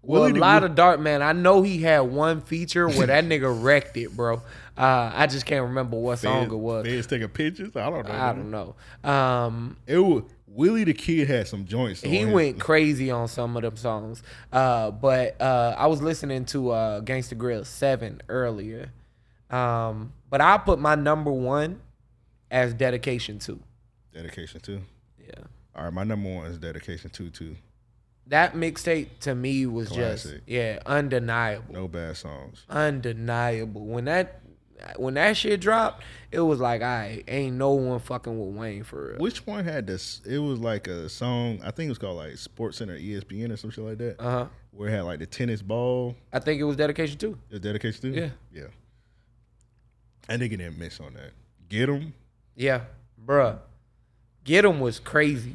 well,
Willie
a
the
lot
Wi-
of Dark Man I know he had one feature where that nigga wrecked it bro uh I just can't remember what song
Feds-
it was
Feds taking pictures. I don't know.
I don't know um
It was Willie the Kid had some joints.
he
on his-
went crazy on some of them songs uh but uh I was listening to uh Gangsta Grill Seven earlier um but I put my number one as dedication to
dedication too.
yeah.
All right, my number one is dedication two too.
that mixtape to me was just
Classic.
yeah undeniable
No bad songs.
undeniable when that when that shit dropped it was like I ain't no one fucking with Wayne for real
Which one had this? It was like a song. I think it was called like Sports Center, E ESPN, or some shit like that.
uh huh
Where it had like the tennis ball.
I think it was dedication too
The dedication to.
Yeah.
yeah. That nigga didn't miss on that. Get him.
yeah bruh get him was crazy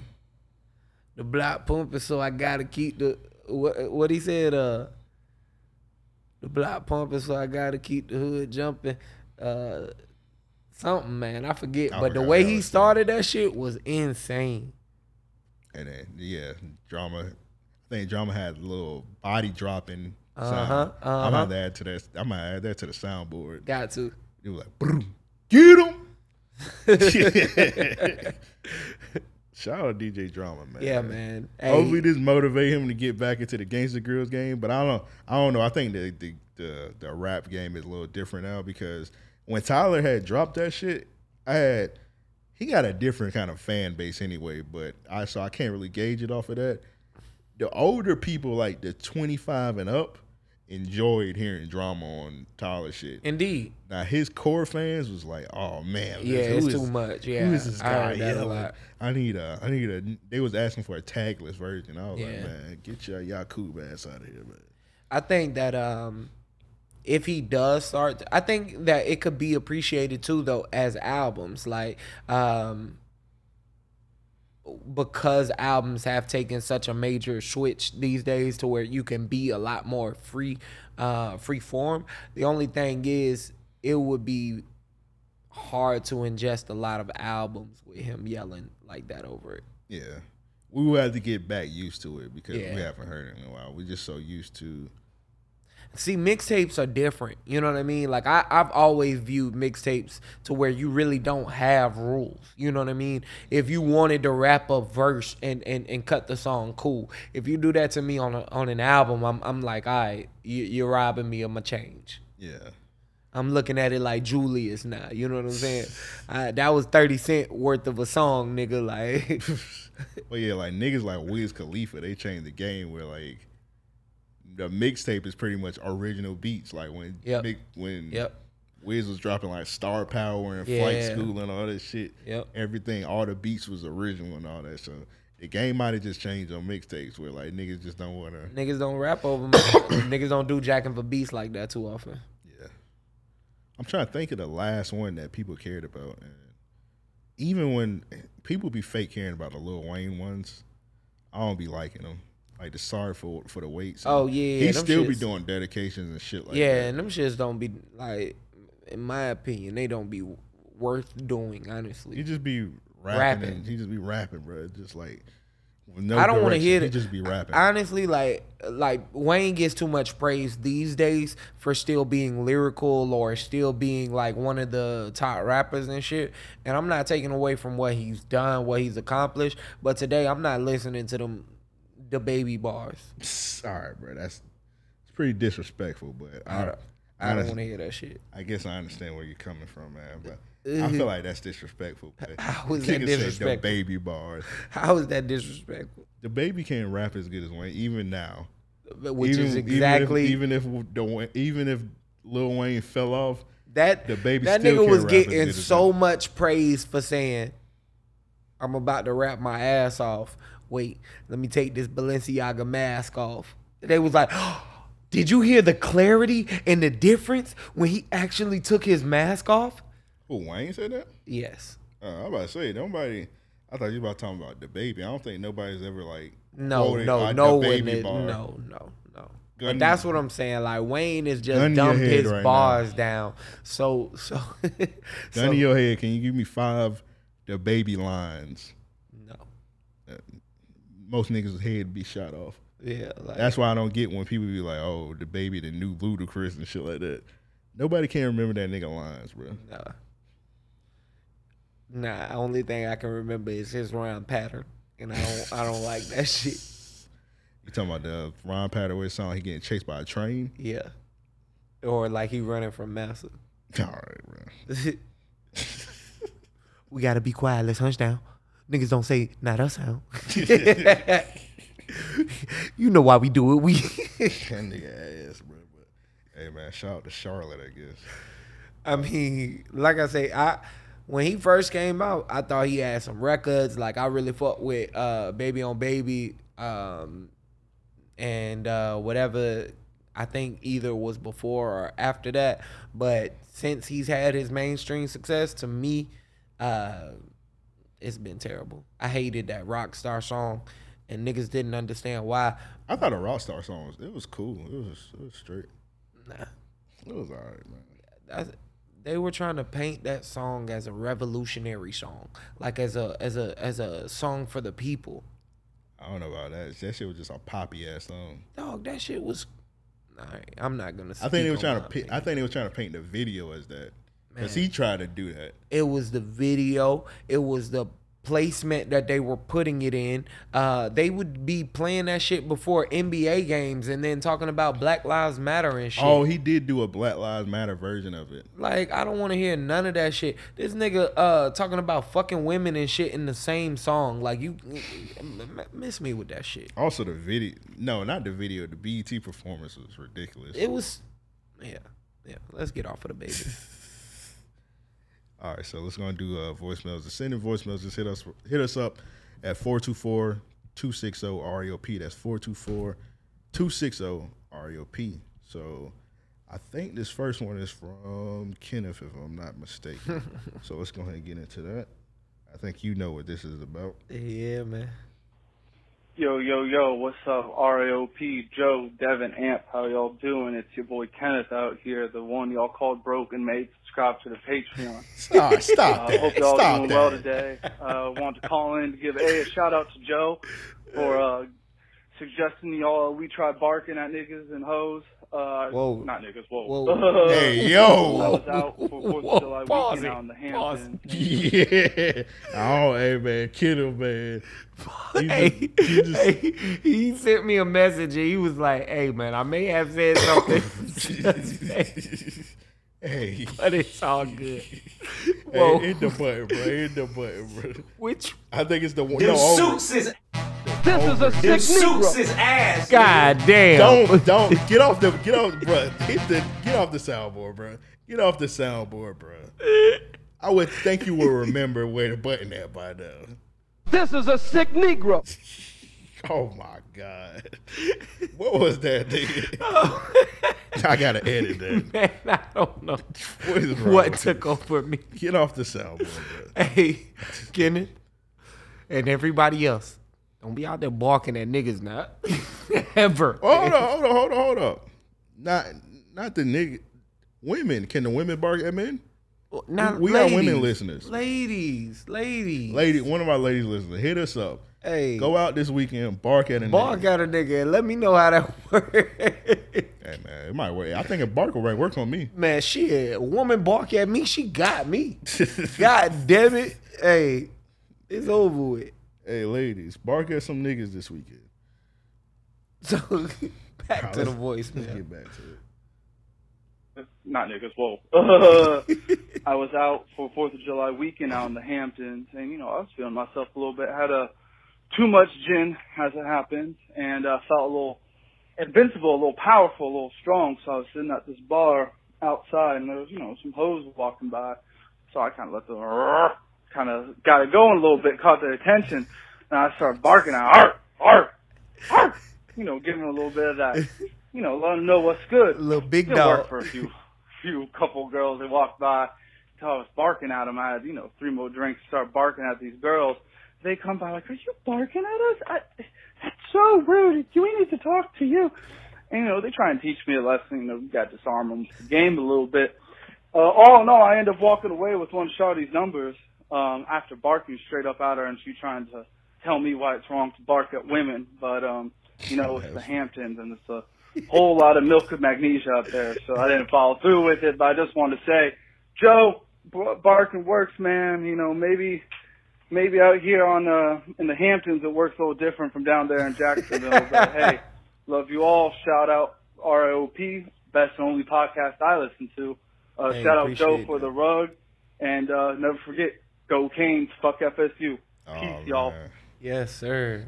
the block pumping so I gotta keep the what what he said uh the block pumping so I gotta keep the hood jumping uh something man I forget
I
but the
forgot
way
how
he
it's-
started that shit was insane.
And then yeah, drama. I think drama had a little body dropping.
Uh-huh,
Sound. I'm
uh-huh.
gonna add to that. I'm gonna add that to the soundboard.
Got to.
It was like, "Broom, get him. Shout out DJ Drama, man.
Yeah, man. Hey,
Hopefully this motivate him to get back into the gangster girls game. But I don't I don't know. I think the the, the the rap game is a little different now because when Tyler had dropped that shit, I had he got a different kind of fan base anyway, but I so I can't really gauge it off of that. The older people like the twenty five and up enjoyed hearing drama on Tyler shit.
indeed.
Now his core fans was like, "Oh man,
Yeah,
who
it's
is-
too much. Yeah,
who is this
I
guy
heard that a
yelling?
lot.
I need a, I need a." They was asking for a tagless version. I was like,
Yeah.
"Man, get your Yakub ass out of here, man."
I think that um, if he does start, I think that it could be appreciated too, though, as albums. Like, um, because albums have taken such a major switch these days to where you can be a lot more free, uh, free form. The only thing is, it would be hard to ingest a lot of albums with him yelling like that over it.
Yeah, we will have to get back used to it because
Yeah.
we haven't heard it in a while. We're just so used to.
See, mixtapes are different. You know what I mean? Like I, I've always viewed mixtapes to where you really don't have rules. You know what I mean? If you wanted to rap a verse and and, and cut the song, cool. If you do that to me on a, on an album, I'm I'm like, all right, you, you're robbing me of my change.
Yeah,
I'm looking at it like Julius now. You know what I'm saying? I, that was 30 cent worth of a song, nigga. Like,
Well, yeah, like niggas like Wiz Khalifa, they changed the game where like the mixtape is pretty much original beats. Like when
Yep.
mix- when
yep.
Wiz was dropping like Star Power and Flight
Yeah.
School and all that shit.
Yep.
Everything, all the beats was original and all that. So the game might have just changed on mixtapes where like niggas just don't want to.
Niggas don't rap over me. Niggas don't do jacking for beats like that too often.
I'm trying to think of the last one that people cared about. And even when people be fake caring about the Lil Wayne ones, I don't be liking them. Like the sorry for for the weights.
Oh, yeah,
he
them
still be
shits.
doing dedications and shit like
yeah,
that.
and them shits don't be like, in my opinion, they don't be worth doing. Honestly,
He just be rapping.
Rapping.
And he just be rapping, bro. Just like with no
I don't
want to
hear
He
it.
just be rapping.
Honestly, like like Wayne gets too much praise these days for still being lyrical or still being like one of the top rappers and shit. And I'm not taking away from what he's done, what he's accomplished, but today I'm not listening to them the baby bars.
all right, bro. That's it's pretty disrespectful, but I
I don't
honest-
want to hear that shit.
I guess I understand where you're coming from, man. But I feel like that's disrespectful. But
Mm-hmm. How is that
niggas said the
disrespectful?
baby bars.
How is that disrespectful?
The baby can't rap as good as Wayne, even now.
Which
even,
is
even if-
exactly
even if, the Wayne- even if Lil Wayne fell off.
That
The baby
that
still
nigga
can't
was
rap as good
getting
as
so
him.
much praise for saying, "I'm about to rap my ass off." Wait, let me take this Balenciaga mask off. They was like, "Did you hear the clarity and the difference when he actually took his mask off?"
Who Wayne said that?
Yes.
Uh, I'm about to say nobody. I thought you were about talking about the baby. I don't think nobody's ever like
No,
quoted
no,
a
no,
DaBaby
when it-
bar.
no, no, no. but
Gun-
that's what I'm saying. Like Wayne is
Gun
just
to your
dumped
head
his
right now.
bars down. So, so,
Gun
so
to your head. Can you give me five the baby lines?
no,
Most niggas' head be shot off.
yeah, like
That's why I don't get when people be like, "Oh, the baby, the new Ludacris and shit like that." Nobody can remember that nigga lines, bro.
Nah. Nah, only thing I can remember is his round pattern. And I don't I don't like that shit.
You talking about the Ron Patterway song? He getting chased by a train.
Yeah. Or like he running from massa.
All right, bro.
we gotta be quiet, let's hunch down. Niggas don't say not us out. you know why we do it. We
That nigga ass, bro. But hey, man, shout out to Charlotte, I guess.
I mean, like I say, I when he first came out, I thought he had some records. Like I really fucked with uh Baby on Baby, um and uh whatever I think either was before or after that. But since he's had his mainstream success, to me, uh it's been terrible. I hated that rock star song and niggas didn't understand why.
I thought a rock star song was it was cool. It was it was straight.
Nah.
It was all right, man.
that's, they were trying to paint that song as a revolutionary song, like as a as a as a song for the people.
I don't know about that. That shit was just a poppy ass song.
Dog, that shit was. All right, I'm not gonna.
I think they
speak
was
on
trying
my
to. Pi-
opinion.
I think they was trying to paint the video as that because he tried to do that.
It was the video. It was the placement that they were putting it in. Uh, they would be playing that shit before NBA games, and then talking about Black Lives Matter and shit.
Oh, he did do a Black Lives Matter version of it.
Like I don't want to hear none of that shit. This nigga uh talking about fucking women and shit in the same song. Like you m- m- miss me with that shit.
Also, the video. No, not the video. The BET performance was ridiculous.
It was yeah. Yeah, let's get off of the baby.
All right, so let's gonna do uh, voicemails. The sending voicemails. Just hit us. Hit us up at oh, 424-260-REOP. E That's oh, 424-260-REOP. E So I think this first one is from Kenneth, if I'm not mistaken. so let's go ahead and get into that. I think you know what this is about.
yeah, man.
Yo, yo, yo, what's up? R.A.O.P. Joe, Devin, Amp, how y'all doing? It's your boy Kenneth out here, the one y'all called broke and made subscribe to the Patreon.
Stop, stop
Uh, hope y'all doing well today. Uh, wanted to call in to give A a shout out to Joe for uh, suggesting y'all we try barking at niggas and hoes. Uh,
Whoa.
Not niggas, whoa.
Whoa.
Hey,
I
yo.
was out for 4th
Whoa,
of July
pause
weekend
it,
out in the
pause
Hamptons.
Yeah. Oh, hey, man. Kenneth, man. You just-
Hey,
you just-
hey, he sent me a message and he was like, "Hey, man, I may have said something."
Hey,
but it's all good.
hey,
Whoa.
hit the button, bro. Hit the button, bro.
Which
I think it's the one. No,
Them
oh, over.
suits is. This is a Them suits is ass.
God damn.
Don't don't get off the get off, bro. Hit the get off the soundboard, bro. Get off the soundboard, bro. I would think you would remember where to button that by now.
This is a sick Negro.
Oh my god, what was that? Dude? I gotta edit that.
Man, I don't know
What is wrong
what
with
took over me.
Get off the soundboard, bro.
Hey, Kenneth, and everybody else, don't be out there barking at niggas now. Ever.
Oh, hold on, hold on, hold on, hold up. Not not the nigga. Women, can the women bark at men?
Now,
we got women
ladies,
listeners.
Ladies, ladies.
Lady, one of our ladies listening, hit us up.
Hey,
Go out this weekend, bark at a
bark
nigga.
at a nigga and let me know how that works.
Hey man, it might work. I think a bark will work. Work on me.
Man, shit, a woman bark at me, she got me. God damn it. Hey, it's over with.
Hey ladies, bark at some niggas this weekend.
So back to the
let's- Let's
voicemail.
get back to it.
not niggas, whoa. Uh, I was out for 4th of July weekend out in the Hamptons, and, you know, I was feeling myself a little bit. Had a too much gin, as it happens, and uh, felt a little invincible, a little powerful, a little strong. So I was sitting at this bar outside, and there was, you know, some hoes walking by. So I kind of let the kind of got it going a little bit, caught their attention, and I started barking out, ark, ark, ark, you know, giving them a little bit of that, you know, let them know what's good.
Little big
Didn't work
dog.
for a few, few couple girls that walked by. Till I was barking at them. I had, you know, three more drinks. Start barking at these girls. They come by like, "Are you barking at us? I, that's so rude. We need to talk to you." And, you know, they try and teach me a lesson. You know, you got to disarm them the game a little bit. Uh, all in all, I end up walking away with one Shawty's numbers um, after barking straight up at her, and she trying to tell me why it's wrong to bark at women. But um, you know, it's the Hamptons, and it's a whole lot of milk and magnesia up there, so I didn't follow through with it. But I just wanted to say, Joe, b- barking works, man. You know, maybe. Maybe out here on uh, in the Hamptons it works a little different from down there in Jacksonville. But hey, love you all. Shout out RIOP, best and only podcast I listen to. Uh,
Hey,
shout out
appreciate
Joe for
that.
the rug, and uh, never forget, go Canes, fuck FSU.
Oh,
y'all.
man.
Yes, sir.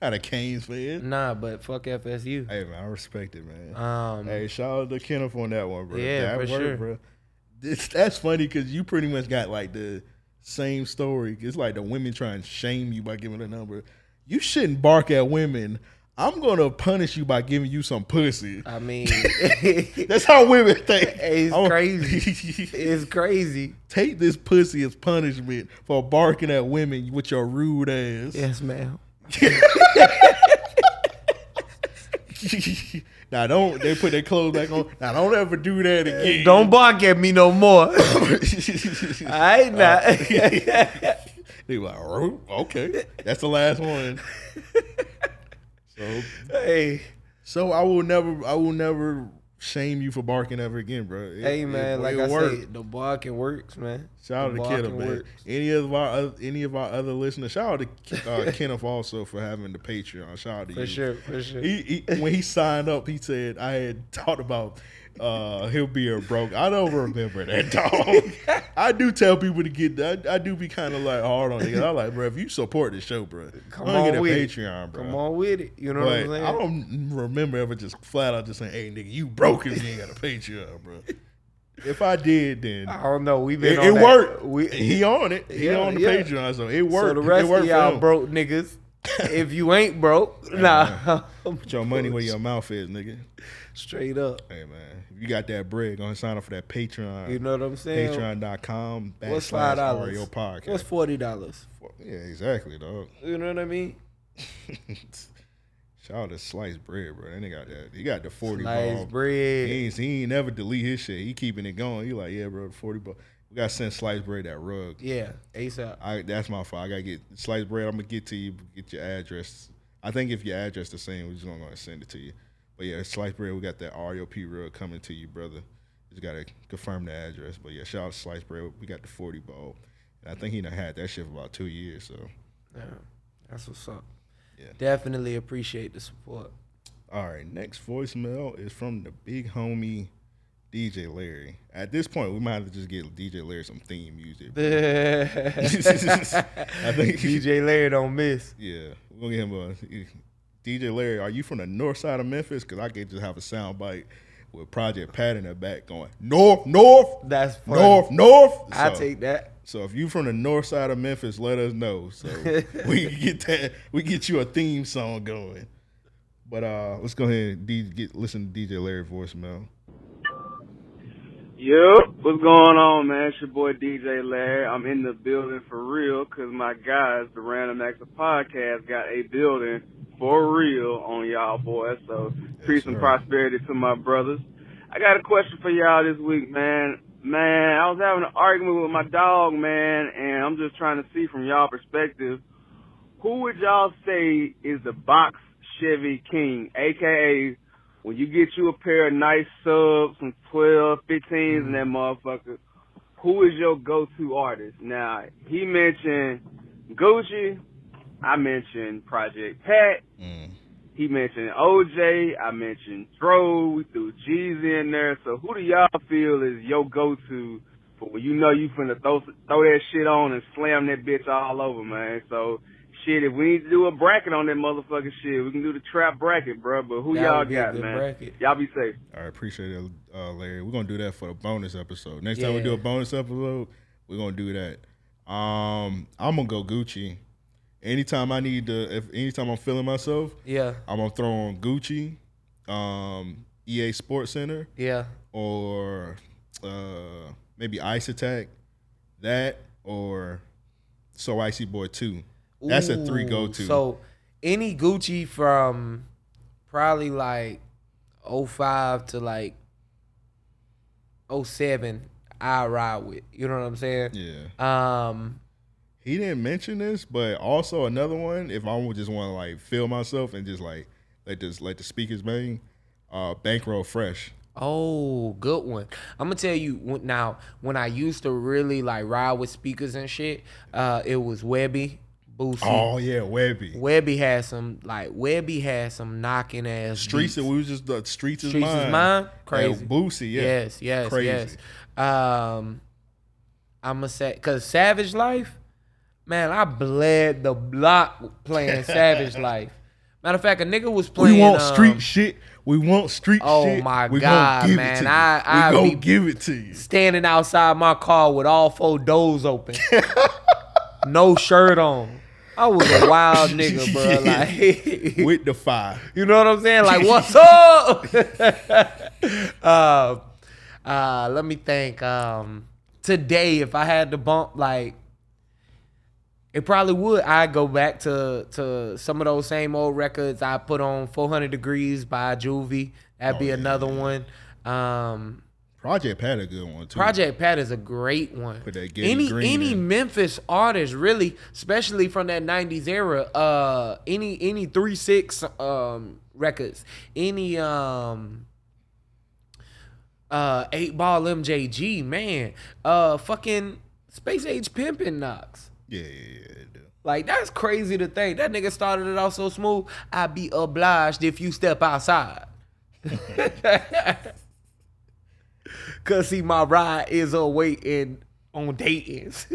Out of Canes fan.
Nah, but fuck FSU.
Hey man, I respect it, man.
Um,
Hey, shout out to Kenneth on that one, bro.
Yeah,
that
for sure.
bro. This, that's funny because you pretty much got like the same story. It's like the women try and shame you by giving a number. You shouldn't bark at women. I'm gonna punish you by giving you some pussy.
I mean,
That's how women think.
It's
I'm-
crazy. it's crazy.
Take this pussy as punishment for barking at women with your rude ass.
Yes, ma'am.
now don't they put their clothes back on. Now don't ever do that again.
Don't bark at me no more. I ain't not.
They were like, "Oh, okay, that's the last one. so,
hey,
so I will never, I will never shame you for barking ever again, bro. It-
hey,
it-
man. Like
it
I
worked.
said, the barking works, man.
shout out
The
to Kenneth,
barking
man.
works.
Any of our, oth- any of our other listeners, shout out to uh, Kenneth also for having the Patreon. Shout out to
For
you.
sure, for sure.
He, he, when he signed up, he said I had thought about uh, him being broke. I don't remember that dog. I do tell people to get that. I do be kind of like hard on it. I'm like, bro, if you support the show, bro,
Come
I'm gonna
on
get a
with it.
Patreon, bro.
Come on with it. You know
But
what
I
I'm saying?
don't remember ever just flat out just saying, "Hey, nigga, you broke if you ain't got a Patreon, bro." If I did, then
I don't know. We've been
it,
on
it
that.
worked.
We,
he on it. He
Ah, Yeah,
on the
yeah.
Patreon, so it worked.
so the rest
it worked
of y'all
for him.
broke niggas. if you ain't broke, nah,
Put your money where your mouth is, nigga.
straight up.
Hey man, if you got that bread, go and sign up for that Patreon.
You know what I'm saying?
Patreon.com
What's
backslash
five
REO
dollars?
podcast.
What's forty dollars?
yeah, exactly, dog.
You know what I mean?
Shout out to Sliced Bread, bro. That nigga got that. He got the 40 ball.
Nice
He
bread.
ain't, he ain't never delete his shit. He keeping it going. He like, yeah, bro, the 40 ball. We got to send Sliced Bread that rug.
Yeah, ASAP.
I That's my fault. I got to get Sliced Bread. I'm going to get to you, get your address. I think if your address the same, we're just going to send it to you. But yeah, Sliced Bread, we got that ROP rug coming to you, brother. Just got to confirm the address. But yeah, shout out to Sliced Bread. We got the 40 ball. And I think he done had that shit for about two years, so.
Yeah, that's what's up.
Yeah.
Definitely appreciate the support.
All right, next voicemail is from the big homie DJ Larry. At this point, we might have to just get DJ Larry some theme music.
I think DJ Larry don't miss.
Yeah, we'll get him a DJ Larry. Are you from the north side of Memphis? Because I could just have a sound bite with Project Pat in the back going north, north.
That's funny.
north, north.
I take that.
So if you from the north side of Memphis, let us know. So we can get that. We get you a theme song going. But uh, let's go ahead and D- get listen to DJ Larry voicemail.
Yep, what's going on, man? It's your boy DJ Larry. I'm in the building for real 'cause my guys, the Random Acts of Podcast, got a building for real on y'all boys. So peace and prosperity to my brothers. I got a question for y'all this week, man. Man, I was having an argument with my dog, man, and I'm just trying to see from y'all perspective, who would y'all say is the box Chevy King, aka when you get you a pair of nice subs, some 12, 15s and that motherfucker, who is your go-to artist? Now, he mentioned Gucci. I mentioned Project Pat.
Mm.
He mentioned OJ. I mentioned Dro. We threw Jeezy in there. So who do y'all feel is your go-to for when you know you finna throw, throw that shit on and slam that bitch all over, man? So shit, if we need to do a bracket on that motherfucking shit, we can do the trap bracket, bro. But who
That
y'all
would be a
got,
good
man?
bracket.
Y'all be safe.
I appreciate it, uh, Larry. We're gonna do that for the bonus episode. Next time we
Yeah.
do a bonus episode, we're gonna do that. Um, I'm gonna go Gucci. Anytime I need to, if anytime I'm feeling myself,
Yeah.
I'm gonna throw on Gucci, um, EA Sports Center,
Yeah.
or uh, maybe Ice Attack, that or So Icy Boy Two. That's a three
Ooh,
go to.
So any Gucci from probably like 05 to like 07, I ride with. You know what I'm saying?
Yeah.
Um,
he didn't mention this, but also another one. If I would just want to like feel myself and just like let this let the speakers bang, uh, bankroll fresh.
Oh, good one. I'm gonna tell you when- now. When I used to really like ride with speakers and shit, uh, it was Webby, Boosie.
Oh, yeah, Webby.
Webby had some like Webby had some knocking ass beats.
Streets and we was just the streets is
Streets
mine.
is mine.
And
Crazy.
Boosie, yeah.
Yes, yes,
Crazy.
yes. Um, I'm gonna say because Savage Life, man, I bled the block playing Savage Life. Matter of fact, a nigga was playing.
we want
um,
street shit. We want street
oh
shit.
my
we gonna
God,
give it
man.
to you.
I- I
we gonna
be-
give it to you.
standing outside my car with all four doors open, no shirt on. I was a wild nigga, bro. Like
with the fire.
You know what I'm saying? Like what's up? uh, uh, let me think. Um, today, if I had to bump, like it probably would. I go back to to some of those same old records I put on 400 Degrees by Juvie. That'd be another one. Um,
Project Pat a good one too.
Project Pat is a great one.
Put that Getty
Any
Green
any
in.
Memphis artist really, especially from that '90s era, uh, any any three six um records, any um uh eight ball MJG man, uh fucking space age pimpin' Knox.
Yeah, yeah, yeah.
Like that's crazy to think that nigga started it off so smooth. I'd be obliged if you step outside. Cause see, my ride is away and on datings.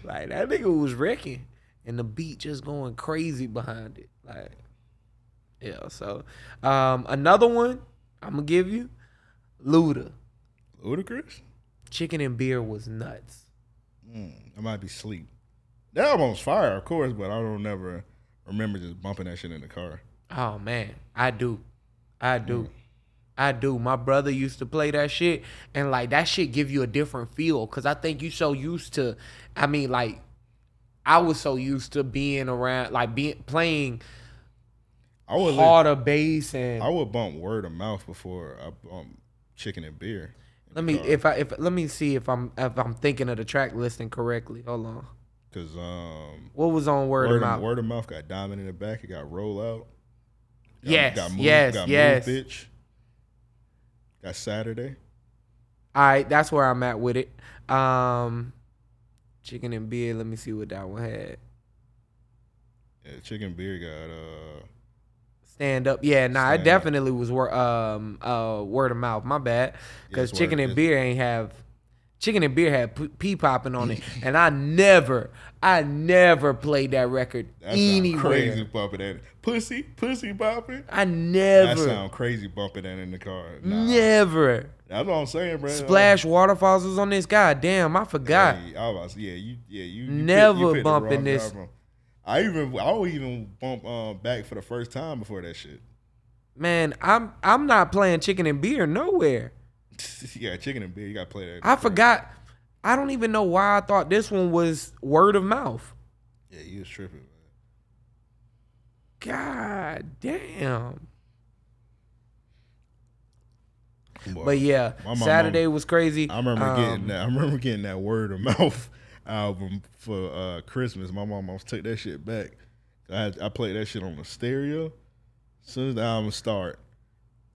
like that nigga was wrecking, and the beat just going crazy behind it. Like, yeah. So, um, another one I'm gonna give you, Luda.
Ludacris.
Chicken and beer was nuts.
Mm, I might be sleep. That album's fire, of course, but I don't never remember just bumping that shit in the car.
Oh man, I do, I do, I do. My brother used to play that shit, and like that shit give you a different feel. Cause I think you so used to, I mean, like I was so used to being around, like being playing
I would li-
harder bass and.
I would bump word of mouth before I bump chicken and beer.
let me if I if let me see if I'm if I'm thinking of the track listing correctly. Hold on.
Cause um,
What was on Word of Mouth?
Word of mouth got diamond in the back. It got roll out. Got-
Yes,
Move-
yes,
got Move,
yes.
bitch. Got Saturday.
All right, that's where I'm at with it. Um, chicken and beer. Let me see what that one had.
Yeah, chicken and beer got uh.
Stand up. Yeah, nah,
Stand
it
up.
definitely was wor- um uh word of mouth. My bad, because
it's
chicken
word-
and
it's-
beer ain't have. Chicken and beer had p- pee popping on it, and I never, I never played that record
That sound
anywhere.
crazy bumping at it. Pussy, pussy bopping.
I
That
never,
sound crazy bumping that in the car. Nah.
never.
That's what I'm saying, bro.
Splash waterfalls was on this. God damn, I forgot.
Hey, I was, yeah, you, yeah, you. you picked- you
Never
picked the
bumping
wrong
this.
album. I even, I don't even bump um, back for the first time before that shit.
Man, I'm I'm not playing chicken and beer nowhere.
yeah, chicken and beer. You got to play that.
I forgot. I don't even know why I thought this one was word of mouth.
Yeah, you was tripping.
God damn.
Boy,
But yeah,
my mama-
Saturday was crazy.
I remember
Um,
getting that. I remember getting that word of mouth album for uh, Christmas. My mom almost took that shit back. I had, I played that shit on the stereo. As soon as the album start,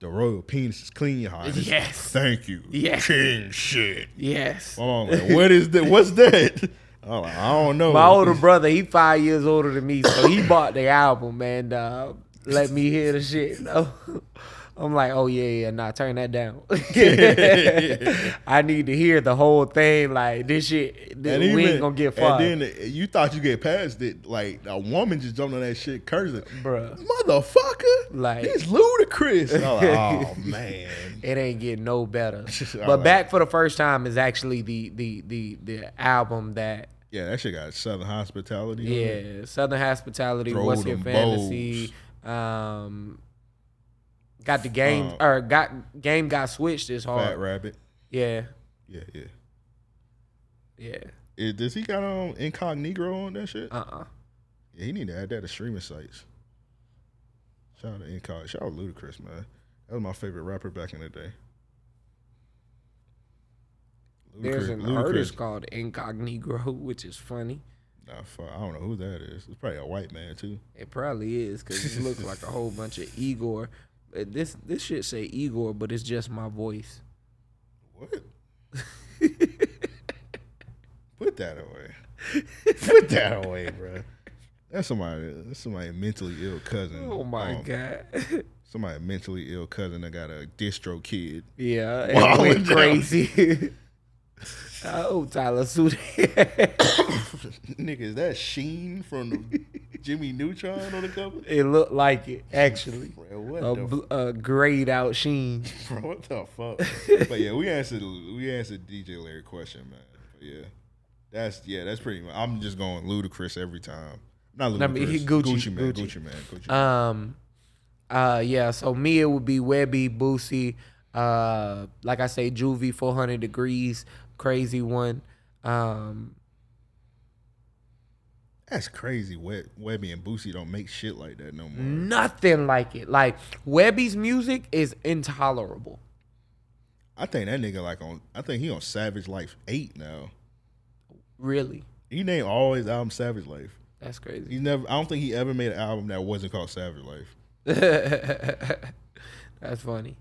the royal penis is clean, your highness.
Yes.
Thank you.
Yes.
King shit.
Yes.
My mom like, what is that? What's that? I'm like, I don't know.
My older brother, he five years older than me, so he bought the album and uh, let me hear the shit. I'm like, oh yeah, yeah, nah, turn that down. I need to hear the whole thing. Like this shit,
And
we
even-
ain't gonna get far.
And then it- you thought you get past it, like a woman just jumped on that shit cursing,
Bruh.
motherfucker.
Like-
it's ludicrous. And I'm like, oh man,
It ain't getting no better.
I
but
like
Back for the First Time is actually the the the the album that
yeah, that shit got Southern hospitality. on
yeah,
it.
Southern Hospitality,
Throw
What's Your
them
Fantasy, um, got the game
Uh,
or got game got switched this hard.
Fat Rabbit.
Yeah,
Yeah, yeah.
yeah.
Is- does he got on Incognito on that shit?
Uh uh
Yeah, he need to add that to streaming sites. Shout out to Incognito. Shout out to Ludacris, man. That was my favorite rapper back in the day.
There's
Ludacris-
an
Ludacris-
artist called Incognito, which is funny.
Nah, fuck, I don't know who that is. It's probably a white man too.
It probably is because it looks like a whole bunch of Igor. Uh, This this should say Igor, but it's just my voice.
What? Put that away. Put that away, bro. That's somebody. That's somebody mentally ill cousin.
Oh my
Um,
god!
Somebody mentally ill cousin that got a distro kid.
yeah, it
Wow,
went
that-
crazy. oh, Tyler Suit.
Nigga, is that Sheen from the Jimmy Neutron on the cover?
it looked like it actually.
Bro, what
A,
the
bl- a grayed out sheen.
Bro, what the fuck? but yeah, we answered we answered DJ Larry question, man. But yeah, that's yeah, that's pretty much. I'm just going ludicrous every time. Not ludicrous.
No, but he- Gucci,
man,
Gucci.
Gucci, man, Gucci.
Um, uh, yeah. So me, it would be Webby, Boosie. Uh, like I say, Juvie, four hundred degrees, crazy one. Um,
that's crazy. Web, Webby and Boosie don't make shit like that no more.
Mm-hmm. nothing like it. Like Webby's music is intolerable.
I think that nigga like on. I think he on Savage Life eight now.
Really,
He named all his albums Savage Life.
that's crazy.
He never. I don't think he ever made an album that wasn't called Savage Life.
That's funny.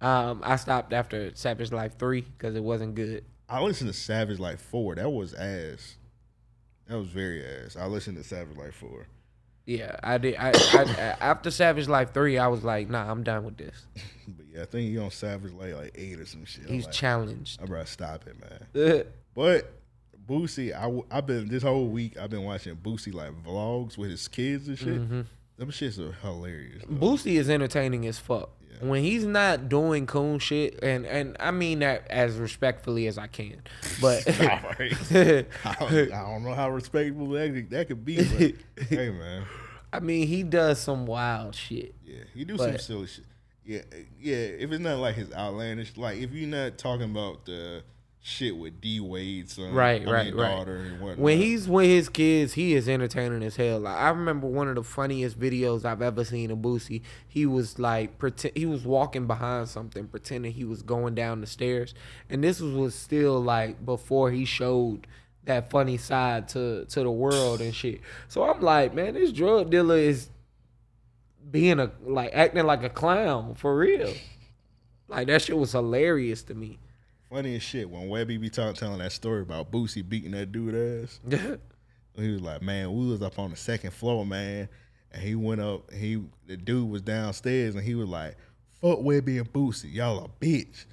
Um, I stopped after Savage Life three because it wasn't good.
I listened to Savage Life four. That was ass. That was very ass. I listened to Savage Life four.
Yeah, I did. I, I after Savage Life three, I was like, nah, I'm done with this.
But yeah, I think he on Savage Life like eight or some shit. I'm
He's
like,
challenged.
I bro, stop it, man. But Boosie, I w- I've been this whole week. I've been watching Boosie like vlogs with his kids and shit.
Mm-hmm.
Them shits are hilarious. though.
Boosie is entertaining as fuck. When he's not doing coon shit, and and I mean that as respectfully as I can, but
Alright. I, don't, I don't know how respectable that could, that could be. But hey, man,
I mean he does some wild shit.
yeah, he do some
But-
silly shit. Yeah, yeah. If it's not like his outlandish, like if you're not talking about the shit with D Wade, son, I
Right,
mean,
right, right.
daughter and whatnot.
When he's with his kids, he is entertaining as hell. Like I remember one of the funniest videos I've ever seen of Boosie. He was like pretend he was walking behind something, pretending he was going down the stairs. And this was, was still like before he showed that funny side to to the world and shit. So I'm like, man, this drug dealer is being a like acting like a clown for real. Like that shit was hilarious to me.
Funny as shit when Webby be talk, telling that story about Boosie beating that dude ass. He was like, "Man, we was up on the second floor, man, and he went up. He the dude was downstairs, and he was like, "Fuck Webby and Boosie, y'all a bitch."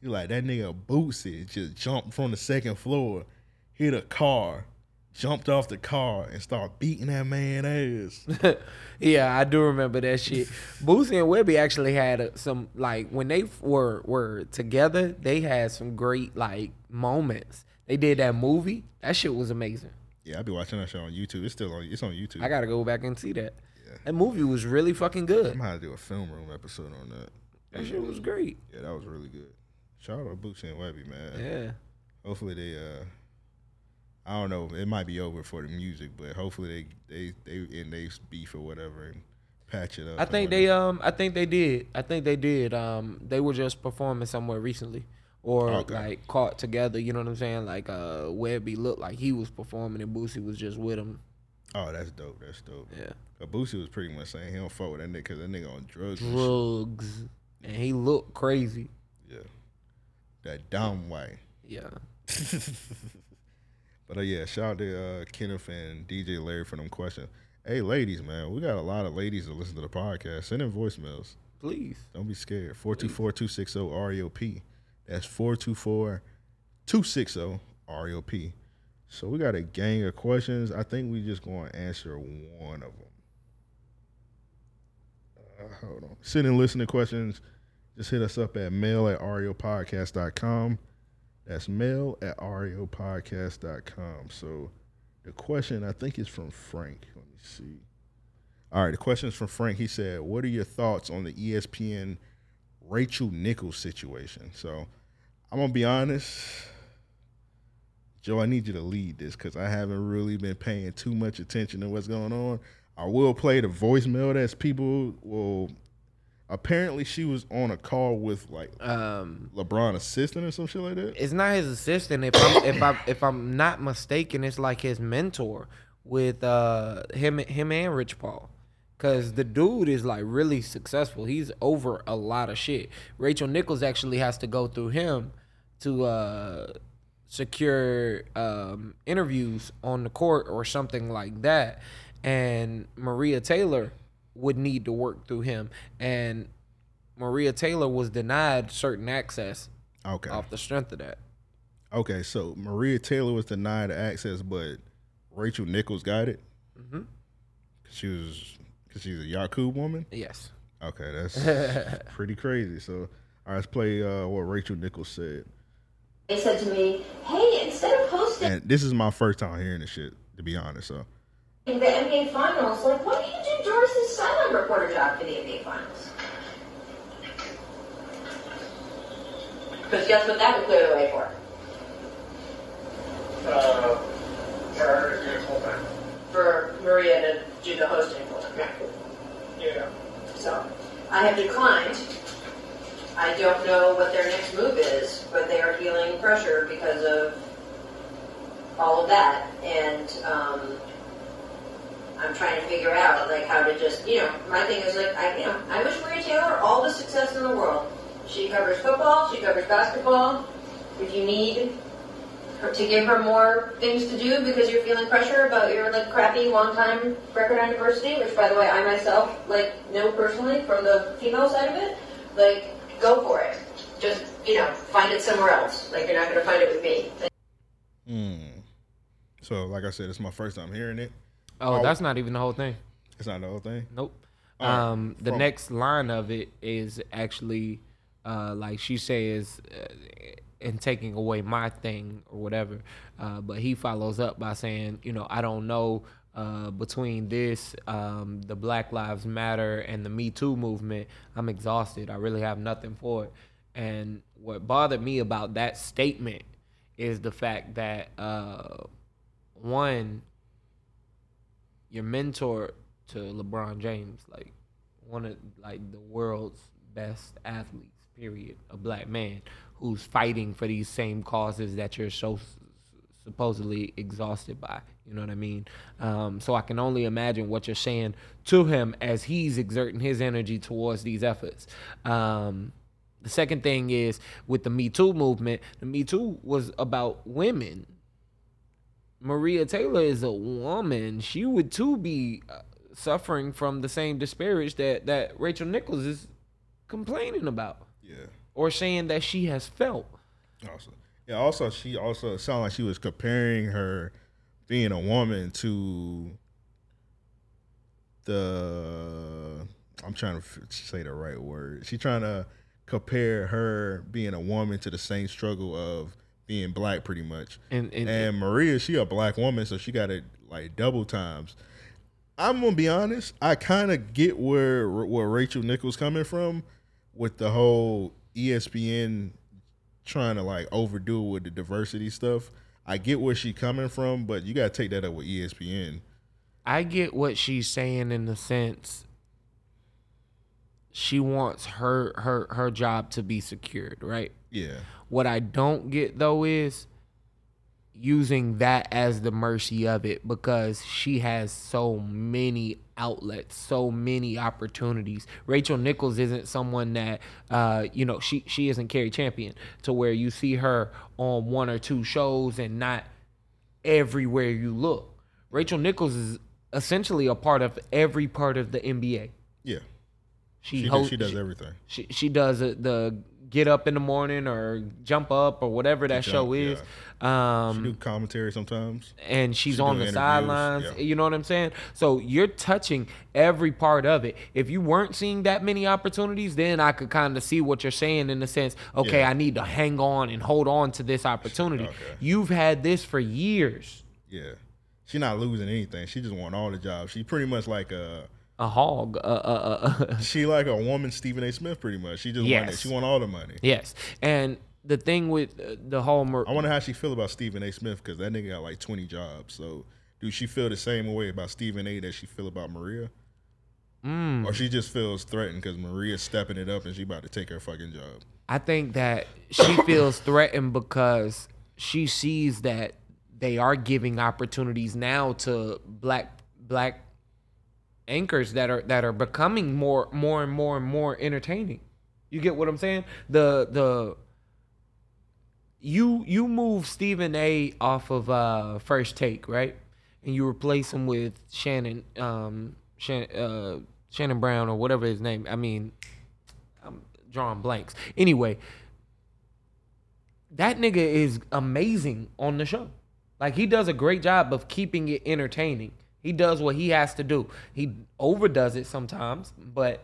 He like that nigga Boosie just jumped from the second floor, hit a car, jumped off the car, and started beating that man ass.
yeah, I do remember that shit. Boosie and Webby actually had uh, some like when they were were together, they had some great like moments. They did that movie. That shit was amazing.
Yeah, I be watching that show on YouTube. It's still on. It's on YouTube.
I gotta go back and see that. That movie was really fucking good.
I'm gonna do a film room episode on that.
That shit was great.
Yeah, that was really good. Shout out to Boosie and Webby, man.
Yeah.
Hopefully they uh I don't know, it might be over for the music, but hopefully they they they end they beef or whatever and patch it up.
I think they um I think they did. I think they did. Um they were just performing somewhere recently or
Okay.
like caught together, you know what I'm saying? Like uh Webby looked like he was performing and Boosie was just with him.
Oh, that's dope. That's dope.
Yeah.
But Boosie was pretty much saying he don't fuck with that nigga because that nigga on drugs. and shit.
Drugs. And he looked crazy.
Yeah. That dumb way.
Yeah.
But uh, yeah, shout out to uh, Kenneth and DJ Larry for them questions. Hey, ladies, man, we got a lot of ladies that listen to the podcast. Send in voicemails.
Please.
Don't be scared. 424 260 REOP. E That's 424 260 REOP. E So we got a gang of questions. I think we just going to answer one of them. Uh, hold on. Send in listening questions. Just hit us up at mail at E ariopodcast.com. That's mail at E ariopodcast.com. So the question, I think, is from Frank. Let me see. All right, the question is from Frank. He said, What are your thoughts on the E ESPN Rachel Nichols situation? So I'm going to be honest. Joe, I need you to lead this because I haven't really been paying too much attention to what's going on. I will play the voicemail that's people will. Apparently, she was on a call with like
um
LeBron assistant or some shit like that.
It's not his assistant. If I'm if I if I'm not mistaken, it's like his mentor with uh him him and Rich Paul. Cause the dude is like really successful. He's over a lot of shit. Rachel Nichols actually has to go through him to uh secure um interviews on the court or something like that. And Maria Taylor would need to work through him. And Maria Taylor was denied certain access
Okay.
off the strength of that.
Okay, so Maria Taylor was denied access, but Rachel Nichols got it.
Mhm.
She was because she's a Yakub woman.
Yes.
Okay, that's pretty crazy. So, all right, let's play uh, what Rachel Nichols said.
They said to me, hey, instead of hosting
And this is my first time hearing this shit, to be honest. So,
the NBA Finals, like, why do you do Doris's sideline reporter job for the NBA Finals? Because guess what that would clear the way for? Uh, for Maria to do the hosting full time. Yeah. So, I have declined. I don't know what their next move is, but they are feeling pressure because of all of that. And, um, I'm trying to figure out like how to just you know my thing is like I you know I wish Maria Taylor all the success in the world. She covers football, she covers basketball. If you need her to give her more things to do because you're feeling pressure about your like crappy long time record on diversity, which by the way I myself like know personally from the female side of it, like go for it. Just you know find it somewhere else. Like you're not gonna find it with me. Like,
mm. so like I said, it's my first time hearing it.
Oh, that's not even the whole thing.
It's not the whole thing.
Nope.
All right,
Um, the
from-
next line of it is actually, uh, like she says, uh, and taking away my thing or whatever. Uh, but he follows up by saying, you know, I don't know. Uh, between this, um, the Black Lives Matter and the Me Too movement, I'm exhausted. I really have nothing for it. And what bothered me about that statement is the fact that uh, one, your mentor to LeBron James, like one of like the world's best athletes, period, a black man who's fighting for these same causes that you're so supposedly exhausted by. You know what I mean? Um, so I can only imagine what you're saying to him as he's exerting his energy towards these efforts. Um, the second thing is with the Me Too movement, the Me Too was about women. Maria Taylor is a woman. She would too be uh, suffering from the same disparage that that Rachel Nichols is complaining about
Yeah.
or saying that she has felt.
Also, yeah. Also, she also it sounded like she was comparing her being a woman to the. I'm trying to f- say the right word. She trying to compare her being a woman to the same struggle of being black, pretty much.
And and,
Maria, she a black woman, so she got it like double times. I'm gonna be honest. I kind of get where where Rachel Nichols coming from with the whole E ESPN trying to like overdo it with the diversity stuff. I get where she coming from, but you gotta take that up with E ESPN.
I get what she's saying in the sense she wants her her her job to be secured, right?
Yeah.
What I don't get though is using that as the mercy of it because she has so many outlets, so many opportunities. Rachel Nichols isn't someone that uh, you know, she she isn't Carrie Champion to where you see her on one or two shows and not everywhere you look. Rachel Nichols is essentially a part of every part of the NBA.
Yeah.
She
She do-
hosts,
she does everything.
She she does it- the get up in the morning or jump up or whatever that
Jump,
show is. Um,
she do commentary sometimes,
and she's
She
on
do
the
interviews,
sidelines.
yeah.
You know what I'm saying? So you're touching every part of it. If you weren't seeing that many opportunities, then I could kind of see what you're saying in the sense, okay,
Yeah.
I need to hang on and hold on to this opportunity. You've had this for years.
Yeah. She not losing anything. She just want all the jobs. She pretty much like a
a hog. Uh, uh, uh, uh.
She like a woman Stephen A. Smith pretty much. She just want it.
Yes.
She want all the money.
Yes. And the thing with uh, the whole Mar-
I wonder how she feel about Stephen A. Smith because that nigga got like twenty jobs. So, do she feel the same way about Stephen A. that she feel about Maria,
Mm.
or she just feels threatened because Maria's stepping it up and she about to take her fucking job?
I think that she feels threatened because she sees that they are giving opportunities now to black black anchors that are that are becoming more more and more and more entertaining. You get what I'm saying? The the you you move Stephen A off of uh first take, right? And you replace him with Shannon um Shannon uh Shannon Brown or whatever his name. I mean, I'm drawing blanks. Anyway, that nigga is amazing on the show. Like he does a great job of keeping it entertaining. He does what he has to do. He overdoes it sometimes, but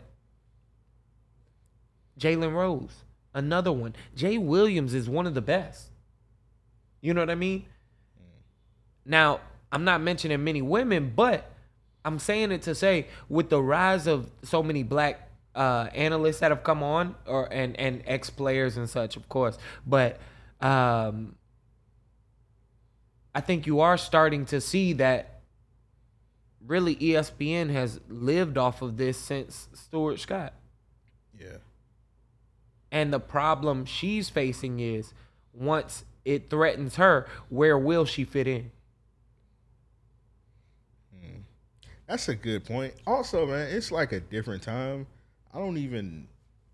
Jalen Rose, another one. Jay Williams is one of the best. You know what I mean? Now, I'm not mentioning many women, but I'm saying it to say with the rise of so many black uh, analysts that have come on, or and and ex players and such, of course, but um, I think you are starting to see that really E ESPN has lived off of this since Stuart Scott.
Yeah.
And the problem she's facing is once it threatens her, where will she fit in?
That's a good point. Also, man, it's like a different time. I don't even.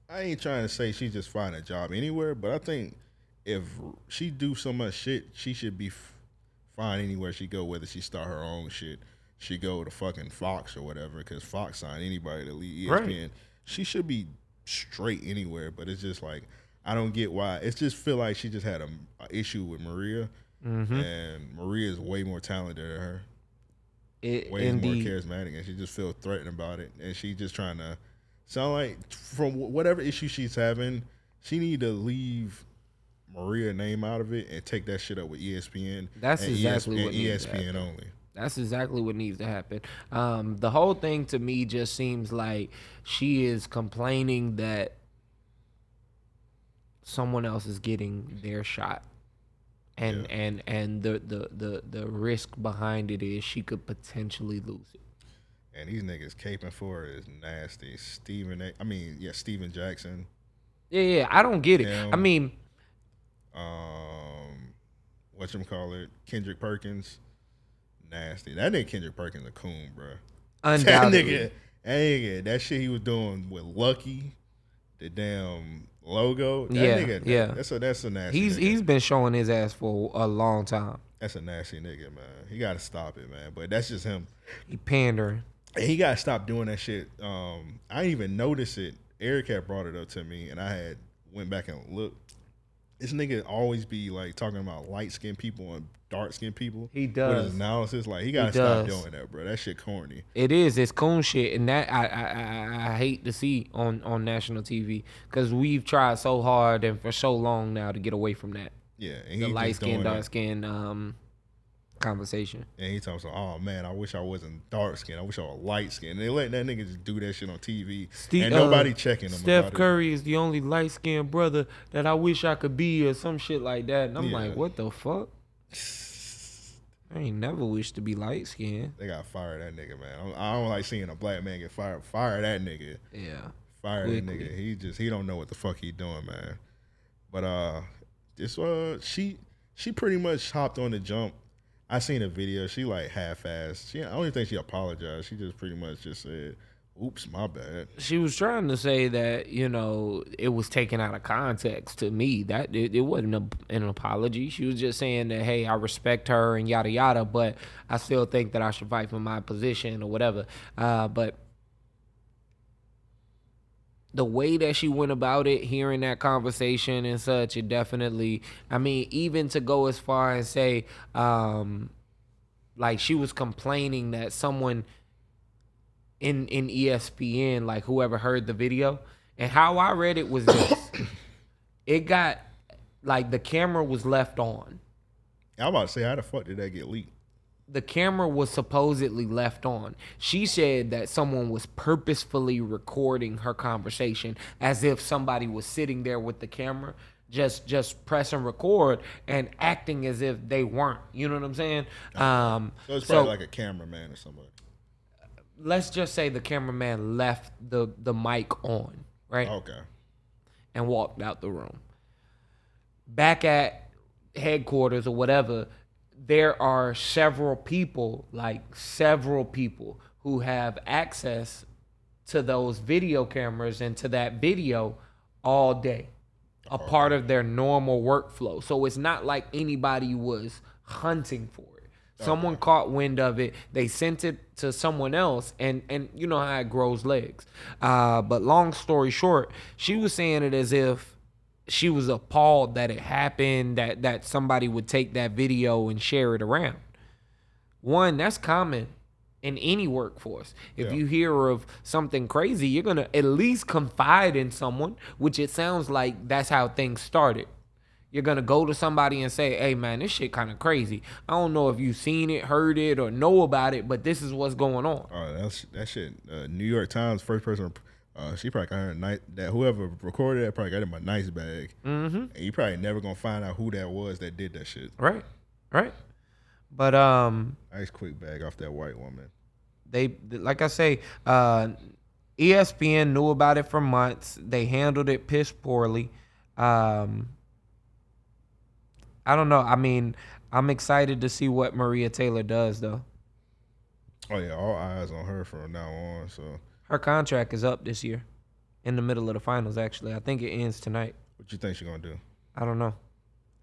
I ain't trying to say she just find a job anywhere, but I think if she do so much shit, she should be f- fine anywhere she go. Whether she start her own shit, she go to fucking Fox or whatever, because Fox signed anybody to lead E ESPN.
Right.
She should be straight anywhere, but it's just like I don't get why. It's just feel like she just had a, a issue with Maria,
Mhm.
and Maria is way more talented than her
It,
way
indeed.
more charismatic, and she just feels threatened about it, and she just trying to sound like from wh- whatever issue she's having, she need to leave Maria name out of it and take that shit up with E ESPN.
That's
and E
exactly
ESPN,
what needs to
ESPN
happen.
only.
That's exactly what needs to happen. Um, the whole thing to me just seems like she is complaining that someone else is getting their shot. And and and the, the the the risk behind it is she could potentially lose it.
And these niggas caping for her is nasty. Steven, A- I mean, yeah, Steven Jackson.
Yeah, yeah, I don't get it. I
Him.
mean,
Um, what you call it? Kendrick Perkins. Nasty. That nigga Kendrick Perkins a coon, bro.
Undoubtedly.
That nigga, that nigga, that shit he was doing with Lucky, the damn logo. That
yeah,
nigga,
yeah.
That's a that's a nasty.
He's
nigga.
he's been showing his ass for a long time.
that's a nasty nigga, man. He got to stop it, man. But that's just him.
He pandering.
And he gotta stop doing that shit. Um, I didn't even notice it. Eric had brought it up to me, and I had went back and looked. This nigga always be like talking about light skinned people and dark skinned people.
He
With
does.
his analysis, like he
He
gotta stop
does.
doing that, bro. That shit corny.
It is. It's coon shit, and that I I, I, I hate to see on on national TV because we've tried so hard and for so long now to get away from that.
Yeah, and he
the
just
light skin,
doing
dark
it.
skin um conversation.
And he talks about, oh man, I wish I wasn't dark skinned. I wish I was light skinned. They let that nigga just do that shit on TV. and nobody checking him.
uh, Steph
uh, about
Curry is the only light skinned brother that I wish I could be, or some shit like that. And I'm
Yeah.
like, what the fuck? I ain't never wished to be light skinned.
It. They got fired that nigga, man. I don't- I don't like seeing a black man get fired. Fire that nigga.
Yeah.
Fire that
Quickly.
nigga. He just he don't know what the fuck he doing, man. But uh, this uh she she pretty much hopped on the jump. I seen a video. She like half assed. She I don't even think she apologized. She just pretty much just said, "Oops, my bad."
She was trying to say that you know it was taken out of context to me. That it, it wasn't a, an apology. She was just saying that hey, I respect her and yada yada, but I still think that I should fight for my position or whatever. Uh, but the way that she went about it, hearing that conversation and such, it definitely. I mean, even to go as far and say, um, like she was complaining that someone in in E ESPN, like whoever heard the video, and how I read it was this: it got like the camera was left on.
I'm about to say, how the fuck did that get leaked?
The camera was supposedly left on. She said that someone was purposefully recording her conversation as if somebody was sitting there with the camera, just just pressing record and acting as if they weren't. You know what I'm saying? Um,
So it's probably like a cameraman or somebody.
let's just say the cameraman left the the mic on, right?
Okay.
And walked out the room. Back at headquarters or whatever, there are several people, like several people who have access to those video cameras and to that video all day. A part of their normal workflow. So it's not like anybody was hunting for it. Someone caught wind of it. They sent it to someone else, and and you know how it grows legs. Uh, but long story short, she was saying it as if she was appalled that it happened. That that somebody would take that video and share it around. One, that's common in any workforce. If
Yeah.
you hear of something crazy, you're gonna at least confide in someone. Which it sounds like that's how things started you're gonna go to somebody and say, "Hey, man, this shit kind of crazy. I don't know if you've seen it, heard it, or know about it, but this is what's going on."
Oh, that's that shit. Uh, New York Times first person. Uh, she probably got her night that whoever recorded that probably got it in my nice bag.
Mhm.
And you probably never gonna find out who that was that did that shit.
Right, right. But um,
Nice quick bag off that white woman.
they like I say, uh, ESPN knew about it for months. They handled it piss poorly. Um, I don't know. I mean, I'm excited to see what Maria Taylor does, though.
Oh yeah, all eyes on her from now on. So
Her contract is up this year, in the middle of the finals. Actually, I think it ends tonight.
what you think she gonna do?
I don't know.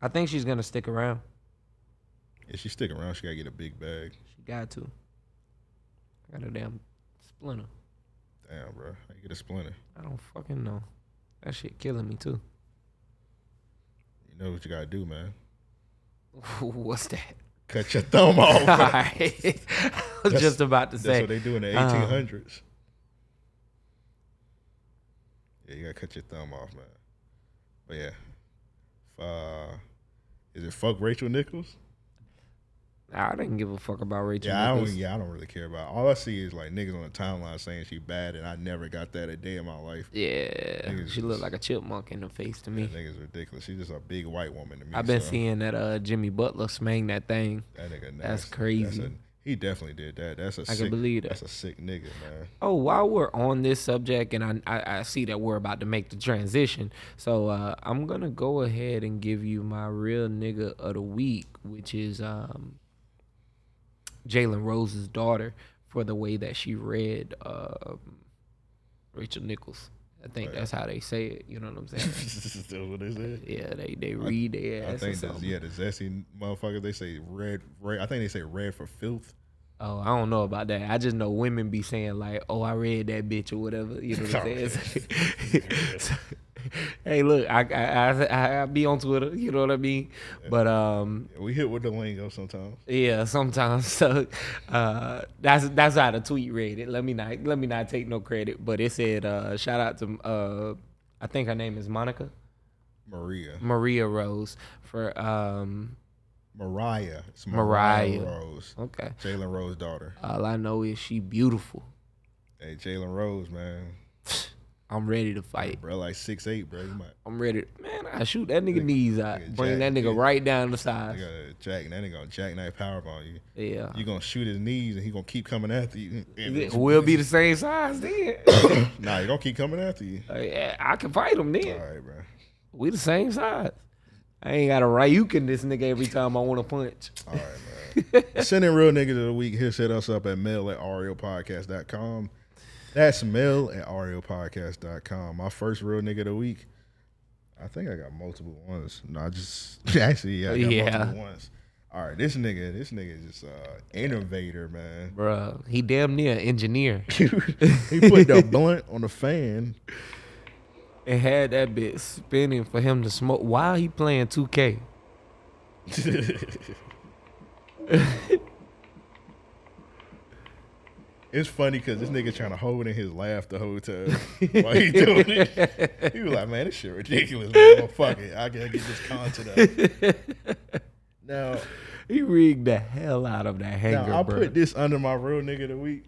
I think she's gonna stick around.
If she stick around, she gotta get a big bag.
She got to. I got a damn splinter.
Damn, bro, how you get a splinter.
I don't fucking know. That shit killing me too.
You know what you gotta do, man.
What's that?
Cut your thumb off. bro.
Alright. I was
That's-
just about to say.
That's what they do in the
Um,
1800s. yeah, you gotta cut your thumb off, man. But yeah, F- uh, is it fuck Rachel Nichols?
I didn't give a fuck about Rachel.
yeah, I
Nichols.
don't. Yeah, I don't really care about. All I see is like niggas on the timeline saying she bad, and I never got that a day in my life.
Yeah,
Niggas
she looked
is-
like a chipmunk in the face to
that
me.
nigga's ridiculous. She's just a big white woman to me.
I've been
so
seeing that uh Jimmy Butler smang that thing.
that nigga. Nasty.
That's
That's
crazy.
a- he definitely did that. That's a.
can
sick-
believe that.
That's a sick nigga, man.
Oh, while we're on this subject, and I, I, I see that we're about to make the transition, so uh, I'm gonna go ahead and give you my real nigga of the week, which is um, Jalen Rose's daughter for the way that she read um, Rachel Nichols. I
Oh,
think that's how they say it. You know what I'm saying?
That's what they said.
yeah, they they
I-
read their
I
ass.
think
or
that's
something.
yeah, the zesty motherfuckers. They say red, red. I think they say red for filth.
Oh, I don't know about that. I just know women be saying like, "Oh, I read that bitch" or whatever. You know what I'm saying? So- hey, look, I, I I I be on Twitter. You know what I mean? But um,
we hit with the lingo sometimes.
Yeah, sometimes. So uh, that's that's how the tweet read it. Let me not let me not take no credit, but it said uh, shout out to uh, I think her name is Monica
Maria.
Maria Rose for um,
Mariah. It's
Mariah.
Rose.
Okay.
Jalen Rose daughter.
All I know is she beautiful.
Hey, Jalen Rose, man.
I'm ready to fight,
bro. Like six eight, bro. You might
I'm ready. Man, I shoot that nigga knees out. Bring that nigga right down the sides.
nigga, Jack. That nigga gonna jackknife powerball you.
Yeah.
You gonna shoot his knees and he gonna keep coming after you.
We'll be the same size then.
nah, he gonna keep coming after you.
yeah, I can fight him then.
All right, bro.
We the same size. I ain't got a Ryukin this nigga every time I want to punch.
All right, Send in real niggas of the week. His hit us up at mail at ariopodcast.com. That's mail at ariopodcast.com. My first real nigga of the week. I think I got multiple ones. No, I just actually yeah, I got
Yeah.
multiple ones. All right, this nigga, this nigga is just uh innovator, man.
Bruh, he damn near an engineer.
he put the blunt on the fan.
And had that bitch spinning for him to smoke while he playing 2K.
It's funny because this nigga trying to hold in his laugh the whole time while he doing it. He was like, "Man, this shit ridiculous, man. Well, fuck it, I gotta get this content up." now,
he rigged the hell out of that
Now,
hanger,
I'll
bro.
put this under my real nigga of the week.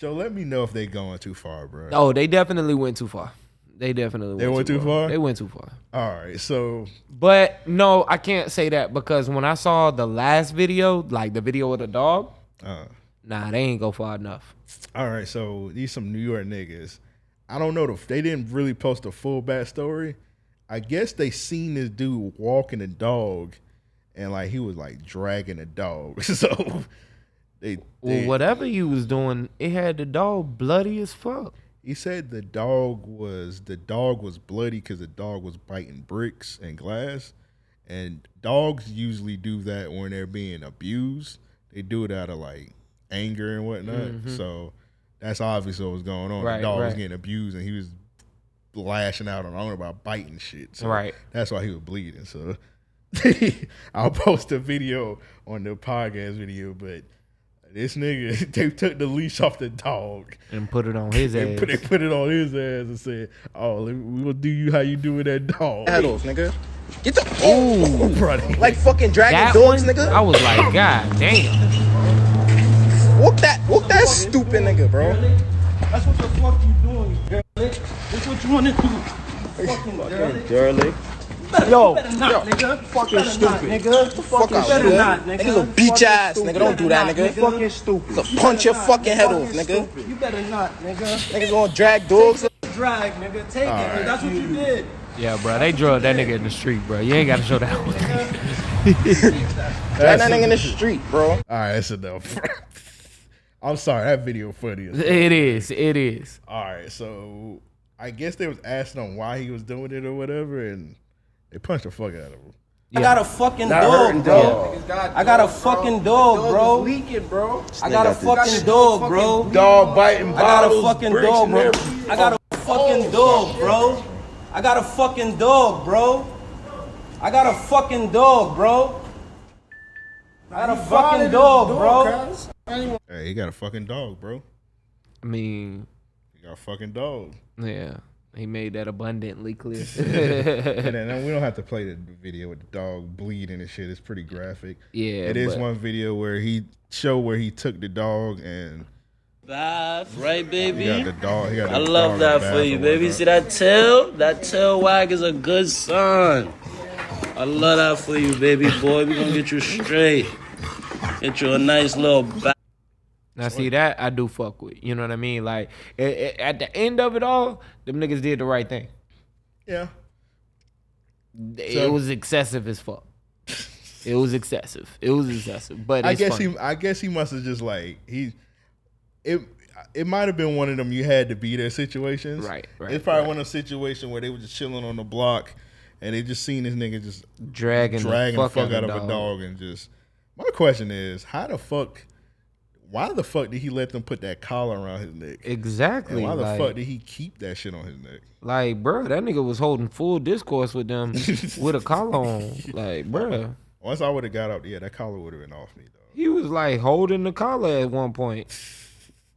So let me know if they going too far, bro.
oh, they definitely went too far. They definitely
They went too far?
They went too far.
All right, so
But no, I can't say that because when I saw the last video, like the video of the dog,
uh,
nah, they ain't go far enough.
all right, so these some New York niggas. I don't know. The, they didn't really post a full backstory. I guess they seen this dude walking a dog, and like he was like dragging a dog. so they,
Well,
they
whatever you was doing, it had the dog bloody as fuck.
He said the dog was the dog was bloody because the dog was biting bricks and glass, and dogs usually do that when they're being abused. They do it out of like anger and whatnot.
Mhm.
So that's obviously what was going on.
Right,
the dog was
right.
getting abused, and he was lashing out on the owner about biting shit. So
Right.
That's why he was bleeding. So I'll post a video on the podcast video, but. This nigga, they took the leash off the dog
And put it on his
they,
ass.
put, they put it on his ass and said, "Oh, let- we will do you how you do with that dog."
Paddles,
nigga.
Get the oh, like fucking dragon
That
dogs,
one,
nigga.
I was like, God damn.
Whoop that, whoop that stupid nigga, bro.
That's what the fuck you doing, you derelict. That's what you want to do. Fucking derelict.
Derelick.
Yo, yo, nigga. Fucking
stupid.
nigga.
Fuck out,
better
nigga.
not, nigga.
That nigga bitch
Fucking
ass,
stupid.
nigga. Don't do that,
You
nigga.
better not, Fucking stupid.
So
You
punch
better
your
not,
fucking
nigga.
head off,
Fucking
nigga.
stupid. You better not, nigga.
Niggas gonna drag dogs.
Drag, nigga. Take it.
All
nigga.
right.
That's what you did.
Yeah, bro, they drug that nigga in the street, bro. You ain't got to show that one.
Drag that nigga in the street, bro.
All right, that's enough. I'm sorry, that video funny. As fuck.
It is. It is.
All right, so I guess they was asking him why he was doing it or whatever, and they punched the fuck out of him.
I got a fucking
Not hurting
dog, bro.
dog.
I got a fucking dog, bro. I got a
This nigga
fucking
got
dog, bro.
Dog biting
I got a
bottles,
fucking
bricks
dog,
and
bro.
everything. Oh,
I got a fucking dog, bro. I got a fucking dog, bro. I got a fucking dog, bro. I got a fucking dog, bro.
Hey, he got a fucking dog, bro.
I mean,
He got a fucking dog.
yeah, he made that abundantly clear.
and then we don't have to play the video with the dog bleeding and shit. It's pretty graphic.
Yeah,
it is
but-
one video where he show where he took the dog and
Bath, right, baby?
He got the dog. He got the
I love
dog in
that
the
for you,
bathroom,
baby.
huh?
See that tail? That tail wag is a good son. I love that for you, baby boy. we gonna get you straight. Get you a nice little bath.
Now see that I do fuck with. You know what I mean? Like it, it- at the end of it all, them niggas did the right thing.
Yeah.
it was excessive as fuck. It was excessive. It was excessive. But
I
it's
guess
funny.
he. I guess he must have just like he. It. It might have been one of them you had to be there situations.
Right, right,
It's probably one of them situation where they were just chilling on the block, and they just seen this nigga just
Dragging the
dragging the
fuck
fuck,
out of
out of
dog.
a dog, and just. My question is, how the fuck why the fuck did he let them put that collar around his neck?
Exactly.
And why the
like-
fuck did he keep that shit on his neck?
Like, bruh, that nigga was holding full discourse with them with a collar on. Like, bruh,
Once I would have got up, yeah, that collar would have been off me.
he was like holding the collar at one point,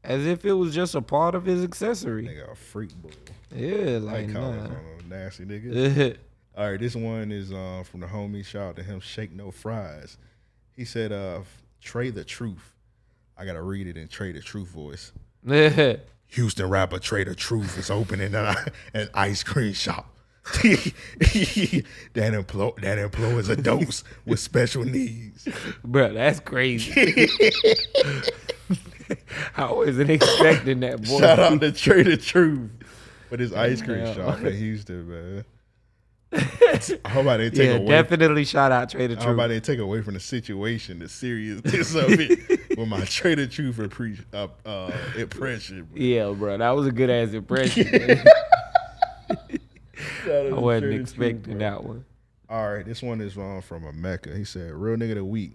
as if it was just a part of his accessory.
Nigga, a freak boy.
Yeah, like,
That
nah.
collar on a nasty nigga. All right, this one is uh, from the homie. Shout out to him. Shake no fries. He said, uh, "Trey the truth." I gotta read it in Trey the truth voice. Houston rapper Trey the Truth is opening an, an ice cream shop. that, emplo- that employs adults with special needs.
Bruh, that's crazy. I wasn't expecting that boy.
Shout out to Trey the Truth with his ice cream
Damn.
shop in Houston, man. I hope I didn't take
Yeah,
away.
definitely shout out Trey the
I hope I
Truth.
didn't take away from the situation, the seriousness of it, with my Trey the Truth impre- uh, uh, impression.
Yeah, bro, that was a good ass impression. man. I wasn't expecting that one.
All right, this one is um, from Emeka. He said, "Real nigga of the week,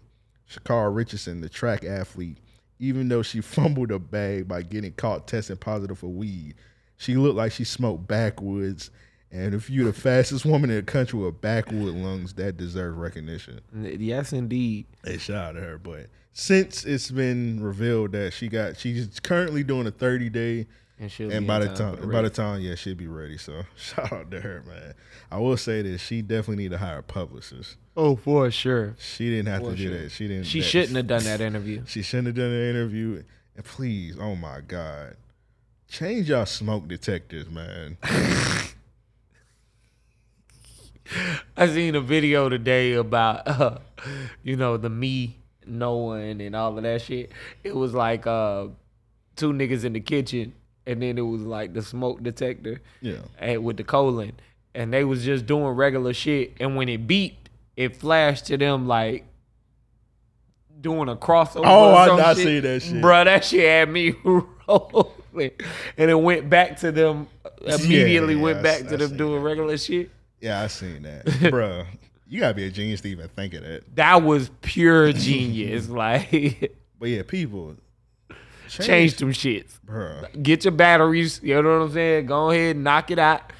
Shakar Richardson, the track athlete. Even though she fumbled a bag by getting caught testing positive for weed, she looked like she smoked backwoods. And if you're the fastest woman in the country with backwood lungs, that deserves recognition.
Yes, indeed.
Hey, shout out to her. But since it's been revealed that she got, she's currently doing a 30 day."
And,
and by the time, by the time, yeah, she'll be ready. So shout out to her, man. I will say this: she definitely need to hire a publicist.
Oh, for sure.
She didn't have
For
to do
sure.
that. She didn't.
She
that-
shouldn't have done that interview.
she shouldn't have done the interview. And please, oh my God, change y'all smoke detectors, man.
I seen a video today about uh, you know the me knowing and all of that shit. It was like uh, two niggas in the kitchen, and then it was like the smoke detector,
Yeah.
and with the colon, and they was just doing regular shit. And when it beeped, it flashed to them like doing a crossover.
Oh,
or
I-
some
I
shit.
see that shit.
bro. That shit had me rolling, and it went back to them immediately.
yeah,
went
I
back
s-
to
I
them
seen
doing regular shit.
yeah, I seen that, Bruh, You gotta be a genius to even think of that.
That was pure genius. like,
but yeah, people
change,
Change-
them shits,
Bruh.
Get your batteries. You know what I'm saying? Go ahead, knock it out.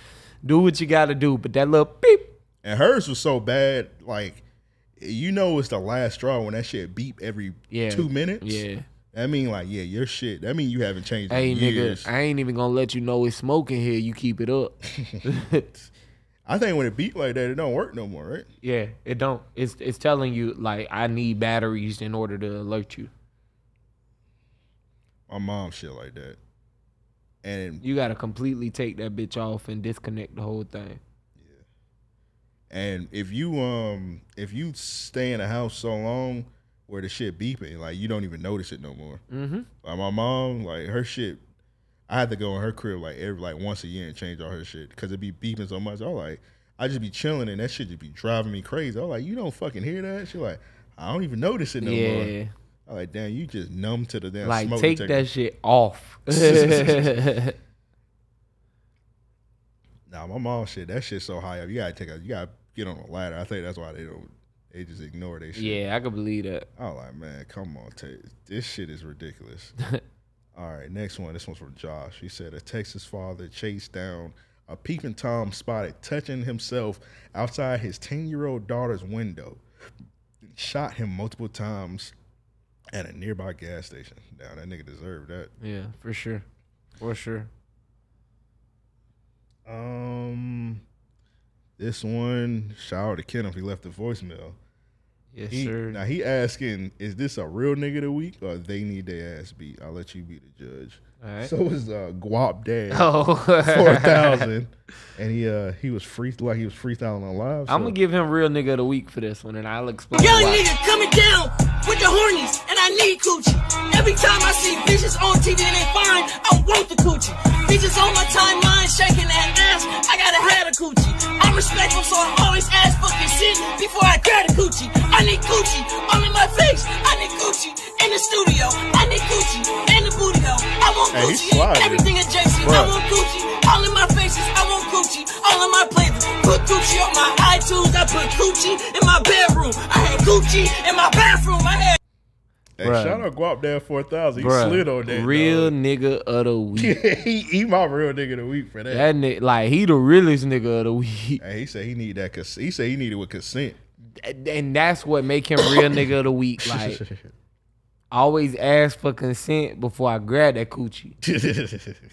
Do what you got to do. But that little beep.
And hers was so bad, like you know, it's the last straw when that shit beep every
Yeah.
two minutes.
Yeah.
That mean like yeah, your shit. That mean you haven't changed. in
Hey,
years.
nigga, I ain't even gonna let you know it's smoking here. You keep it up.
I think when it beep like that, it don't work no more, right?
yeah, it don't. It's it's telling you like I need batteries in order to alert you.
My mom shit like that. And
You gotta completely take that bitch off and disconnect the whole thing.
and if you um if you stay in a house so long where the shit beeping, like you don't even notice it no more.
Mhm.
Like my mom, like her shit, I had to go in her crib like every like once a year and change all her shit because it be beeping so much. I was like I just be chilling and that shit just be driving me crazy. I was like, you don't fucking hear that? She like, I don't even notice it no
Yeah.
more. I was like, damn, you just numb to the damn
like
smoke
take
detector.
that shit off. yeah,
Nah, my mom shit. That shit's so high up. You gotta take a. You gotta get on a ladder. I think that's why they don't. They just ignore they shit.
I can believe that.
I was like, man, come on, take, this shit is ridiculous. All right, next one. This one's from Josh. He said a Texas father chased down a peeping tom spotted touching himself outside his ten year old daughter's window, shot him multiple times at a nearby gas station. Now that nigga deserved that.
Yeah, for sure. For sure.
Um, this one shout out to Ken if he left the voicemail.
Yes,
He-
sir.
Now he asking, is this a real nigga of the week or they need their ass beat? I'll let you be the judge.
All right.
So is uh, Guap Dad
Oh.
four thousand, and he uh he was free like he was freestyling on live.
I'm
so-
gonna give him real nigga of the week for this one, and I'll explain.
Young
why.
nigga coming down with the hornies, and I need coochie. Every time I see bitches on TV and they fine, I want the coochie. Bitches on my timeline shaking that ass, I gotta have a coochie. I'm respectful, so I always ask fucking shit before I get a coochie. I need coochie all in my face, I need coochie in the studio, I need coochie in the booty hole. I want
Hey, he's
coochie in
sliding.
everything adjacent, I
Bruh.
want coochie all in my faces, I want coochie all in my places. Put coochie on my iTunes, I put coochie in my bedroom, I had coochie in my bathroom, I had
Hey,
Bruh.
shout out Guap Dad 4000. He
Bruh,
slid on that.
Real nigga of the week.
dog. he, he my real nigga of the week for that.
That nigga, like he the realest nigga of the week.
Hey, he said he need that. Cons- he said he needed with consent.
and that's what make him real nigga of the week. Like, I always ask for consent before I grab that coochie.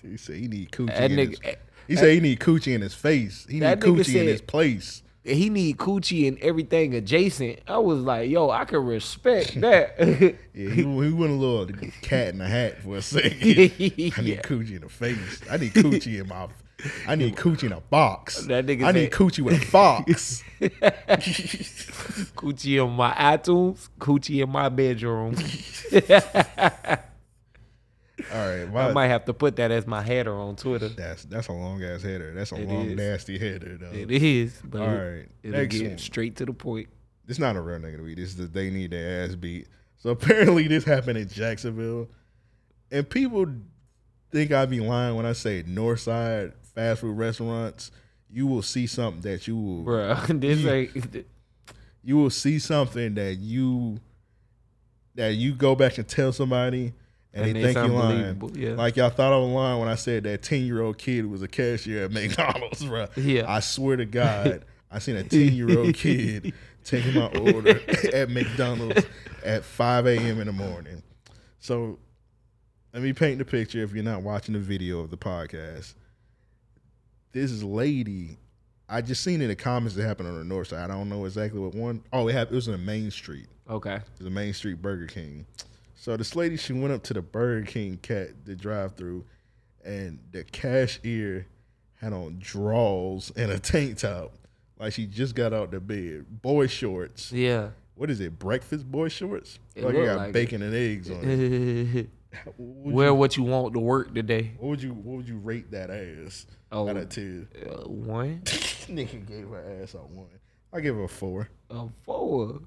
he said he need coochie.
That
in
nigga-
his,
eh,
he
that-
said he need coochie in his face. He need
That nigga
coochie in
said-
his place.
He need coochie and everything adjacent. I was like, yo, I can respect that.
Yeah, he, he went a little cat in a hat for a second. I need
Yeah.
coochie in the face. I need coochie in my. I need coochie in a box.
That nigga
I need
said-
coochie with a fox.
coochie on my iTunes, coochie in my bedroom.
All right,
I
my-
might have to put that as my header on Twitter.
That's that's a long ass header. That's a
It
long
is.
nasty header. Though.
It is, but
All right,
it, it'll
next
get
one.
straight to the point.
This not a real nigga to beat. This is the they need their ass beat. So apparently this happened in Jacksonville, and people think I be lying when I say Northside fast food restaurants. You will see something that you will,
Bruh, this
you,
ain't-
you will see something that you that you go back and tell somebody. And,
And
they
it's
think you're lying.
unbelievable, yeah.
Like y'all thought I was lying when I said that ten year old kid was a cashier at McDonald's, bro.
Yeah.
I swear to God, I seen a 10 year old kid taking my order at McDonald's at 5 a.m. in the morning. So let me paint the picture if you're not watching the video of the podcast. This lady, I just seen in the comments that happened on the north side. I don't know exactly what one. Oh, it happened. It was in the main street.
Okay.
It was a main street Burger King. So this lady, she went up to the Burger King cat, the drive through, and the cashier had on drawers and a tank top. Like she just got out the bed. Boy shorts.
Yeah.
What is it? Breakfast boy shorts?
It
like it
look
got
like it.
bacon and eggs on it. would
Wear
you-
what you want to work today.
What would you what would you rate that ass
Oh.
out of two?
Uh, One,
Nigga gave her ass a one. I give her a four.
a four.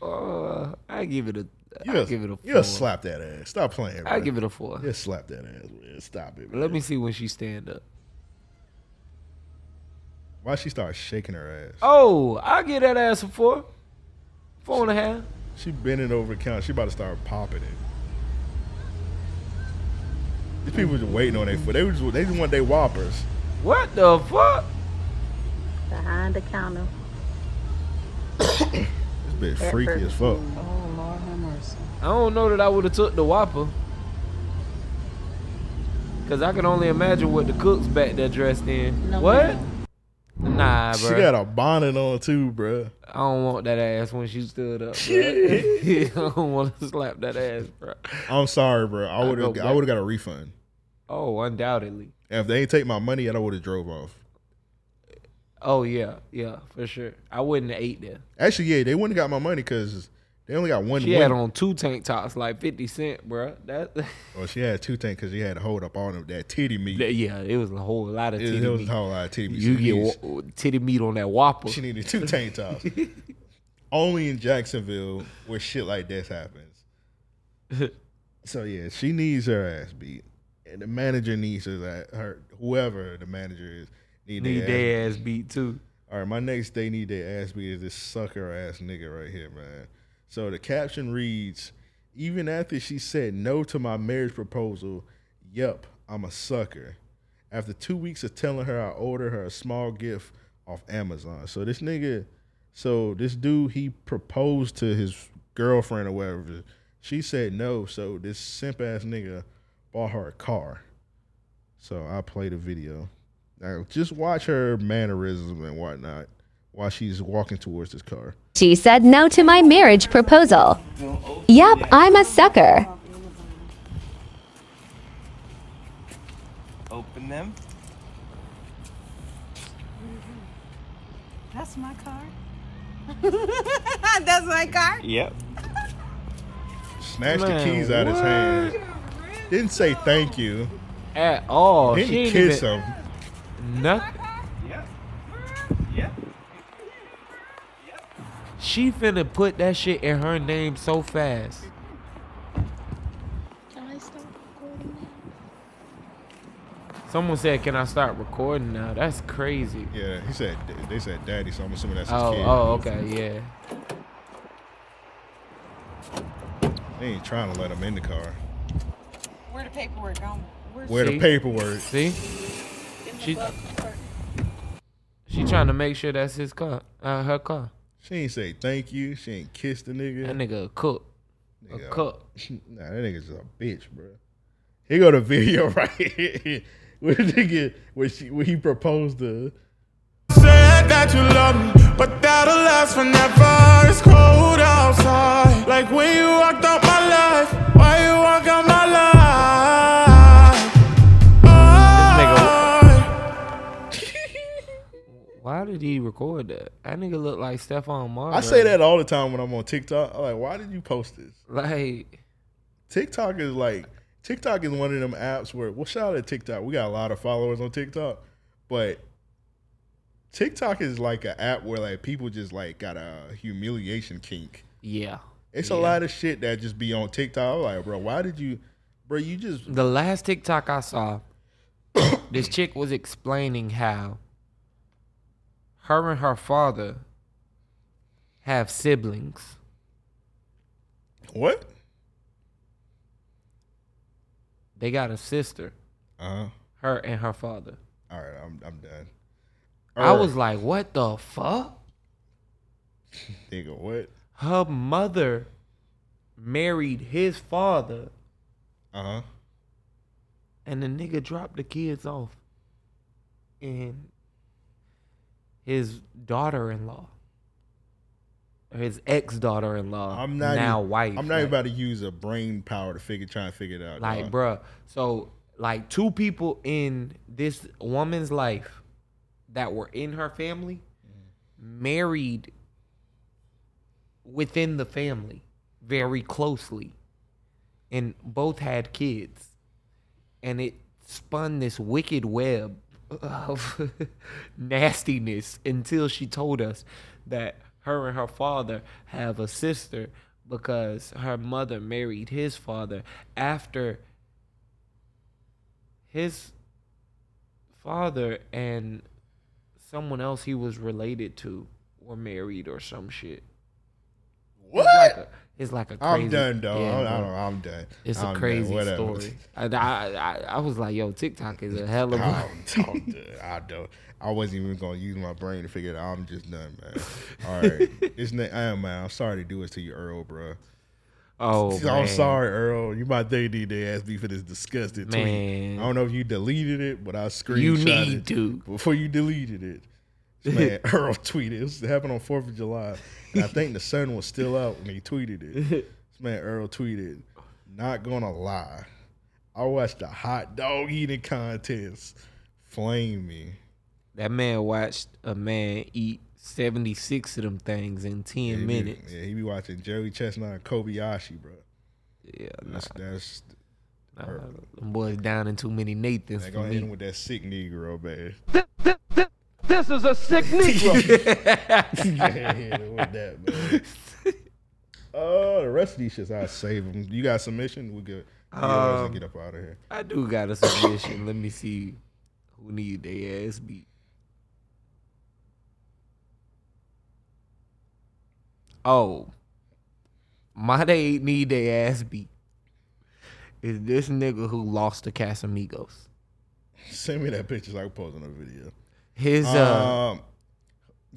Uh, I give it a. I
You'll-
give it a.
You'll
Four.
slap that ass. Stop playing.
I
bruh.
give it a four.
You'll slap that ass. Man. Stop it.
Let me see when she stand up.
Why she start shaking her ass?
Oh, I give that ass a four, four and a half.
She bending over the counter. She about to start popping it. These people just waiting on their foot. They was they just want their whoppers.
What the fuck?
Behind the counter.
This bitch freaky as fuck.
Oh, Lord have mercy.
I don't know that I would have took the Whopper. Cause I can only imagine what the cooks back there dressed in.
No,
what? Nah, bro.
She got a bonnet on too, bruh.
I don't want that ass when she stood up. bruh. I don't want to slap that ass, bro.
I'm sorry, bro. I
I
would
go
have
back.
I would have got a refund.
Oh, undoubtedly.
And if they ain't take my money, I would have drove off.
Oh yeah, yeah, for sure. I wouldn't have ate there.
Actually, yeah, they wouldn't have got my money because they only got one.
She
one-
had on two tank tops, like fifty cent, bruh. That
Oh, she had two things because she had to hold up all of that titty meat.
That- yeah, it was a whole lot of
It-
titty
it was
meat.
a whole lot of titty meat.
You
She
get
needs-
wa- titty meat on that whopper.
She needed two tank tops. Only in Jacksonville where shit like this happens. so yeah, she needs her ass beat, and the manager needs her, that- her whoever the manager is need,
Need
their
their ass beat too.
All right, my next they need their ass beat is this sucker ass nigga right here, man. So the caption reads, "Even after she said no to my marriage proposal, yup, I'm a sucker." After two weeks of telling her, I ordered her a small gift off Amazon. So this nigga, so this dude, he proposed to his girlfriend or whatever. She said no, so this simp ass nigga bought her a car. So I played a video. Now just watch her mannerisms and whatnot while she's walking towards this car.
She said no to my marriage proposal. Yep, I'm a sucker.
Open them.
That's my car. That's my car.
Yep.
Snatched
Man,
the keys out of his hand. Didn't say thank you.
At all.
Didn't
She ain't
kiss
even-
him.
Nothing. She finna put that shit in her name so fast.
Can I stop
Someone said, "Can I start recording now?" That's crazy.
Yeah, he said they said daddy, so I'm assuming that's his
Oh,
kid.
oh, okay, yeah.
They ain't trying to let them in the car.
Where the paperwork going?
Where the paperwork?
See? She, she trying to make sure that's his car, uh, her car.
She ain't say thank you. She ain't kiss the nigga.
That nigga a cook.
Nigga,
A cook.
Nah, that nigga's a bitch, bro. Here go the video right here. Where the nigga, where, she, where he proposed to.
Said that you love me, but that'll last forever. It's cold outside. Like when you walked out my life, why you walk out my life?
Why did he record that? That nigga look like Stephon Marbury.
I say that all the time when I'm on TikTok. I'm like, why did you post this?
Like,
TikTok is like, TikTok is one of them apps where, well, shout out to TikTok. We got a lot of followers on TikTok, but TikTok is like an app where like people just like got a humiliation kink.
Yeah.
It's a
Yeah.
lot of shit that just be on TikTok. I'm like, bro, why did you, bro, you just,
The last TikTok I saw, this chick was explaining how her and her father have siblings.
What?
They got a sister.
Uh-huh.
Her and her father.
all right, I'm, I'm done.
I
Or-
was like, what the fuck?
Nigga, what?
Her mother married his father.
Uh huh.
And the nigga dropped the kids off. And his daughter in law, or his ex daughter in law,
I'm not
Uh, now
even,
wife.
I'm not even
like-
about to use a brain power to figure trying to figure it out.
Like,
dog.
bruh, so like two people in this woman's life that were in her family married within the family very closely, and both had kids, and it spun this wicked web of nastiness until she told us that her and her father have a sister because her mother married his father after his father and someone else he was related to were married or some shit. What? It's like a, it's like a
I'm
crazy.
done, dog. I'm- I
bro.
don't- I'm done.
It's
I'm
a
done.
crazy
Whatever.
story. Oh, I, I, I, I was like, yo, TikTok is a hell of a.
I'm, I'm done. I don't. I wasn't even gonna use my brain to figure it out. I'm just done, man. All right, it's na- I am man. I'm sorry to do this to you, Earl, bro.
Oh,
I'm
man.
sorry, Earl. You might think they they asked me for this disgusting
Man.
tweet. I don't know if you deleted it, but I screenshot
You need
it
to.
before you deleted it. This Man, Earl tweeted. It was it happened on Fourth of July, and I think the sun was still out when he tweeted it. This man Earl tweeted, "Not gonna lie, I watched the hot dog eating contest. Flame me."
That man watched a man eat 76 of them things in 10
Yeah, he be-
minutes.
yeah, he be watching Joey Chestnut and Kobayashi, bro.
Yeah,
that's that's.
Nah, Uh, them boys down in too many Nathans
They
for
gonna hit him
me.
with that sick Negro, man.
This is a sick Negro.
yeah, hit him with that, man. Oh, the rest of these shits, I save them. You got submission? We good. Yeah, let's
Um,
get up out of here.
I do got a submission. Let me see who need their ass beat. Oh, my they need their ass beat. Is this nigga who lost to Casamigos?
Send me that picture so I can post on the video.
His uh,
um,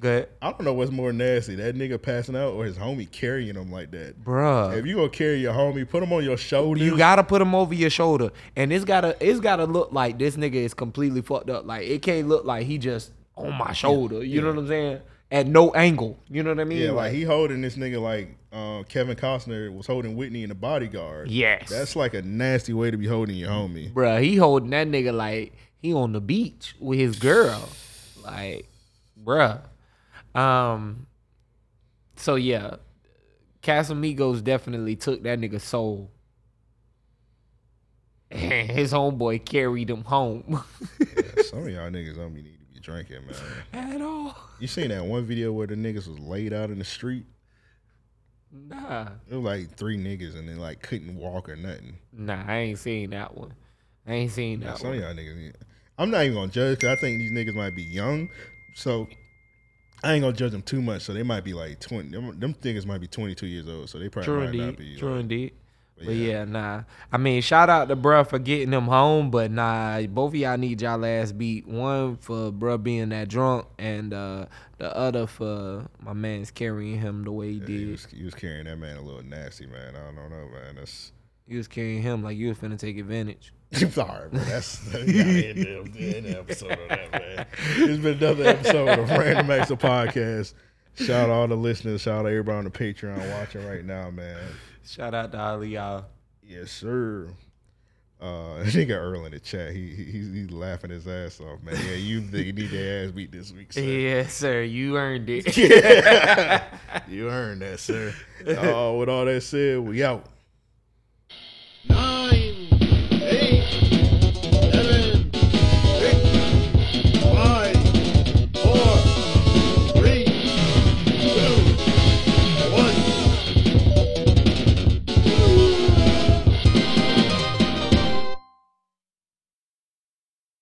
good.
I don't know what's more nasty, that nigga passing out or his homie carrying him like that,
Bruh.
If you gonna carry your homie, put him on your shoulder.
You gotta put him over your shoulder, and it's gotta it's gotta look like this nigga is completely fucked up. Like it can't look like he just on my shoulder. You know what I'm saying? At no angle. You know what I mean?
Yeah, like he holding this nigga like uh, Kevin Costner was holding Whitney in the bodyguard.
Yes.
that's like a nasty way to be holding your homie.
bruh, he holding that nigga like he on the beach with his girl. Like, bruh. Um. So yeah, Casamigos definitely took that nigga's soul. And his homeboy carried him home.
Yeah, some of y'all niggas don't be need to be drinking, man.
At all.
You seen that one video where the niggas was laid out in the street?
Nah.
It was like three niggas and they like couldn't walk or nothing.
Nah, I ain't seen that one. I ain't seen
Yeah,
that
some of
one.
y'all niggas. need- I'm not even gonna judge. 'cause I think these niggas might be young, so I ain't gonna judge them too much. So they might be like twenty. Them, them niggas might be 22 years old, so they probably
True
might not
indeed.
be.
True indeed. But yeah, nah. I mean, shout out to bruh for getting them home, but nah, both of y'all need y'all last beat. One for bruh being that drunk, and uh, the other for my man's carrying him the way he did.
You was, you was carrying that man a little nasty, man. I don't know, man. That's
You was carrying him like you was finna take advantage.
I'm sorry, bro. That's that gotta end the- the end the episode of that, man. It's been another episode of Random Acts of Podcast. Shout out all the listeners. Shout out everybody on the Patreon watching right now, man.
Shout out to all of y'all.
Yes, sir. Uh, nigga Earl in the chat. He he he's, he's laughing his ass off, man. Yeah, you think you need that ass beat this week, sir.
Yeah, sir, you earned it.
Yeah. you earned Oh, that, sir. Uh, with all that said, we out.